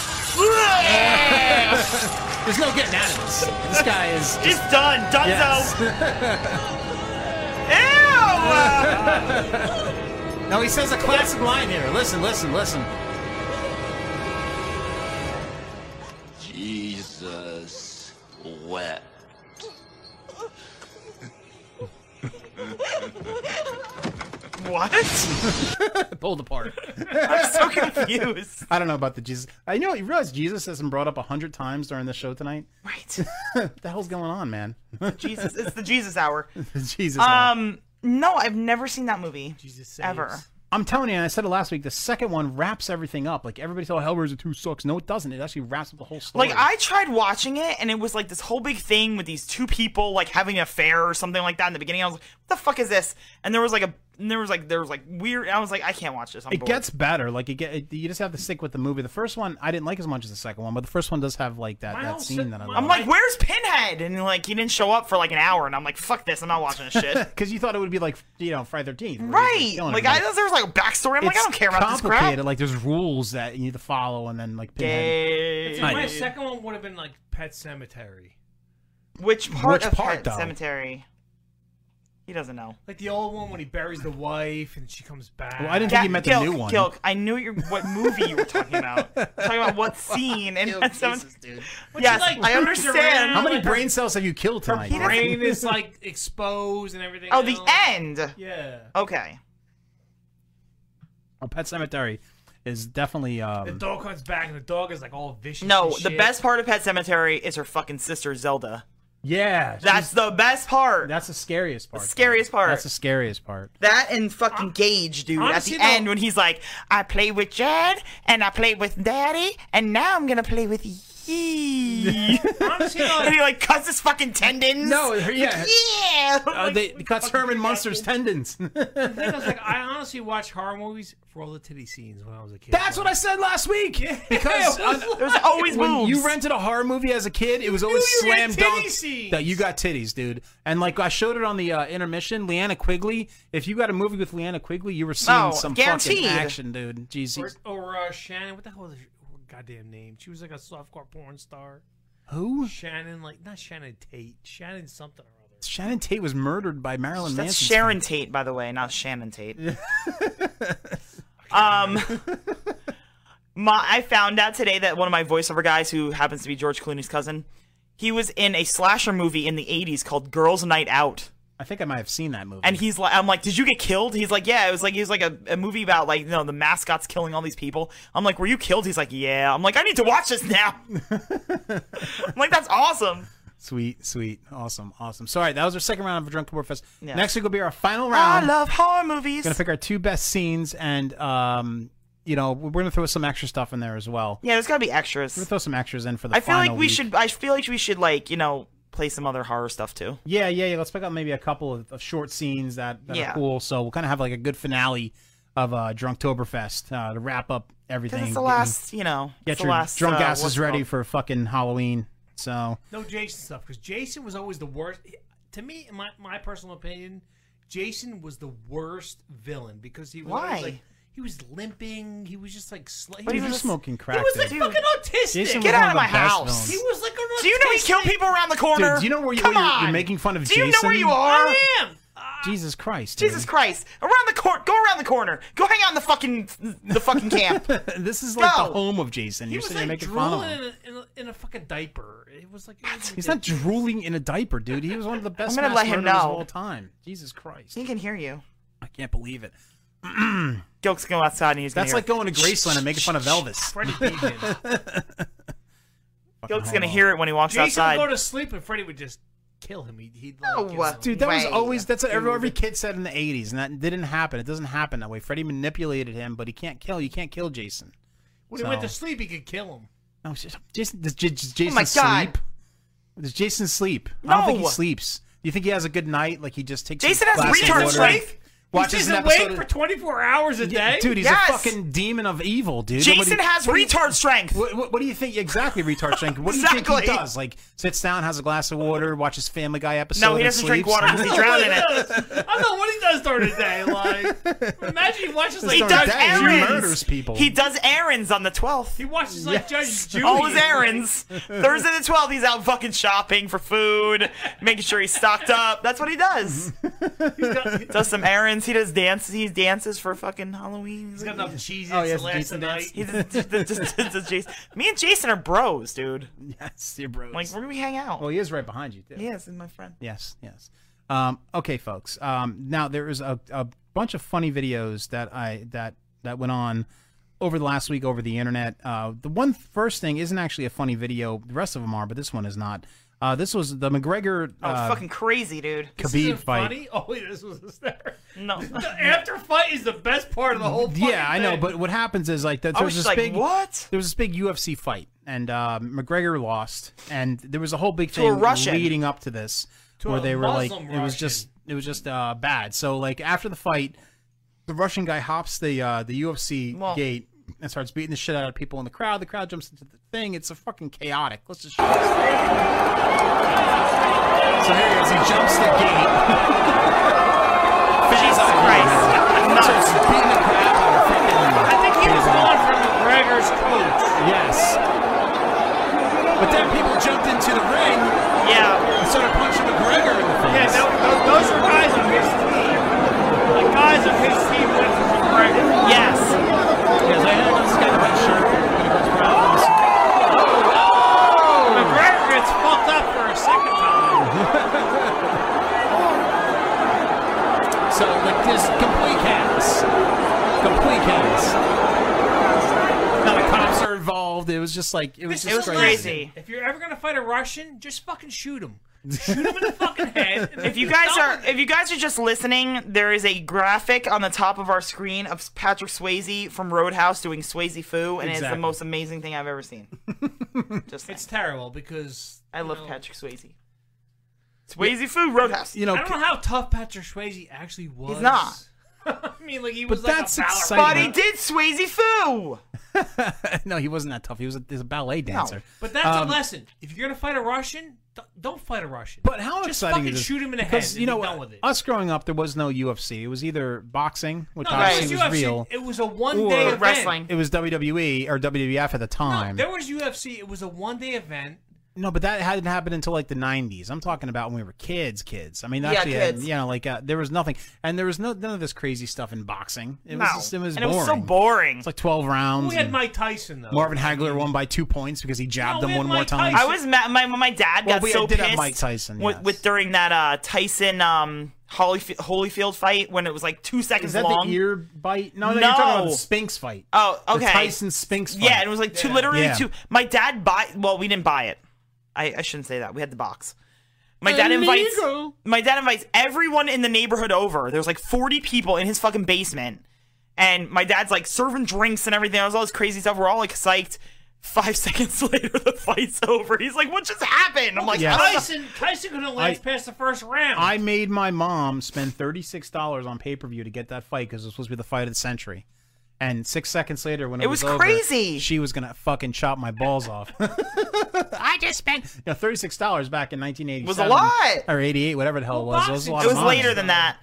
S21: [LAUGHS]
S20: [LAUGHS]
S21: Ew!
S20: [LAUGHS] There's no getting out of this. This guy is just,
S21: He's done. Dunzo.
S20: [LAUGHS] Ew! no, he says a classic line here. Listen, listen, listen.
S10: Jesus wept.
S21: What?
S20: [LAUGHS] Pulled apart.
S21: I'm so confused.
S20: [LAUGHS] I don't know about the Jesus. I know you realize Jesus hasn't brought up a hundred times during the show tonight.
S21: Right.
S20: [LAUGHS] what the hell's going on, man?
S21: Jesus, it's the Jesus hour.
S20: [LAUGHS] Jesus.
S21: Um, no, I've never seen that movie. Jesus ever.
S20: I'm telling you, and I said it last week. The second one wraps everything up. Like everybody's all Hellraiser two sucks. No, it doesn't. It actually wraps up the whole story.
S21: Like I tried watching it, and it was like this whole big thing with these two people like having an affair or something like that in the beginning. I was like, "What the fuck is this?" And there was like a and there was like there was like weird. I was like, I can't watch this. I'm
S20: it
S21: bored.
S20: gets better. Like you get, it, you just have to stick with the movie. The first one I didn't like as much as the second one, but the first one does have like that, that scene that I love.
S21: I'm like, where's Pinhead? And like, he didn't show up for like an hour, and I'm like, fuck this, I'm not watching
S20: [LAUGHS]
S21: this shit.
S20: because you thought it would be like you know Friday Thirteenth,
S21: right? Like, I there was like a backstory. I'm like, I don't care about this crap.
S20: Like there's rules that you need to follow, and then like Pinhead.
S6: It's like my second one would have been like Pet Cemetery.
S21: Which part
S20: Which
S21: of
S20: part,
S21: Pet
S20: though?
S21: Cemetery? He doesn't know.
S6: Like the old one when he buries the wife and she comes back.
S20: Well, I didn't think he meant the
S21: Gilk,
S20: new one.
S21: Gilk, I knew you what movie
S20: [LAUGHS]
S21: you were talking about. [LAUGHS] I'm talking about what scene in Pet Cemetery.
S6: But
S21: Yes,
S6: she, like,
S21: I
S6: turns
S21: understand.
S6: around,
S20: How many
S6: like,
S20: brain cells have you killed
S6: Her
S20: tonight?
S6: brain [LAUGHS]
S21: [LAUGHS]
S6: is like exposed and everything.
S21: Oh, the
S6: else.
S21: end.
S6: Yeah.
S21: Okay.
S20: Oh, Pet Cemetery is definitely
S6: The
S20: um,
S6: dog comes back and the dog is like all vicious.
S21: No,
S6: and
S21: the
S6: shit.
S21: best part of Pet Cemetery is her fucking sister Zelda.
S20: yeah.
S21: That's the best part.
S20: That's the scariest part.
S21: scariest part.
S20: That's the scariest part.
S21: That and fucking Gage, dude,
S20: honestly,
S21: at
S20: though-
S21: the end when he's like, I play with Jed and I play with Daddy and now I'm gonna play with Yee.
S20: [LAUGHS]
S21: and he like cuts his fucking tendons.
S20: No, yeah.
S21: Yeah.
S20: Uh, they it cuts Herman Munster's tendons.
S21: [LAUGHS]
S6: The thing is, like, I honestly watched horror movies for all the titty scenes when I was a kid.
S20: That's what I said last week. [LAUGHS] Because
S6: Yeah, it was
S20: uh,
S21: there's always
S20: when
S21: boobs.
S20: you rented a horror movie as a kid, it was always
S21: knew you
S20: slam
S21: had titty
S20: dunk
S21: scenes.
S20: that you got titties, dude. And like I showed it on the uh, intermission, Leanna Quigley. If you got a movie with Leanna Quigley, you were seeing
S21: Oh,
S20: some
S21: guaranteed.
S20: fucking action, dude.
S6: Or,
S20: Jesus,
S6: or uh, Shannon, what the hell is her goddamn name? She was like a softcore porn star.
S20: who?
S6: Shannon, like not Shannon Tate, Shannon something or other.
S20: Shannon Tate was murdered by Marilyn
S21: That's
S20: Manson.
S21: Sharon Tate, by the way, not Shannon Tate. [LAUGHS] um, my, I found out today that one of my voiceover guys, who happens to be George Clooney's cousin, he was in a slasher movie in the '80s called Girls' Night Out.
S20: I think I might have seen that movie.
S21: And he's like, I'm like, did you get killed? He's like, yeah. It was like, it was like a, a movie about like, you know, the mascots killing all these people. I'm like, were you killed? He's like, yeah. I'm like, I need to watch
S20: [LAUGHS]
S21: this now. I'm like, that's awesome.
S20: Sweet, sweet, awesome, awesome. So, all right, that was our second round of Drunk War Fest.
S21: Yeah.
S20: Next week will be our final
S21: I
S20: round.
S21: love horror movies.
S20: Gonna pick our two best scenes, and um, you know, we're gonna throw some extra stuff in there as well.
S21: yeah, there's gotta be extras.
S20: We're gonna throw some extras in for the.
S21: I feel like
S20: final
S21: we
S20: week.
S21: should. I feel like we should like you know play some other horror stuff too.
S20: Yeah, yeah, yeah. Let's pick up maybe a couple of, of short scenes that, that
S21: Yeah.
S20: are cool. So we'll kind of have like a good finale of uh, Drunktoberfest uh, to wrap up everything.
S21: Because it's the
S20: Get your-
S21: last, you know,
S20: Get
S21: it's
S20: your
S21: the last,
S20: drunk
S21: uh, what's
S20: asses
S21: it
S20: ready
S21: called?
S20: for fucking Halloween. So
S6: No Jason stuff because Jason was always the worst. To me, in my my personal opinion, Jason was the worst villain because he was always,
S21: Why?
S6: like he was limping. He was just like sl-
S20: But he was smoking crack,
S6: He was like
S20: dude.
S6: fucking autistic.
S20: Jason Get was out one of of my the best house. villains.
S6: He was like an autistic.
S21: Do you know we kill people around the corner?
S20: Dude, do you know where, you,
S21: Come
S20: where you're,
S21: on.
S20: you're making fun of
S21: Do
S20: Jason?
S21: you know where you are?
S6: I am.
S20: Jesus Christ!
S21: Jesus Christ! Around the corner, go around the corner, go hang out in the fucking the [LAUGHS] fucking camp.
S20: Christ! [LAUGHS] this is like the
S21: Go.
S20: home of Jason.
S6: He
S20: you're
S6: was
S20: sitting there
S6: like
S20: making fun of
S6: drooling
S20: him.
S6: in a, in, a, in a fucking diaper. It was like it was
S20: He's not drooling in a diaper, dude. He was one of the best
S21: [LAUGHS] I'm gonna
S20: mass
S21: let him
S20: murderers
S21: know.
S20: of all time. Jesus Christ!
S21: He can hear you.
S20: I can't believe it. [CLEARS THROAT]
S21: Gilk's going outside and he's
S20: That's
S21: gonna
S20: like going to Graceland and making fun of Elvis. [LAUGHS]
S21: hear Gilk's gonna hear it when he walks
S6: Jason
S21: outside.
S6: would go to sleep and Freddy would just kill him. He'd, he'd like,
S21: No, uh,
S6: you know,
S20: Dude, that was
S21: way,
S20: always that's what every,
S6: dude.
S20: every kid said in the '80s, and that didn't happen. It doesn't happen that way. Freddy manipulated him, but he can't kill. You can't kill Jason.
S6: when he went
S20: so-
S6: to sleep, he could kill him.
S20: No, sh- Jason. Does, J- does Jason
S21: Oh my God.
S20: sleep? Does Jason sleep? I don't think he
S21: No.
S20: sleeps. Do you think he has a good night? Like he just takes. a
S21: Jason has
S20: glass of
S21: retard
S20: water,
S21: strength.
S20: Watches
S6: He's
S20: an
S6: just awake
S20: episode.
S6: for
S20: Of,
S6: 24 hours a day.
S20: dude, he's
S21: Yes.
S20: a fucking demon of evil, dude.
S21: Jason
S20: What do you-
S21: has
S20: what do you-
S21: retard strength.
S20: What, what, what do you think exactly retard strength? What do you think
S21: Exactly.
S20: he does? Like sits down, has a glass of water, watches Family Guy episode.
S21: No, he
S20: and
S21: doesn't drink
S20: sleeps?
S21: water because he drowned in it.
S6: I don't know what he does during the day. Like, imagine he watches like
S21: He
S20: During
S21: does
S20: the day, he
S21: errands.
S20: murders people.
S21: He does errands on the 12th.
S6: he watches like
S21: [LAUGHS]
S6: Judge Judy.
S21: All his errands. Thursday the 12th, he's out fucking shopping for food, making sure he's stocked up. That's what
S6: [LAUGHS]
S21: he does. does some errands. He does dances. He dances for fucking Halloween. He's
S6: He's got
S21: like,
S6: enough cheese
S20: Oh, he
S6: to
S20: has
S6: last the
S20: Jason
S6: night.
S20: dance?
S21: he just, just, just- just- just Jason. Me and Jason are bros, dude.
S20: [LAUGHS] Yes, your bros.
S21: Like, we're going to hang out.
S20: well, he is right behind you. Too.
S21: Yes, and my friend.
S20: Yes, yes. [LAUGHS] Um, okay, folks. Um, now there is a, a bunch of funny videos that I that that went on over the last week over the internet. Uh, the one first thing isn't actually a funny video. The rest of them are, but this one is not. Uh, this was the McGregor
S21: Oh,
S20: uh,
S21: fucking crazy, dude.
S20: Khabib
S6: This isn't
S20: fight.
S6: funny. Oh, wait, this was hysterical. [LAUGHS]
S21: No.
S6: The after fight is the best part of the whole. fucking
S20: Yeah, I know.
S6: thing.
S20: But what happens is like that.
S21: I
S20: There
S21: was
S20: was this
S21: just like,
S20: big
S21: what?
S20: There was this big UFC fight, and uh, McGregor lost, and there was a whole big
S21: To a
S20: thing
S21: Russian.
S20: leading up to this
S6: To
S20: where
S6: a
S20: they were like,
S6: Muslim
S20: it was just It was just uh, bad. So like after the fight, the Russian guy hops the uh, the UFC
S21: Well-
S20: gate and starts beating the shit out of people in the crowd. The crowd jumps into the thing. It's a fucking chaotic. Let's just. So here he is. He jumps the gate. Jesus Christ. Starts beating the crap out of freaking. I think he was going from McGregor's coach. Yes. But then people jumped into the ring. Yeah. And started punching McGregor in the face.
S6: Yeah, tho- tho- those were guys on his team. The guys on his team went for McGregor.
S21: Yes.
S20: Because I know this guy in the red shirt.
S6: McGregor gets fucked up for a second time.
S20: So like this complete chaos. Complete chaos. Now the cops are involved. It was just like it was
S6: This
S20: just
S6: is a lesson. If you're ever gonna fight a Russian, just fucking shoot him.
S21: If you guys are if you guys are just listening, there is a graphic on the top of our screen of Patrick Swayze from Roadhouse doing Swayze foo, and it's the
S6: Exactly.
S21: most amazing thing I've
S20: [LAUGHS]
S21: ever seen. just
S6: It's terrible because
S21: I love Patrick Swayze. Swayze foo Roadhouse.
S6: You know, I don't know how tough Patrick Swayze actually was.
S21: He's not.
S6: [LAUGHS] I mean, like he
S20: But
S6: was like
S20: that's
S6: a ballerina.
S20: exciting. But he
S21: did Swayze foo.
S20: [LAUGHS] no, he wasn't that tough. He was a, he's a ballet dancer.
S6: But that's
S20: Um,
S6: a lesson. If you're gonna fight a Russian, th- don't fight a Russian.
S20: But how
S6: just
S20: exciting
S6: fucking
S20: is this?
S6: shoot him in the head.
S20: because,
S6: and
S20: You know,
S6: be done with it.
S20: us growing up, there was no UFC. It was either boxing, which
S6: No, that
S20: obviously
S6: was
S20: was
S6: UFC.
S20: real.
S6: It was a one
S20: or-
S6: day event. Wrestling.
S20: It was WWE or WWF at the time.
S6: There was UFC. It was a one day event.
S20: No, but that hadn't happened until like the '90s. I'm talking about when we were kids, kids. I mean,
S21: Yeah,
S20: actually, yeah,
S21: kids.
S20: you know, like uh, there was nothing, and there was no none of this crazy stuff in boxing. It was
S21: No.
S20: just, it was
S21: And it
S20: boring.
S21: was so boring.
S20: It's like 12 rounds.
S6: We had
S20: and
S6: Mike Tyson though.
S20: Marvin Hagler won by two points because he jabbed
S6: No, we
S20: him
S6: had
S20: one more
S21: Mike
S20: time.
S21: I was mad. My, my dad
S20: Well,
S21: got
S20: we
S21: so
S20: did have
S21: pissed.
S20: Mike Tyson,
S21: with, with during that uh, Tyson um, Holyf- Holyfield fight when it was like two seconds
S20: Is that
S21: long.
S20: the ear bite? No, no, you're talking about
S21: No.
S20: the Spinks fight.
S21: Oh,
S20: The
S21: okay.
S20: Tyson Spinks fight.
S21: Yeah, and it was like two, literally
S20: Yeah.
S21: two. My dad buy. Well, we didn't buy it. I, I shouldn't say that. We had the box. My dad invites. Illegal. My dad invites everyone in the neighborhood over. There's like 40 people in his fucking basement, and my dad's like serving drinks and everything. It was all this crazy stuff. We're all like psyched. Five [LAUGHS] seconds later, the fight's over. He's like, "What just happened?" I'm like,
S20: Yes.
S21: "I don't know."
S6: Tyson Tyson couldn't last
S20: I-
S6: past the first round.
S20: I made my mom spend thirty six dollars on pay per view to get that fight because it was supposed to be the fight of the century. And six seconds later, when it,
S21: It was
S20: over,
S21: crazy.
S20: she was gonna fucking chop my balls off. [LAUGHS]
S21: I just spent
S20: you know, thirty six dollars back in nineteen eighty
S21: Was a lot.
S20: or eighty eight, whatever the hell it was. It was a lot.
S21: It
S20: of
S21: was
S20: money.
S21: later than that.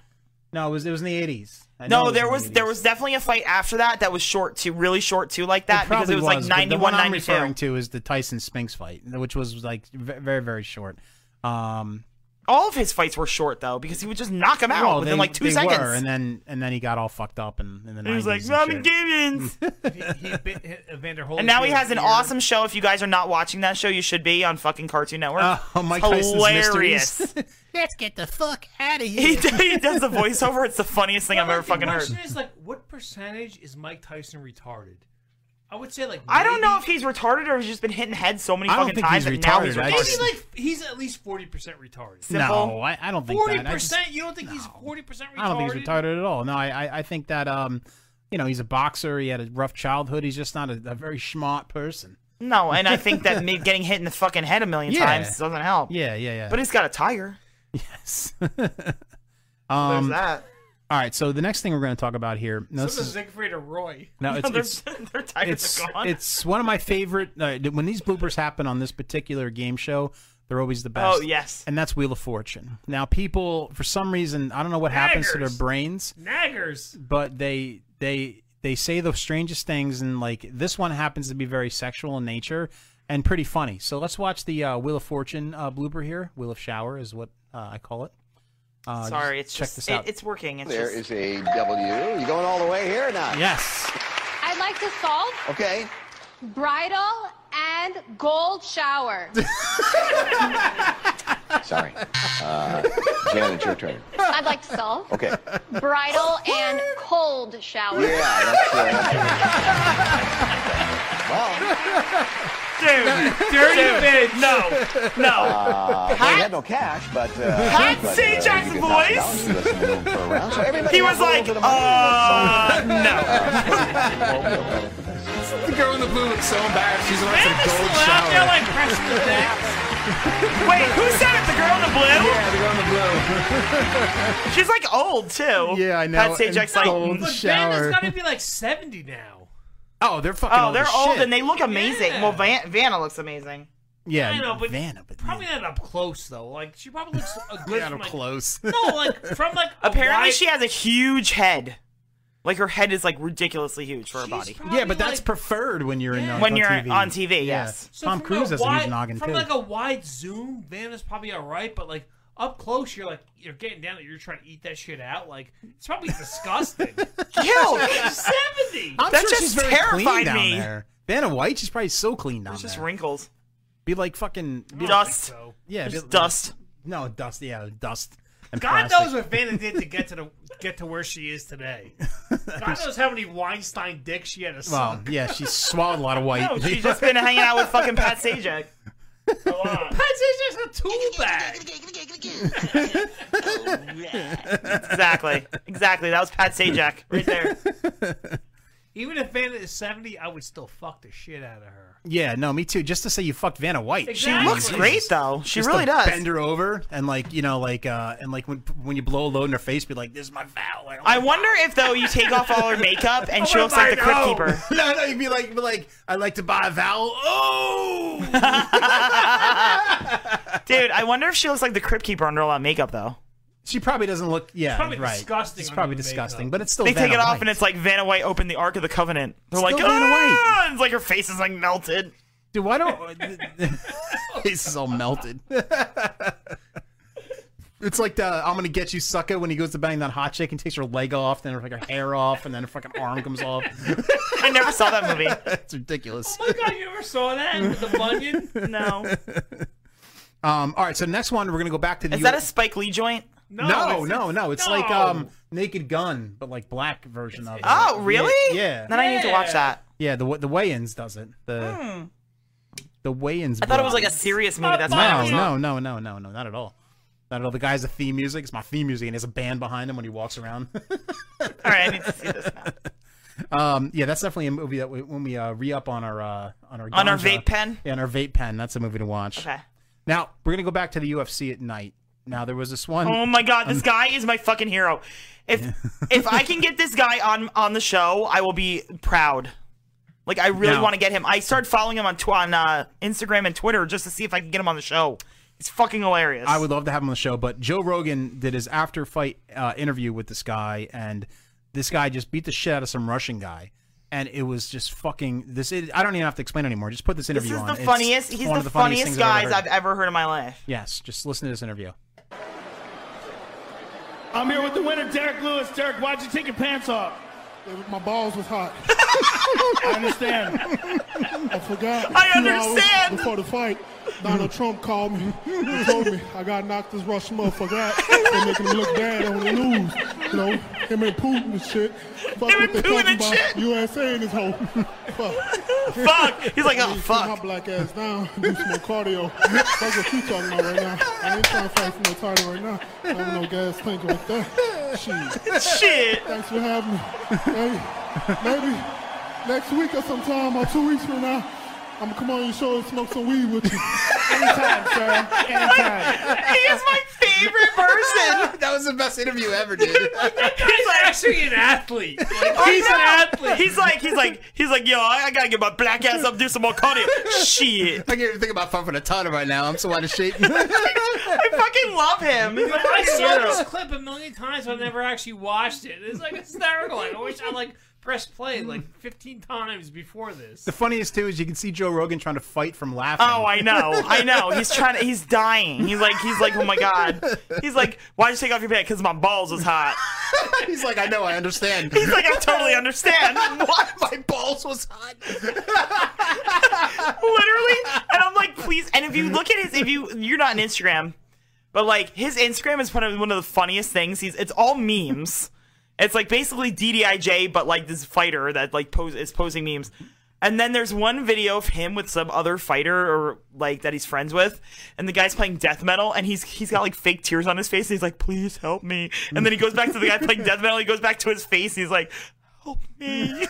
S20: No, it was it was in the eighties.
S21: No, there was there was definitely a fight after that that was short too, really short too, like that because it was, like
S20: but the
S21: 91,
S20: one I'm referring
S21: 92.
S20: to is the Tyson Spinks fight, which was like ve- very very short. Um,
S21: All of his fights were short though because he would just knock him out
S20: well,
S21: within
S20: they-
S21: like two
S20: they
S21: seconds.
S20: were, and then and then he got all fucked up and in the
S21: And he was like,
S20: 90s
S21: "Robin
S20: shit.
S21: Gibbons,"
S20: [LAUGHS] Uh,
S6: Evander
S21: and now he
S6: Holyfield
S21: has an
S6: here.
S21: awesome show. If you guys are not watching that show, you should be on fucking Cartoon Network.
S20: Oh, Mike
S21: It's
S20: Tyson's [LAUGHS]
S21: hilarious.
S20: Let's get the fuck out of
S21: he, d- he does the voiceover. It's the funniest thing I've ever fucking
S6: the
S21: heard.
S6: question is like, what percentage is Mike Tyson retarded? I would say like
S21: I don't know if he's retarded or he's just been hitting heads so many
S20: I don't
S21: fucking
S20: think
S21: times
S20: he's
S21: that now he's
S20: retarded. I
S21: retarded.
S20: just-
S6: maybe like he's at least forty percent retarded.
S20: No, I, I don't think
S6: Forty
S20: that. I, just-
S6: percent? You don't think he's forty percent retarded?
S20: I don't think he's retarded at all. No, I, I, I think that um, you know, he's a boxer. He had a rough childhood. He's just not a, a very smart person.
S21: No, Oh, and I think
S20: [LAUGHS]
S21: that me getting hit in the fucking head a million
S20: Yeah.
S21: times doesn't help.
S20: Yeah, yeah, yeah.
S21: But he's got a tiger. [LAUGHS]
S20: Yes. [LAUGHS] um,
S21: that.
S20: All right. So the next thing we're going to talk about here. No, this
S6: so does
S20: is,
S6: Siegfried or Roy?
S20: [LAUGHS] No,
S6: [LAUGHS]
S21: [LAUGHS]
S20: it's- it's-
S21: their tigers
S20: it's
S6: are gone.
S20: it's one of
S6: [LAUGHS]
S20: my favorite. Uh, when these bloopers happen on this particular game show, they're always the best.
S21: Oh, yes.
S20: And that's Wheel of Fortune. Now, people, for some reason, I don't know what happens to their
S6: Naggers.
S20: brains.
S6: Naggers.
S20: but they they they say the strangest things and like this one happens to be very sexual in nature and pretty funny so let's watch the uh, wheel of fortune uh, blooper here wheel of shower is what uh, i call it uh,
S21: Sorry,
S20: just
S21: it's
S20: check
S21: just
S20: this out
S21: It, it's working. It's
S20: There
S21: just,
S19: a W. You going all the way here or not?
S20: Yes.
S12: I'd like to solve
S19: Okay.
S12: bridal and gold
S6: [LAUGHS]
S12: shower.
S19: Sorry. Uh, Jan, it's your turn.
S12: [LAUGHS] I'd like to solve
S19: Okay.
S12: bridal and cold shower.
S19: Yeah, that's, [LAUGHS] uh,
S21: dude, dirty bitch. No, no.
S19: Uh, they
S21: Hot-
S19: had no cash, but. Uh,
S21: Hot
S19: but,
S21: St.
S19: you
S21: Jack's
S19: could
S21: voice.
S19: knock down, listen to them for a
S25: [LAUGHS]
S19: round. So everybody
S21: he
S19: had
S21: was
S19: a little
S21: like,
S19: bit of money.
S21: uh, no. uh,
S26: The girl in the blue looks so embarrassed. She's about
S21: Man,
S26: some
S21: this
S26: gold
S21: is loud.
S26: shower.
S21: They're like pressing the Wait, who said it? The girl going to blue?
S6: Yeah,
S21: they're going to blue. She's like old too. Yeah, I
S20: know,
S21: Pat Sajak's
S20: and
S21: like
S20: cold
S21: "Mm,
S6: Van has got to be like seventy now.
S20: Oh, they're fucking.
S21: Oh,
S20: old
S21: they're
S20: as
S21: old
S20: shit.
S21: and they look amazing.
S6: Yeah.
S21: Well, Van- Vanna looks amazing.
S20: Yeah,
S6: I know, but
S20: Vanna,
S6: probably not up close though. Like she probably looks
S20: [LAUGHS]
S6: a good
S21: Yeah,
S6: from,
S21: up
S6: like,
S20: close.
S6: No, like from like a
S21: [LAUGHS] Apparently,
S6: wide-
S21: she has a huge head. Like her head is like ridiculously huge for her body.
S20: Yeah, but that's preferred when you're in on,
S21: When
S20: on
S21: you're
S20: TV.
S21: on TV, yes.
S6: So
S20: Tom
S6: from
S20: Cruise
S6: a
S20: has a
S6: wide,
S20: huge noggin
S6: From
S20: too.
S6: like a wide zoom, Vanna's probably all right, but like up close, you're like you're getting down there. You're trying to eat that shit out. Like
S20: [LAUGHS]
S6: it's probably disgusting.
S21: Ew,
S6: seventy.
S20: I'm sure she's very clean down there. Vanna White, she's probably so clean down
S21: There's just
S20: there.
S21: wrinkles.
S20: Be like fucking be
S21: Dust.
S20: Like, yeah,
S21: There's
S20: be-
S21: dust.
S20: No dust. Yeah, dust. And
S6: God
S20: plastic.
S6: knows what Vanna did to get to the get to where she is today.
S20: [LAUGHS]
S6: God knows how many Weinstein dicks she had to
S20: Well,
S6: suck.
S20: yeah, she swallowed a lot of white.
S6: [LAUGHS] No,
S21: She's just been hanging out with
S20: [LAUGHS]
S21: fucking Pat Sajak.
S6: Pat's is just a tool bag.
S20: [LAUGHS]
S21: exactly. Exactly. That was Pat Sajak right there.
S6: Even if Vanna is seventy, I would still fuck the shit out of her.
S20: Yeah, no, me too. Just to say you fucked Vanna White.
S6: Exactly. looks great,
S21: though. She
S20: Just
S21: really
S20: to
S21: does.
S20: Bend her over and like you know like uh and like when when you blow a load in her face, be like, "This is my vow." I,
S21: I wonder if though you take off all her makeup
S20: [LAUGHS]
S21: and she looks like the crypt keeper.
S20: Oh, no, no, you'd be like, be like, I'd like to buy a vowel. Oh,
S21: [LAUGHS] Dude, I wonder if she looks like the crypt keeper under all that makeup though.
S20: she probably doesn't look. Yeah,
S21: probably
S20: right.
S21: disgusting
S20: It's
S21: under
S20: probably
S21: the makeup.
S20: disgusting, but it's still.
S21: they
S20: Vanna
S21: take it off
S20: White.
S21: and it's like Vanna White opened the Ark of the Covenant. They're
S20: Still
S21: like,
S20: Vanna
S21: ah! It's like her face is
S20: [LAUGHS]
S21: like melted.
S20: Dude,
S6: [LAUGHS]
S20: why don't
S21: [LAUGHS]
S20: face is all melted? [LAUGHS] It's like the I'm gonna get you sucker when he goes to bang that hot chick and takes her leg off, then her, like her hair off, and then her fucking arm comes off.
S21: I never saw that movie.
S20: [LAUGHS] it's ridiculous.
S6: Oh my god, you ever saw that with the bunion?
S21: No.
S20: Um, all right, so next one we're gonna go back to the.
S21: Is that a Spike Lee joint?
S20: no, no, no, It's like
S21: no.
S20: um, Naked Gun, but like black version of it.
S21: Oh, really?
S20: Yeah. yeah.
S21: Then I need to watch that.
S20: Yeah, the the weigh-ins does it. The
S21: Hmm.
S20: the weigh-ins.
S21: I thought it was
S20: brothers.
S21: like a serious movie. That's why I
S20: no,
S21: never saw
S20: no,
S21: it.
S20: no, no, no, no, not at all. Not at all. The guy's a theme music. It's my theme music, and there's a band behind him when he walks around.
S21: [LAUGHS] All right, I need to see this
S20: [LAUGHS]
S21: now.
S20: Um, yeah, that's definitely a movie that we, when we uh, re up on our uh, on our
S21: On our
S20: ganja-
S21: vape pen?
S20: Yeah, on our vape pen. That's a movie to watch.
S21: Okay.
S20: Now we're gonna go back to the UFC at night. Now there was this one.
S21: Oh my god, this
S20: um,
S21: guy is my fucking hero. If
S20: [LAUGHS]
S21: if I can get this guy on on the show, I will be proud. Like I really
S20: No.
S21: want to get him. I started following him on tw- on uh, Instagram and Twitter just to see if I can get him on the show. It's fucking hilarious.
S20: I would love to have him on the show, but Joe Rogan did his after fight uh, interview with this guy, and this guy just beat the shit out of some Russian guy, and it was just fucking this. It, I don't even have to explain anymore. Just put this
S21: This
S20: interview
S21: is
S20: on.
S21: the
S20: It's
S21: funniest. He's
S20: one
S21: the,
S20: of
S21: funniest,
S20: things
S21: guys
S20: ever heard.
S21: I've ever heard in my life.
S20: Yes, just listen to this interview.
S18: I'm here with the
S21: [LAUGHS]
S18: winner, Derek Lewis. Derek, why'd you take your pants off? My balls was hot. [LAUGHS] I understand. I forgot.
S5: I
S18: Two hours
S5: understand.
S18: Before the fight, Donald Trump called me and told me I got knocked this Russian motherfucker out. They're making him look bad on the news. You know, him and Putin and shit. Fuck what they
S21: Putin
S18: talking
S21: and
S18: about.
S21: shit.
S18: USA in this whole. Fuck.
S21: Fuck. He's like, oh,
S18: fuck. my black ass down. Do some more cardio. Fuck what you talking about right now. I ain't trying to fight for no title right now. I don't know gas tank like that. Shit.
S21: Shit.
S18: Thanks for having me. Maybe, maybe next week or sometime or two weeks from now, I'm gonna come on your show and smoke some weed with you. Anytime, sir. Anytime.
S21: He is my favorite person.
S20: that was the best interview ever, dude.
S6: He's actually an [CLEARS THROAT]
S21: [LAUGHS]
S6: athlete.
S21: I
S6: he's an
S21: know.
S6: athlete.
S21: Oh, He's like, he's like, he's like, yo, I, I gotta get my black ass up, do some more
S20: [LAUGHS]
S21: cardio. Shit.
S20: I can't even think about
S21: [LAUGHS]
S20: pumping a ton right now. I'm so out of shape. [LAUGHS]
S21: I fucking love him. He's
S6: I
S21: my
S6: saw
S21: hero.
S6: this clip a million times, but I never actually watched it. It's like hysterical. I wish I like pressed play like 15 times before this.
S20: the funniest too is you can see Joe Rogan trying to fight from laughing.
S21: Oh, I know, I know. He's trying to. He's dying. He's like, he's like, oh
S20: [LAUGHS]
S21: my god. He's like, why'd you take off your pants? Because my balls was hot.
S20: he's like, I know, I understand.
S21: He's like, I
S20: [LAUGHS]
S21: totally understand. What?
S20: My balls was hot.
S21: Literally. And I'm like, please. And if you look at his, if you, you're not on Instagram, but like his Instagram is one of one of the funniest things. He's, it's all memes. It's like basically DDIJ, but like this fighter that like pose is posing memes. And then there's one video of him with some other fighter or like that he's friends with, and the guy's playing death metal, and he's he's got like fake tears on his face, and he's like, "Please help me." And then he goes back to the guy playing death [LAUGHS] metal, he goes back to his face, and he's like, "Help me."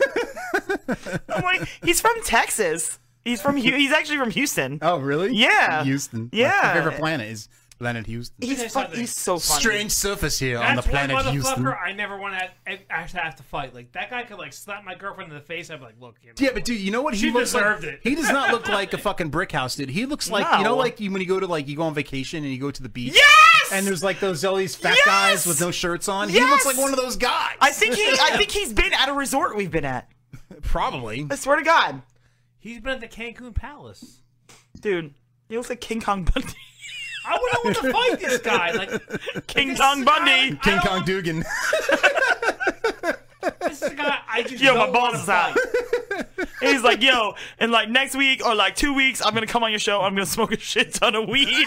S21: I'm like, he's from Texas. He's from Hu- he's actually from Houston.
S20: Oh, really?
S21: Yeah.
S20: Houston.
S21: Yeah.
S20: My favorite planet is Planet Houston.
S21: He's
S6: Here's fun- something. he's so funny.
S20: Strange surface here on the
S6: That's one
S20: planet
S6: motherfucker
S20: Houston.
S6: I never want to actually have to fight. Like that guy could like slap my girlfriend in the face. I'd be like, look, you know,
S20: Yeah, but dude, you know what?
S6: She
S20: looks
S6: deserved
S20: like,
S6: it.
S20: He does not look like a fucking brick house, dude. He looks like you know,
S6: No.
S20: like you, when you go to like you go on vacation and you go to the beach. Yes. And there's like those Zelly's fat guys with no shirts on. He looks like one of those guys.
S21: I think he.
S20: [LAUGHS]
S21: I think he's been at a resort we've been at.
S20: Probably.
S21: I swear to God,
S6: he's been at the Cancun Palace.
S21: dude, he looks like King Kong
S6: [LAUGHS]
S21: Bundy.
S6: I wouldn't want to fight this guy. Like
S21: King Kong Bundy.
S20: King Kong Dugan.
S6: [LAUGHS] this is a guy I just
S21: Yo, my
S6: don't
S21: balls is out. [LAUGHS] He's like, yo, and like next week or like two weeks, I'm gonna come on your show. I'm gonna smoke a shit ton
S6: [LAUGHS]
S21: of weed.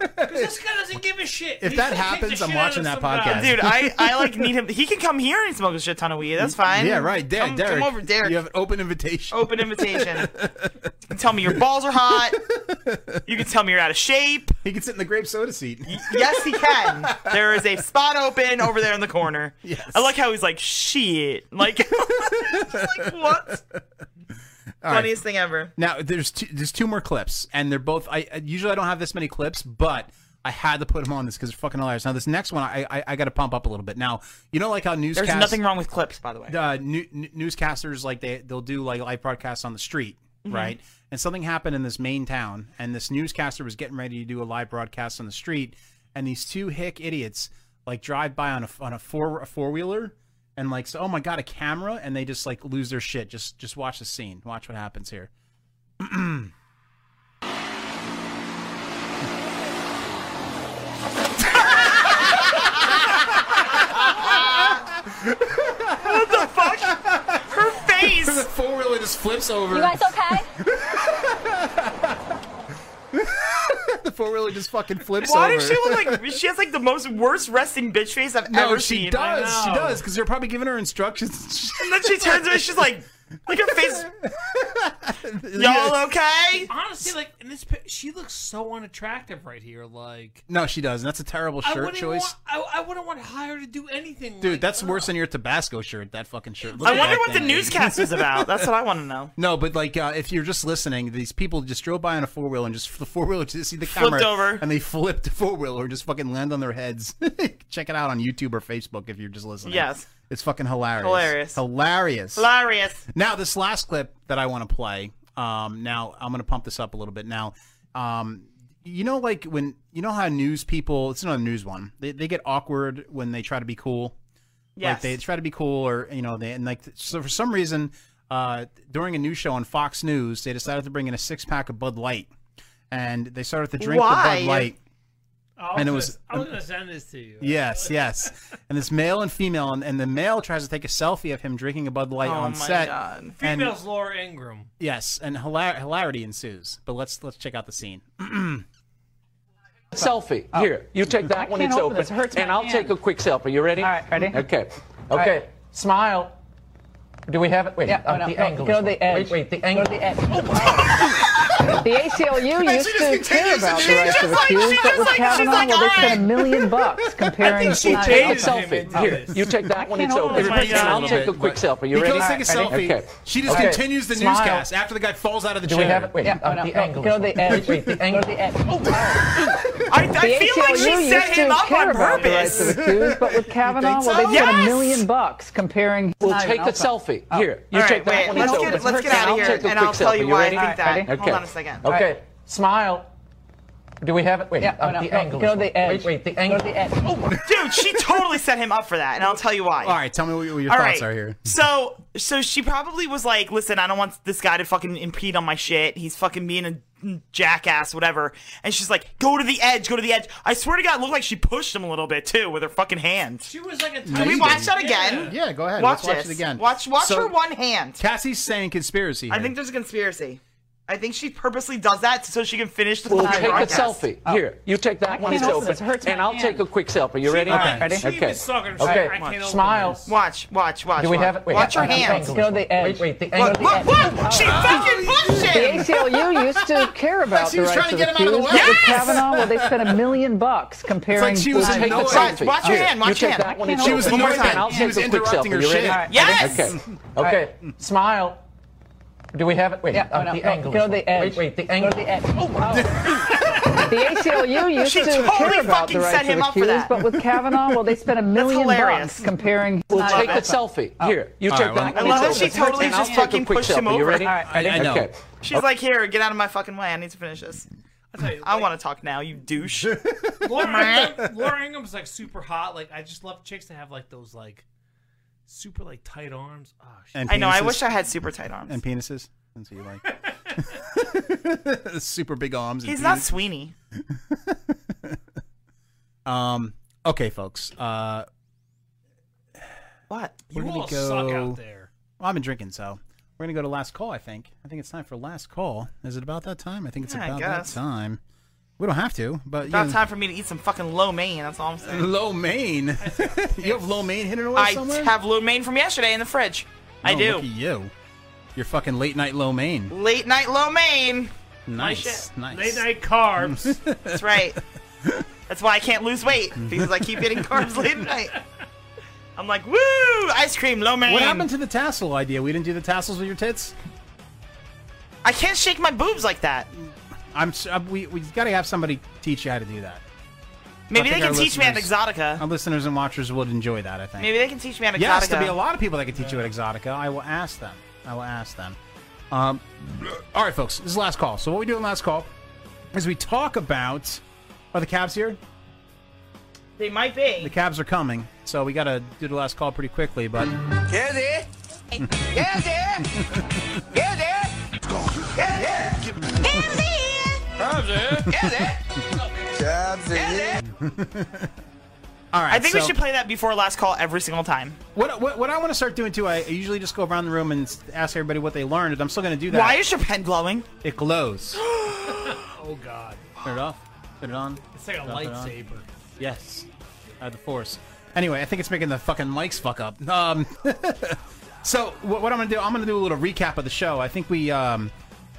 S6: because this guy doesn't give a shit.
S21: If
S6: He's
S21: that
S6: gonna kick the
S21: happens, I'm
S6: shit out
S20: watching
S6: of
S20: that
S6: some
S20: podcast.
S6: guy.
S21: Dude, I, I
S20: [LAUGHS]
S21: like need him. He can come here and smoke a shit ton of weed. That's fine.
S20: Yeah, right. Derek,
S21: Come,
S20: Derek.
S21: come over, Derek.
S20: You have an open invitation.
S21: Open invitation.
S20: [LAUGHS]
S21: you can tell me your balls are hot. You can tell me you're out of shape.
S20: He can sit in the grape soda seat.
S21: Yes, he can. There is a spot open over there in the corner. Yes. I like how he's like, shit. Like, [LAUGHS] just like what?
S20: All right.
S21: Funniest thing ever.
S20: Now there's two, there's two more clips, and they're both. I I- usually I don't have this many clips, but I had to put them on this because they're fucking hilarious. Now this next one, I I, I got to pump up a little bit. Now you know like how newscast.
S21: nothing wrong with clips, by the way.
S20: Uh, new, n- newscasters like they they'll do like live broadcasts on the street,
S21: Mhm.
S20: right? And something happened in this main town, and this newscaster was getting ready to do a live broadcast on the street, and these two hick idiots like drive by on a on a four a four wheeler. And like, so, oh my god, a camera, and they just like lose their shit. Just, just watch the scene. Watch what happens here.
S21: what the fuck? Her
S20: [LAUGHS]
S21: face.
S20: the four wheeler just flips over.
S9: You guys
S20: okay? the four wheeler just fucking flips
S21: Why
S20: over.
S21: does she look like she has like the most worst resting bitch face I've
S20: No,
S21: ever
S20: she
S21: seen?
S20: does. She does because they're probably giving her instructions.
S21: And then she turns around. She's like, like her face.
S20: [LAUGHS]
S21: Y'all okay?
S6: Honestly, like in this, pic- she looks so unattractive right here. Like
S20: No, she doesn't. That's a terrible
S6: I
S20: shirt
S6: wouldn't
S20: choice,
S6: want. I, I wouldn't want her to do anything.
S20: dude. That's worse than your Tabasco shirt. That fucking shirt.
S21: I wonder what the newscast was about. That's
S20: [LAUGHS]
S21: what I want to know.
S20: No, but like uh, if you're just listening, these people just drove by on a four wheeler and just the four wheeler just see the
S21: Flipped
S20: camera
S21: over.
S20: and they flipped the four wheeler and just fucking land on their heads. [LAUGHS] Check it out on YouTube or Facebook if you're just listening.
S21: Yes.
S20: it's fucking hilarious.
S21: Hilarious.
S5: [CLEARS THROAT]
S20: Hilarious.
S21: Hilarious.
S20: Now, this last clip that I want to play. Um, now I'm going to pump this up a little bit. Now, um, you know, like when you know how news people, it's another news one. They they get awkward when they try to be cool.
S21: Yes.
S20: Like they try to be cool, or you know, they and like so for some reason, uh, during a news show on Fox News, they decided to bring in a six pack of Bud Light, and they started to drink the
S6: Why?
S20: Bud Light.
S6: I was
S20: And it
S6: gonna-
S20: was-
S6: I was gonna send this to you.
S20: Yes, yes. And this male and female, and, and the male tries to take a selfie of him drinking a Bud Light
S6: Oh
S20: on
S6: my
S20: set.
S6: God.
S20: and-
S6: Females Laura Ingram.
S20: Yes, and hilar- hilarity ensues. But let's let's check out the scene. Oh.
S5: Selfie. Here, you take that
S20: I
S5: when
S20: can't
S5: it's
S20: open
S5: open,
S20: this. It hurts my
S5: and I'll
S20: hand.
S5: take a quick selfie. You ready? All right,
S24: ready?
S5: Okay.
S24: All right.
S5: Okay. Smile. Do we have it? Wait,
S24: Yeah,
S5: uh,
S24: oh, no,
S5: the
S24: no,
S5: angle.
S24: go
S5: is
S24: to the
S5: wrong.
S24: edge.
S5: Wait, wait, the angle.
S24: the
S5: edge.
S24: The ACLU
S5: And
S24: used
S5: Oh, she just
S24: to care
S5: continues
S24: about
S5: and
S24: the rights of
S5: she's like-
S24: accused,
S5: she's
S24: but with
S5: like- she's
S24: Kavanaugh,
S5: like,
S24: well, they
S5: all
S24: spent a
S6: [LAUGHS]
S24: million
S5: [LAUGHS]
S24: bucks comparing
S5: she
S24: sides.
S5: dated
S24: A
S5: him into Here, this. you take that when
S24: I can't
S5: it's
S24: open
S5: over.
S24: this.
S5: Everybody else, I'll take a quick selfie. You
S20: he
S5: ready?
S20: goes to take a
S5: All right,
S20: selfie.
S5: ready? Okay.
S20: She just
S5: Okay.
S20: continues the
S5: Smile.
S20: newscast after the guy falls out of the
S5: Do we
S20: chair.
S5: have it? Wait, Yeah, uh, oh, no, the no, angle go is to the wrong. edge. Wait, the angle.
S21: I, I feel like she set him up on
S24: The
S5: purpose.
S24: accused, but with Kavanaugh, well, they
S5: so?
S24: spent a
S5: Yes!
S24: million bucks comparing.
S5: We'll
S24: Not even
S5: take the
S24: outside.
S5: selfie.
S24: Oh.
S5: Here, you
S24: All right,
S5: take that
S24: wait,
S5: when
S24: let's
S5: it's
S24: get-
S5: open.
S24: let's get outta
S5: I'll
S24: here,
S5: take a
S24: and
S5: quick
S24: I'll tell
S5: selfie.
S24: you why I
S5: ready?
S24: think that.
S5: Okay.
S24: Hold on a second. All
S5: Okay.
S24: right.
S5: Smile. Do we have it? Wait,
S24: Yeah,
S5: uh,
S24: oh, no,
S5: the
S24: no,
S5: angle.
S24: go
S5: is
S24: to the
S5: wrong.
S24: edge.
S5: Wait, wait, the angle.
S21: purpose. Oh, Dude, she totally set him up for that, and I'll tell you why.
S20: All right, tell me what your
S21: All
S20: thoughts
S21: right.
S20: are here.
S21: So, so she probably was like, "Listen, I don't want this guy to fucking impede on my shit. He's fucking being a jackass, whatever." And she's like, "Go to the edge, go to the edge." I swear to God, it looked like she pushed him a little bit too with her fucking hand.
S6: She was like a.
S21: Can we watch that again?
S20: Yeah, go ahead. Let's
S21: Watch,
S20: watch
S21: this.
S20: it again.
S21: Watch, watch
S20: So-
S21: her one hand.
S20: Cassie's saying conspiracy.
S21: I
S20: here.
S21: think there's a conspiracy. I think she purposely does that so she can finish the
S5: We'll
S21: fucking
S5: take a
S21: broadcast.
S5: selfie. Here, you take that when
S21: can't
S5: it's
S21: open
S5: Oh. open,
S21: this. It hurts my
S5: and I'll take a quick selfie. You ready?
S21: All right, ready?
S5: Okay.
S21: She was sucking herself.
S5: Okay.
S21: I can't open
S5: Smile.
S21: Watch, watch, watch.
S5: Do we
S21: watch.
S5: have it? Wait,
S21: watch
S5: uh,
S21: her
S5: the
S21: hands.
S5: angle is Go to the wrong. edge. Wait, wait, the angle
S21: Look,
S5: is Oh.
S21: look,
S5: wrong.
S21: look! She fucking pushed
S24: The
S21: him!
S24: ACLU used
S6: [LAUGHS]
S24: to care about
S21: she
S24: the
S21: was
S24: rights
S21: trying
S24: of
S21: to get him out of
S24: accused,
S21: the
S24: but
S21: way.
S24: with
S21: Yes!
S24: Kavanaugh, well, they spent a million bucks comparing.
S5: It's like she was
S24: sides.
S5: annoyed. Take the Watch- selfie. watch her hand, watch
S24: You
S5: her
S24: take
S5: hand.
S24: that one
S5: She
S24: and
S5: was
S24: open.
S5: annoyed. She was
S24: I'll take a quick
S5: interrupting
S24: selfie.
S5: her
S24: You ready?
S5: shit.
S24: All right.
S5: Yes!
S24: All right.
S5: Okay. Smile. Do we have it? Wait,
S24: Yeah, Oh,
S5: uh,
S24: no,
S5: the
S24: no,
S5: angle.
S24: go
S5: is
S24: to the
S5: wrong.
S24: edge.
S5: Wait, wait, the
S24: Go to
S5: angle.
S24: the edge. [LAUGHS] The [LAUGHS]
S6: [LAUGHS]
S24: ACLU used She to totally care about fucking the rights set him of up for accused, that. but with Kavanaugh, well, they spent a million hilarious. bucks comparing.
S5: We'll
S24: I
S5: take
S24: love it.
S5: the selfie.
S24: Oh.
S5: Here, you
S24: All
S5: take
S24: right, well,
S5: the that.
S24: I love how she totally just fucking pushed him
S5: You
S24: over.
S5: ready?
S24: All right, I- I
S5: Okay.
S24: know.
S21: She's like, here, get out of my fucking way. I need to finish this. I want to talk now,
S20: [LAUGHS]
S21: you douche.
S6: Laura, Ingraham- Laura Ingram's like super hot. Like I just love chicks that have like those like super like tight arms. Oh, [LAUGHS]
S20: And
S21: I know. I
S20: penises.
S21: wish I had super tight arms.
S20: and penises. That's what you like. [LAUGHS] Super big arms. and
S21: He's not
S20: penis.
S21: Sweeney.
S20: Um. Okay, folks. Uh,
S21: what?
S20: We're
S21: You
S20: gonna
S21: all
S20: go...
S21: suck out there.
S20: Well, I've been drinking, so we're gonna go to last call. I think. I think it's time for last call. Is it about that time? I think it's
S21: Yeah, I
S20: about that
S21: guess.
S20: time. We don't have to, but
S21: About
S20: Uh, you know, [LAUGHS]
S21: time for me to eat some fucking lo mein. That's all I'm saying.
S20: Low main. [LAUGHS] you have low main hidden away
S21: I
S20: somewhere.
S21: have lo mein from yesterday in the fridge. I
S20: Oh,
S21: do.
S20: Look at you. You're fucking late night low main.
S21: Late night lo mein.
S20: Nice,
S21: Oh, shit.
S20: nice.
S21: Late
S20: [LAUGHS]
S6: night carbs.
S21: That's right. That's why I can't lose weight because I keep eating carbs late at night. I'm like, woo! Ice cream, lo mein.
S20: What happened to the tassel idea? We didn't do the tassels with your tits.
S21: I can't shake my boobs like that.
S20: I'm. s- uh, We we got to have somebody teach you how to do that.
S21: Maybe
S20: I
S21: they
S20: think
S21: can
S20: our
S21: teach me at
S20: listeners-
S21: Exotica.
S20: Our listeners and watchers would enjoy that. I think.
S21: Maybe they can teach me at Exotica.
S20: Yes, there'll be a lot of people that can teach you at Exotica. I will ask them. I will ask them. Um, all right, folks, this is last call. So what we do in last call is we talk about. Are the Cavs here?
S21: They might be.
S20: The Cavs are coming, so we got to do the last call pretty quickly. But
S9: Yeah, there. Yeah, there. Yeah, there. Yeah, there. Time's there. Yeah, there. Time's there.
S27: [LAUGHS]
S20: all right,
S21: I think we
S20: so-
S21: should play that before last call every single time.
S20: What, what, what I want to start doing too, I I usually just go around the room and s- ask everybody what they learned, and I'm still going to do that.
S21: Why is your pen glowing?
S20: It
S21: [GASPS]
S20: glows. [GASPS]
S6: oh god,
S20: Turn it off. Turn it on.
S6: it's like a
S20: Turn it on.
S6: lightsaber.
S20: Yes. Out of the force. Anyway, I think it's making the fucking mics fuck up. Um, [LAUGHS] so what, what I'm gonna do? I'm gonna do a little recap of the show. I think we, um,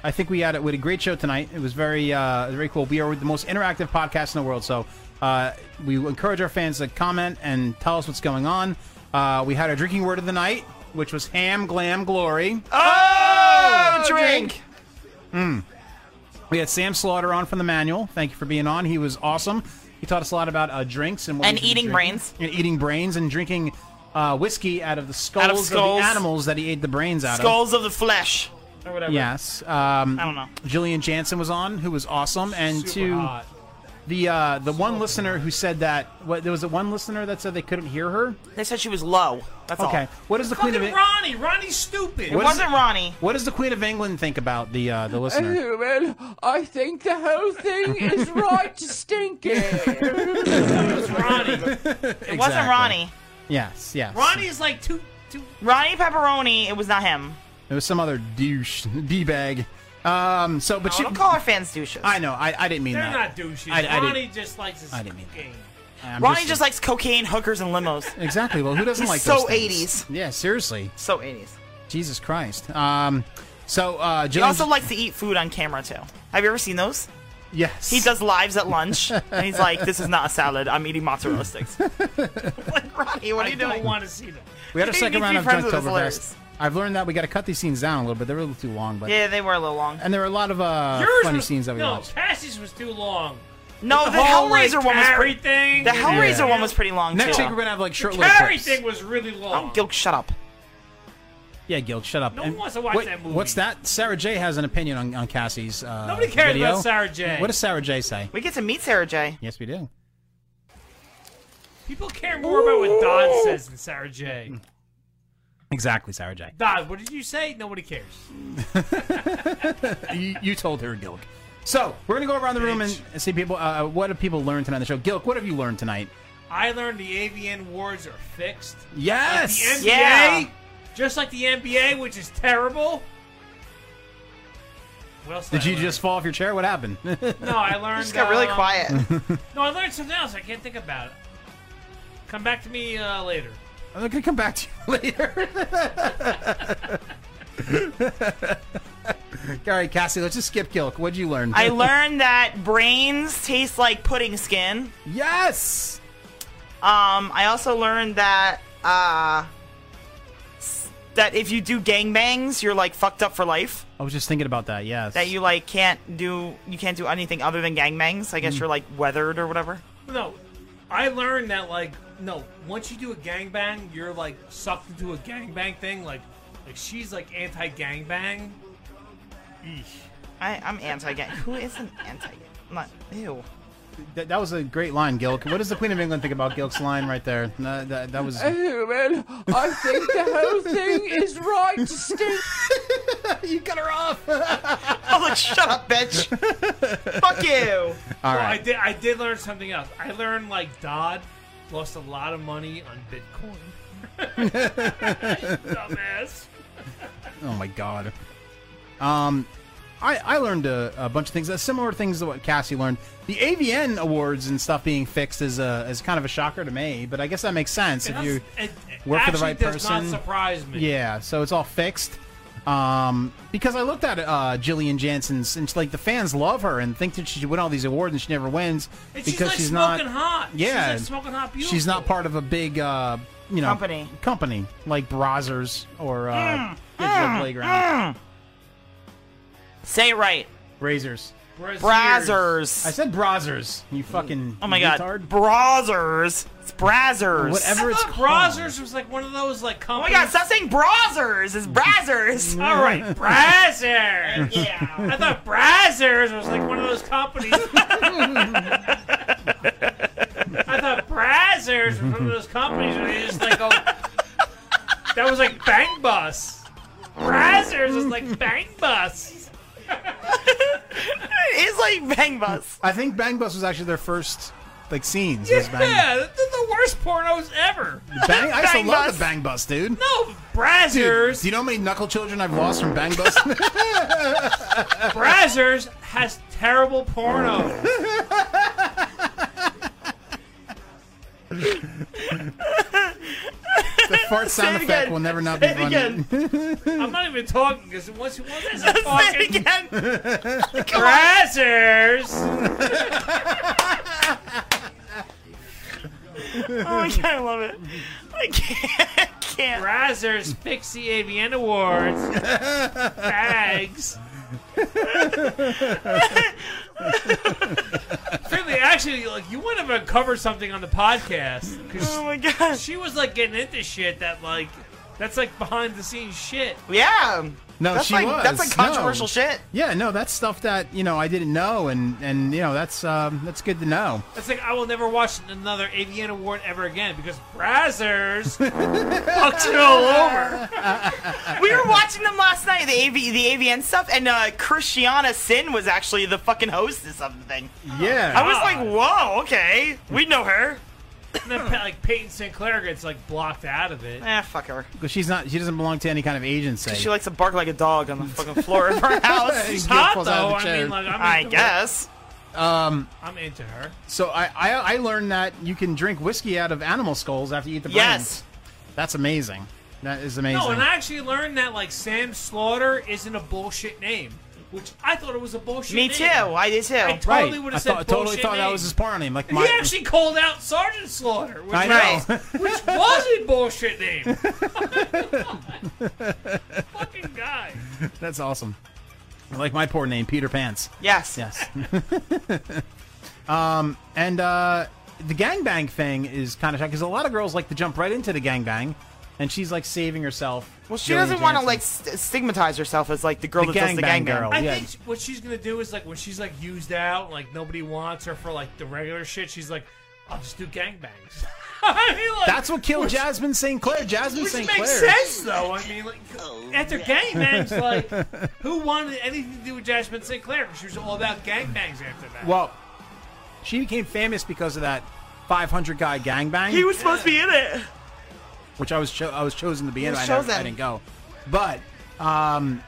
S20: I think we had it with a great show tonight. It was very, uh, very cool. We are the most interactive podcast in the world, so uh, we encourage our fans to comment and tell us what's going on. Uh, we had our drinking word of the night, which was ham, glam, glory.
S21: Oh, drink.
S20: Mm. We had Sam Slaughter on from the manual. Thank you for being on. He was awesome. He taught us a lot about uh, drinks and what
S21: And
S20: we should be
S21: eating
S20: drinking.
S21: brains.
S20: and eating brains and drinking uh, whiskey out of the skulls,
S21: skulls.
S20: of the animals that he ate the brains out
S21: Skulls of the flesh. Or
S20: of.
S21: whatever.
S20: Yes. Um,
S21: I don't know.
S20: Jillian Jansen was on, who was awesome, and
S21: Super
S20: to
S21: hot.
S20: the uh, the one listener who said that what, there was the one listener that said they couldn't hear her.
S21: They said she was low. That's all.
S20: okay. What is the queen of
S6: Fucking
S20: Eng-
S6: Ronnie. Ronnie's stupid.
S20: It What is- wasn't
S21: Ronnie.
S20: What does the queen of England think about the uh, the listener?
S15: Oh, well, I think the whole thing is right stinking.
S24: [LAUGHS]
S21: It wasn't Ronnie.
S20: Yes, yes.
S21: Ronnie's
S6: like two, two.
S21: Ronnie Pepperoni. It was not him.
S20: It was some other douche d bag. Um, so but you
S21: don't call our fans douches.
S20: I know. I, I didn't mean
S6: They're
S20: that.
S6: not douches.
S20: I- I didn't-
S6: Ronnie just likes his
S20: I didn't mean
S6: cocaine.
S20: I'm
S21: Ronnie just, likes cocaine, hookers, and limos.
S20: [LAUGHS] exactly. Well, who doesn't
S21: He's
S20: like those
S21: so
S20: things?
S21: 80s.
S20: Yeah, seriously.
S21: So 80s.
S20: Jesus Christ. Um, so uh,
S21: He
S20: Jillian,
S21: also likes to eat food on camera too. Have you ever seen those?
S20: Yes.
S21: He does lives
S20: [LAUGHS]
S21: at lunch, and he's like, "This is not a salad. I'm eating mozzarella sticks." Ronnie, what are you
S6: I
S21: doing?
S6: don't want to see them.
S20: We had a
S21: You need
S20: second
S21: to
S20: round
S21: be
S20: of
S21: friends with us,
S20: Junktoberfest. I've learned that we got to cut these scenes down a little bit. They're a little too long, but
S21: Yeah, they were a little long.
S20: and there were a lot of uh,
S21: Yours
S20: funny
S21: was-
S20: scenes that we
S21: no.
S20: watched.
S6: Cassie's was too long.
S21: No,
S6: With
S21: the
S6: whole, like,
S21: Hellraiser one was
S6: carry
S21: pretty.
S6: thing
S21: The
S6: and-
S21: Hellraiser
S20: Yeah.
S21: one was pretty long
S20: Next
S21: too.
S20: week we're gonna have like short
S6: The
S20: little
S6: carry
S20: clips.
S6: thing was really long.
S21: Gilk, shut up.
S20: Yeah, Gil, shut up.
S6: No one wants to watch that movie.
S20: What's that? Sarah J has an opinion on, on Cassie's. Uh,
S21: Nobody cares
S20: video.
S21: about Sarah J.
S20: What does Sarah J say?
S21: We get to meet Sarah J.
S20: Yes, we do.
S6: People care more about what Don says than Sarah J.
S20: Exactly, Sarah J.
S6: Don, what did you say? Nobody
S21: [LAUGHS]
S6: cares.
S20: [LAUGHS] you, you told her, Gilk. So we're gonna go around the room and see people. Uh, what have people learned tonight on the show? Gilk, what have you learned tonight?
S6: I learned the AVN wards are fixed.
S20: Yes!
S6: Like the NBA,
S20: Yeah.
S6: just like the NBA, which is terrible. What else
S20: Did
S6: I
S20: you just fall off your chair? What happened?
S6: No, I
S21: [LAUGHS]
S6: learned.
S21: just got really
S6: um,
S21: quiet.
S6: no, I learned something else. I can't think about it. Come back to me uh, later.
S20: [LAUGHS] I'm gonna come back to you [LAUGHS] later.
S6: [LAUGHS]
S20: All right, Cassie, let's just skip Gilk. What'd you learn? [LAUGHS]
S21: I learned that brains taste like pudding skin.
S20: Yes.
S21: Um, I also learned that uh, s- that if you do gangbangs, you're like fucked up for life.
S20: I was just thinking about that. Yes.
S21: That you like can't do you can't do anything other than gangbangs. I guess
S20: Mm.
S21: you're like weathered or whatever.
S6: No, I learned that like no, once you do a gangbang, you're like sucked into a gangbang thing. Like, like she's like anti-gangbang.
S21: I, I'm anti-gang. Who isn't anti? I'm not. Ew.
S20: That, that was a great line, Gilk. What does the Queen of England think about Gilk's line right there? No, that, that was.
S6: Uh,
S15: Oh, well, I think the whole thing is right to stink.
S20: [LAUGHS] you cut her
S6: [LAUGHS]
S20: off.
S21: oh, like, shut up, bitch.
S20: [LAUGHS]
S21: [LAUGHS] Fuck you.
S6: All right.
S20: right.
S6: I did. I did learn something else. I learned like Dodd lost a lot of money on
S20: [LAUGHS]
S6: Bitcoin. [LAUGHS] Dumbass.
S20: Oh my god. Um, I I learned a, a bunch of things. Uh, similar things to what Cassie learned. The AVN awards and stuff being fixed is a is kind of a shocker to me, but I guess that makes sense if you
S6: It
S20: work for the
S6: actually
S20: right
S6: does
S20: person.
S6: Not surprise me.
S20: Yeah, so it's all fixed. Um, because I looked at uh, Jillian Jansen's, and she, like the fans love her and think that she should win all these awards, and she never wins
S6: And she's,
S20: because
S6: like,
S20: she's not
S6: smoking hot. She's,
S20: Yeah,
S6: like, smoking hot
S20: She's not part of a big uh, you know
S21: Company.
S20: company like Brazzers or uh,
S21: Mm,
S20: Kids
S21: mm,
S20: Love Playground.
S21: Say it right.
S20: Razors.
S21: Brazzers.
S20: I said Brazzers. You fucking
S21: Oh my
S20: retard.
S21: god. Brazzers. It's [LAUGHS] Brazzers.
S20: Whatever
S6: I
S20: it's
S6: thought Brazzers was like one of those like
S21: Oh my
S6: companies.
S21: god, stop saying Brazzers.
S20: [LAUGHS]
S21: It's Brazzers.
S6: All right, Brazzers. yeah. I thought Brazzers was like one of those companies. I thought Brazzers was one of those companies where they just like go. That was like Bang Bus. Brazzers was like Bang Bus.
S21: it is like Bang Bus.
S20: I think Bang Bus was actually their first like scenes.
S6: Yeah,
S20: was Bang.
S6: that's the worst pornos ever.
S20: Bang, I used to
S6: Bang
S20: love
S6: Bus.
S20: the Bang Bus, dude.
S6: No,
S20: [LAUGHS]
S6: Brazzers.
S20: Dude, do you know how many knuckle children I've lost from Bang Bus?
S6: [LAUGHS] Brazzers has terrible porno.
S20: the fart sound
S6: [LAUGHS] Say it
S20: effect
S6: again.
S20: will never not be
S6: Say it
S20: funny. [LAUGHS]
S6: again. I'm not even talking because once you want this, I'm
S21: Say
S6: talking.
S21: it
S6: [LAUGHS]
S21: again. Come on.
S20: [LAUGHS]
S6: Brazzers.
S21: Oh my god, I love it. I can't. [LAUGHS] can't.
S6: Brazzers Pixie AVN Awards.
S20: [LAUGHS]
S6: Bags. Finley, actually, like you would have uncovered something on the podcast. Oh
S21: my god,
S6: she was like getting into shit that like that's like behind the scenes shit.
S21: Yeah.
S20: No, she was. No. Yeah, no, that's stuff that you know I didn't know, and and you know that's um, that's good to know.
S6: It's like I will never watch another AVN award ever again because Brazzers fucked it all over.
S21: [LAUGHS] we were watching them last night, the AV, the AVN stuff, and uh, Christiana Sin was actually the fucking hostess of the thing.
S20: Yeah.
S21: I was like, whoa, okay, we know her.
S6: And then like Peyton Sinclair gets like blocked out of it.
S21: Eh, fuck her.
S20: Because she's not, she doesn't belong to any kind of agency.
S21: She likes to bark like a dog
S20: [LAUGHS]
S21: on the fucking floor of her house.
S20: She's hot, Falls out of though. the I
S21: I
S20: chair. mean, like, I'm into it.
S21: guess.
S20: Um,
S6: I'm into her.
S20: so I, I I learned that you can drink whiskey out of animal skulls after you eat the brains.
S6: Yes.
S20: that's amazing. That is amazing.
S6: No, and I actually learned that like Sam Slaughter isn't a bullshit name, which I thought it was a bullshit.
S21: Me
S6: name.
S21: too. I did too.
S6: I totally
S20: right.
S6: would
S20: I
S6: have said
S20: thought- totally
S6: bullshit
S20: thought that
S6: name.
S20: was his porn name. Like
S6: He
S20: my,
S6: actually called out Sergeant Slaughter, which,
S20: I know.
S6: Was, [LAUGHS] which was a bullshit name. Fucking guy.
S20: [LAUGHS] That's awesome. I like my poor name, Peter Pants.
S21: Yes.
S20: Yes. um, and uh, the gangbang thing is kind of because a lot of girls like to jump right into the gangbang, and she's like saving herself.
S21: Well, she doesn't want to like st- stigmatize herself as like the girl
S20: The
S21: that does the
S20: gangbang
S21: gangbang.
S20: girl,
S6: I think what she's gonna do is like when she's like used out, like nobody wants her for like the regular shit. She's like, I'll just
S20: [LAUGHS]
S6: do gangbangs. I
S21: [LAUGHS]
S6: mean, like,
S20: That's what killed Jasmine St. Clair. Jasmine
S6: Which
S20: St. Clair.
S6: makes sense, though. I mean, like,
S21: Oh,
S6: after gangbangs, like,
S20: [LAUGHS]
S6: who wanted anything to do with Jasmine St. Clair? 'Cause She was all about gangbangs after that.
S20: Well, she became famous because of that 500 guy gangbang.
S21: He was supposed to be in it.
S20: which I was cho- I was chosen to be
S21: He
S20: in.
S21: was
S20: I, never-
S21: chosen.
S20: I didn't go, but um,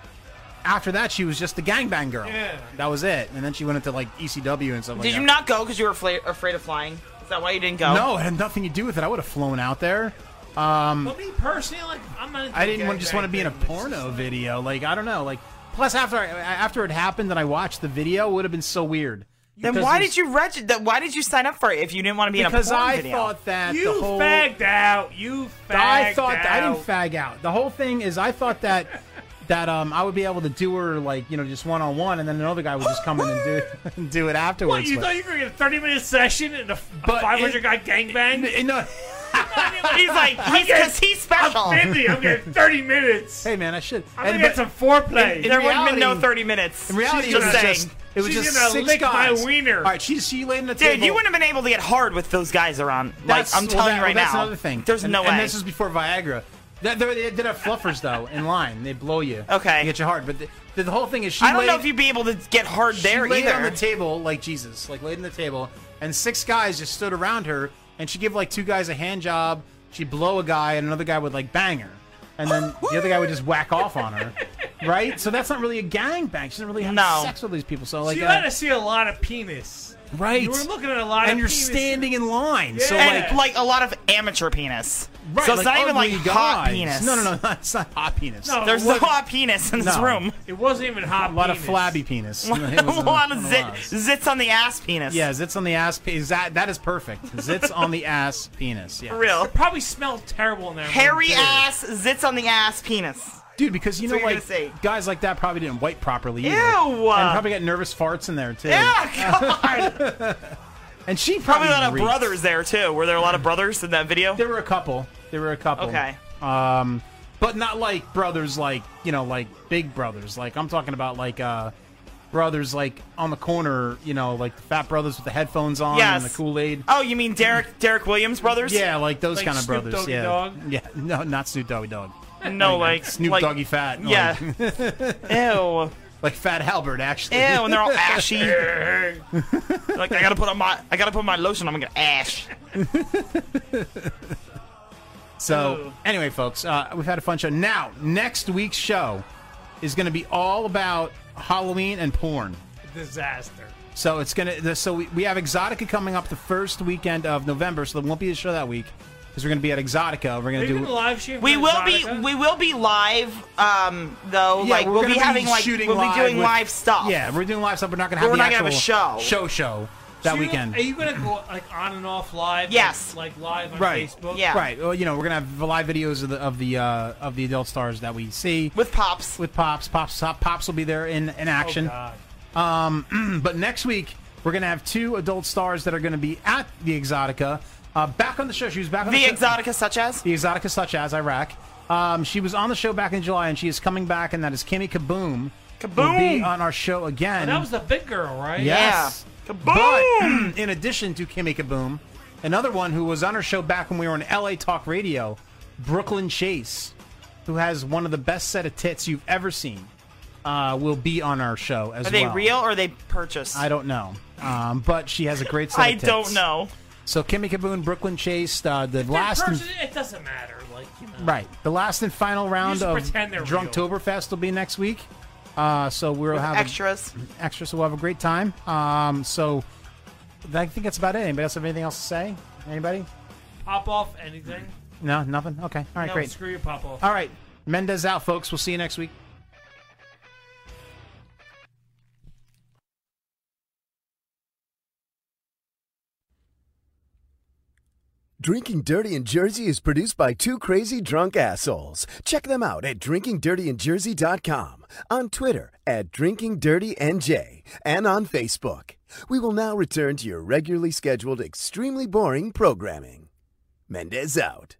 S20: after that she was just the gangbang girl.
S21: Yeah.
S20: That was it, and then she went into like ECW and stuff like
S21: Did
S20: that.
S21: you not go because you were afla- afraid of flying? Is that why you didn't go?
S20: No, it had nothing to do with it. I would have flown out there. Um,
S6: But me personally, like, I'm not. into
S20: I didn't
S6: the
S20: want to just want to
S6: gangbang
S20: be in a
S6: thing.
S20: porno video. Like I don't know. Like plus after I, after it happened and I watched the video, it would have been so weird.
S21: Then
S6: Because
S21: why
S6: he's-
S21: did you register? Then why did you sign up for it if you didn't want to be
S20: Because
S21: in a porn
S20: I
S21: video?
S20: thought that
S21: You
S20: the whole,
S21: fagged
S6: out. You
S20: I
S21: fagged
S20: thought I
S21: out.
S20: didn't fag out. The whole thing is I thought that that um I would be able to do her like you know just one on one, and then another guy would just come in and do and do [LAUGHS] it afterwards.
S6: What, you
S20: but-
S6: thought you were going to get a 30 minute session and a f- a 500 guy gangbang?
S20: no.
S6: [LAUGHS] He's
S21: like, he's- 'cause he's special.
S6: I'm 50. I'm getting 30 minutes.
S20: Oh. Hey, man, I should.
S6: I'm going to get some foreplay.
S21: There wouldn't have been no 30 minutes.
S20: In reality,
S21: She's
S20: it
S21: just
S20: was
S21: saying.
S20: just it was
S21: She's
S20: just
S21: gonna
S20: six
S21: lick my
S20: guys.
S21: wiener.
S20: All right, she she laid in the table.
S21: Dude, you wouldn't have been able to get hard with those guys around.
S20: That's-
S21: like, I'm
S20: well,
S21: telling
S20: that-
S21: you right
S20: well, that's
S21: now.
S20: another thing.
S21: There's
S20: And-
S21: no
S20: And
S21: way.
S20: this is before Viagra. That, they, they did have fluffers though in line. They blow you.
S21: Okay.
S20: They get you hard, but the, the, the whole thing is she.
S21: I don't
S20: laid,
S21: know if you'd be able to get hard
S20: she
S21: there
S20: laid
S21: either.
S20: on the table like Jesus, like laid on the table, and six guys just stood around her, and she give like two guys a hand job. She would blow a guy, and another guy would like bang her, and then the other guy would just whack off on her, right? So that's not really a gang bang. She doesn't really have
S6: No.
S20: sex with these people. So like,
S6: so you
S20: uh,
S6: had to see a lot of penis.
S20: Right.
S6: You were looking at a lot of
S20: And you're
S6: penis.
S20: standing in line. So
S21: And,
S20: like,
S21: like, a lot of amateur penis.
S20: Right,
S21: so it's not even like
S20: ugly
S21: hot
S20: guys.
S21: penis.
S20: No, no, no, [LAUGHS] it's not hot penis.
S21: No, There's no hot penis in this
S20: No.
S21: room.
S6: It wasn't even hot.
S20: A lot of flabby
S6: [LAUGHS]
S20: penis.
S21: [LAUGHS] a
S20: It was
S21: lot of
S20: one
S21: zit,
S20: those.
S21: zits on the ass penis.
S20: Yeah, zits on the ass. pe- Is that that is perfect. Zits on the ass penis. Yeah.
S21: For real.
S6: It probably smelled terrible in there.
S21: Hairy ass zits on the ass penis.
S20: Dude, because you
S21: That's
S20: know,
S21: what you're
S20: like
S21: gonna
S20: guys like that probably didn't wipe properly. Either.
S21: Ew.
S20: And probably got nervous farts in there too.
S21: [LAUGHS]
S20: [LAUGHS] and she probably,
S21: Probably a lot of
S20: reeked.
S21: brothers there too. Were there a lot of brothers in that video?
S20: There were a couple. There were a couple.
S21: Okay.
S20: Um, but not like brothers, like you know, like big brothers. Like I'm talking about, like uh, brothers, like on the corner. You know, like the fat brothers with the headphones on
S21: Yes.
S20: and the Kool Aid.
S21: Oh, you mean Derek Derek Williams brothers?
S20: Yeah, like those kind of brothers. yeah,
S21: Dogg?
S20: yeah. No, not Snoop Doggy Dog.
S21: [LAUGHS] No, like
S20: Snoop
S21: like,
S20: Doggy Fat.
S21: Yeah.
S20: Like, [LAUGHS]
S21: Ew.
S20: like Fat Albert, actually.
S21: Ew,
S20: [LAUGHS]
S21: and they're all ashy. like I gotta put on my I gotta put my lotion. on, I'm gonna ash.
S20: So anyway, folks, uh, we've had a fun show. Now, next week's show is going to be all about Halloween and porn.
S6: Disaster.
S20: So it's gonna. the- So we, we have Exotica coming up the first weekend of November. So there won't be a show that week because we're gonna be at Exotica. We're gonna do.
S21: We will be we will be live um though
S20: Yeah,
S21: like
S20: we're
S21: we'll
S20: gonna
S21: be having like
S20: shooting
S21: we'll
S20: live
S21: be doing
S20: with-
S21: live stuff.
S20: Yeah, we're doing live stuff. We're not gonna
S21: But
S20: have.
S21: we're
S20: the
S21: not gonna have a
S20: actual
S21: show.
S20: Show show that
S6: So you-
S20: weekend.
S6: Are you going to go like on and off live?
S21: Yes.
S6: Like, like, live on
S20: right.
S6: Facebook?
S20: Right. Well, you know, we're gonna have live videos of the of the uh, of the adult stars that we see
S21: with pops.
S20: With pops, pops, Pop- pops will be there in in action.
S6: Oh, God.
S20: Um, [CLEARS THROAT] but next week we're gonna have two adult stars that are gonna be at the Exotica. Uh, back on the show, she was back on the,
S21: The
S20: show-
S21: Exotica such as
S20: the Exotica such as Iraq. Um, she was on the show back in July, and she is coming back, and that is Kimmy Kaboom. Kaboom will be on our show again.
S6: And that was the big girl, right?
S20: Yes. But [CLEARS THROAT] in addition to Kimmy Kaboom, another one who was on her show back when we were on LA Talk Radio, Brooklyn Chase, who has one of the best set of tits you've ever seen, uh, will be on our show as
S21: Are they
S20: well.
S21: real or are they purchased?
S20: I don't know. Um, but she has a great set
S21: [LAUGHS] I
S20: of tits.
S21: don't know.
S20: So Kimmy Kaboom, Brooklyn Chase, uh, the last and,
S6: Person, it doesn't matter. Like, you know.
S20: right, the last and final round
S6: just
S20: of
S6: pretend they're real.
S20: Drunktoberfest will be next week. Uh, so we'll
S21: With
S20: have a-
S21: extras.
S20: extra, so we'll have a great time. Um, so I think that's about it. Anybody else have anything else to say? Anybody?
S6: Pop off anything.
S20: No, nothing. Okay. All right,
S6: no,
S20: great.
S6: Screw your pop off.
S20: All right, Mendez out, folks. We'll see you next week.
S22: Drinking Dirty in Jersey is produced by two crazy drunk assholes. Check them out at drinkingdirtyinjersey.com, on Twitter at drinkingdirtynj, and on Facebook. We will now return to your regularly scheduled, extremely boring programming. Mendez out.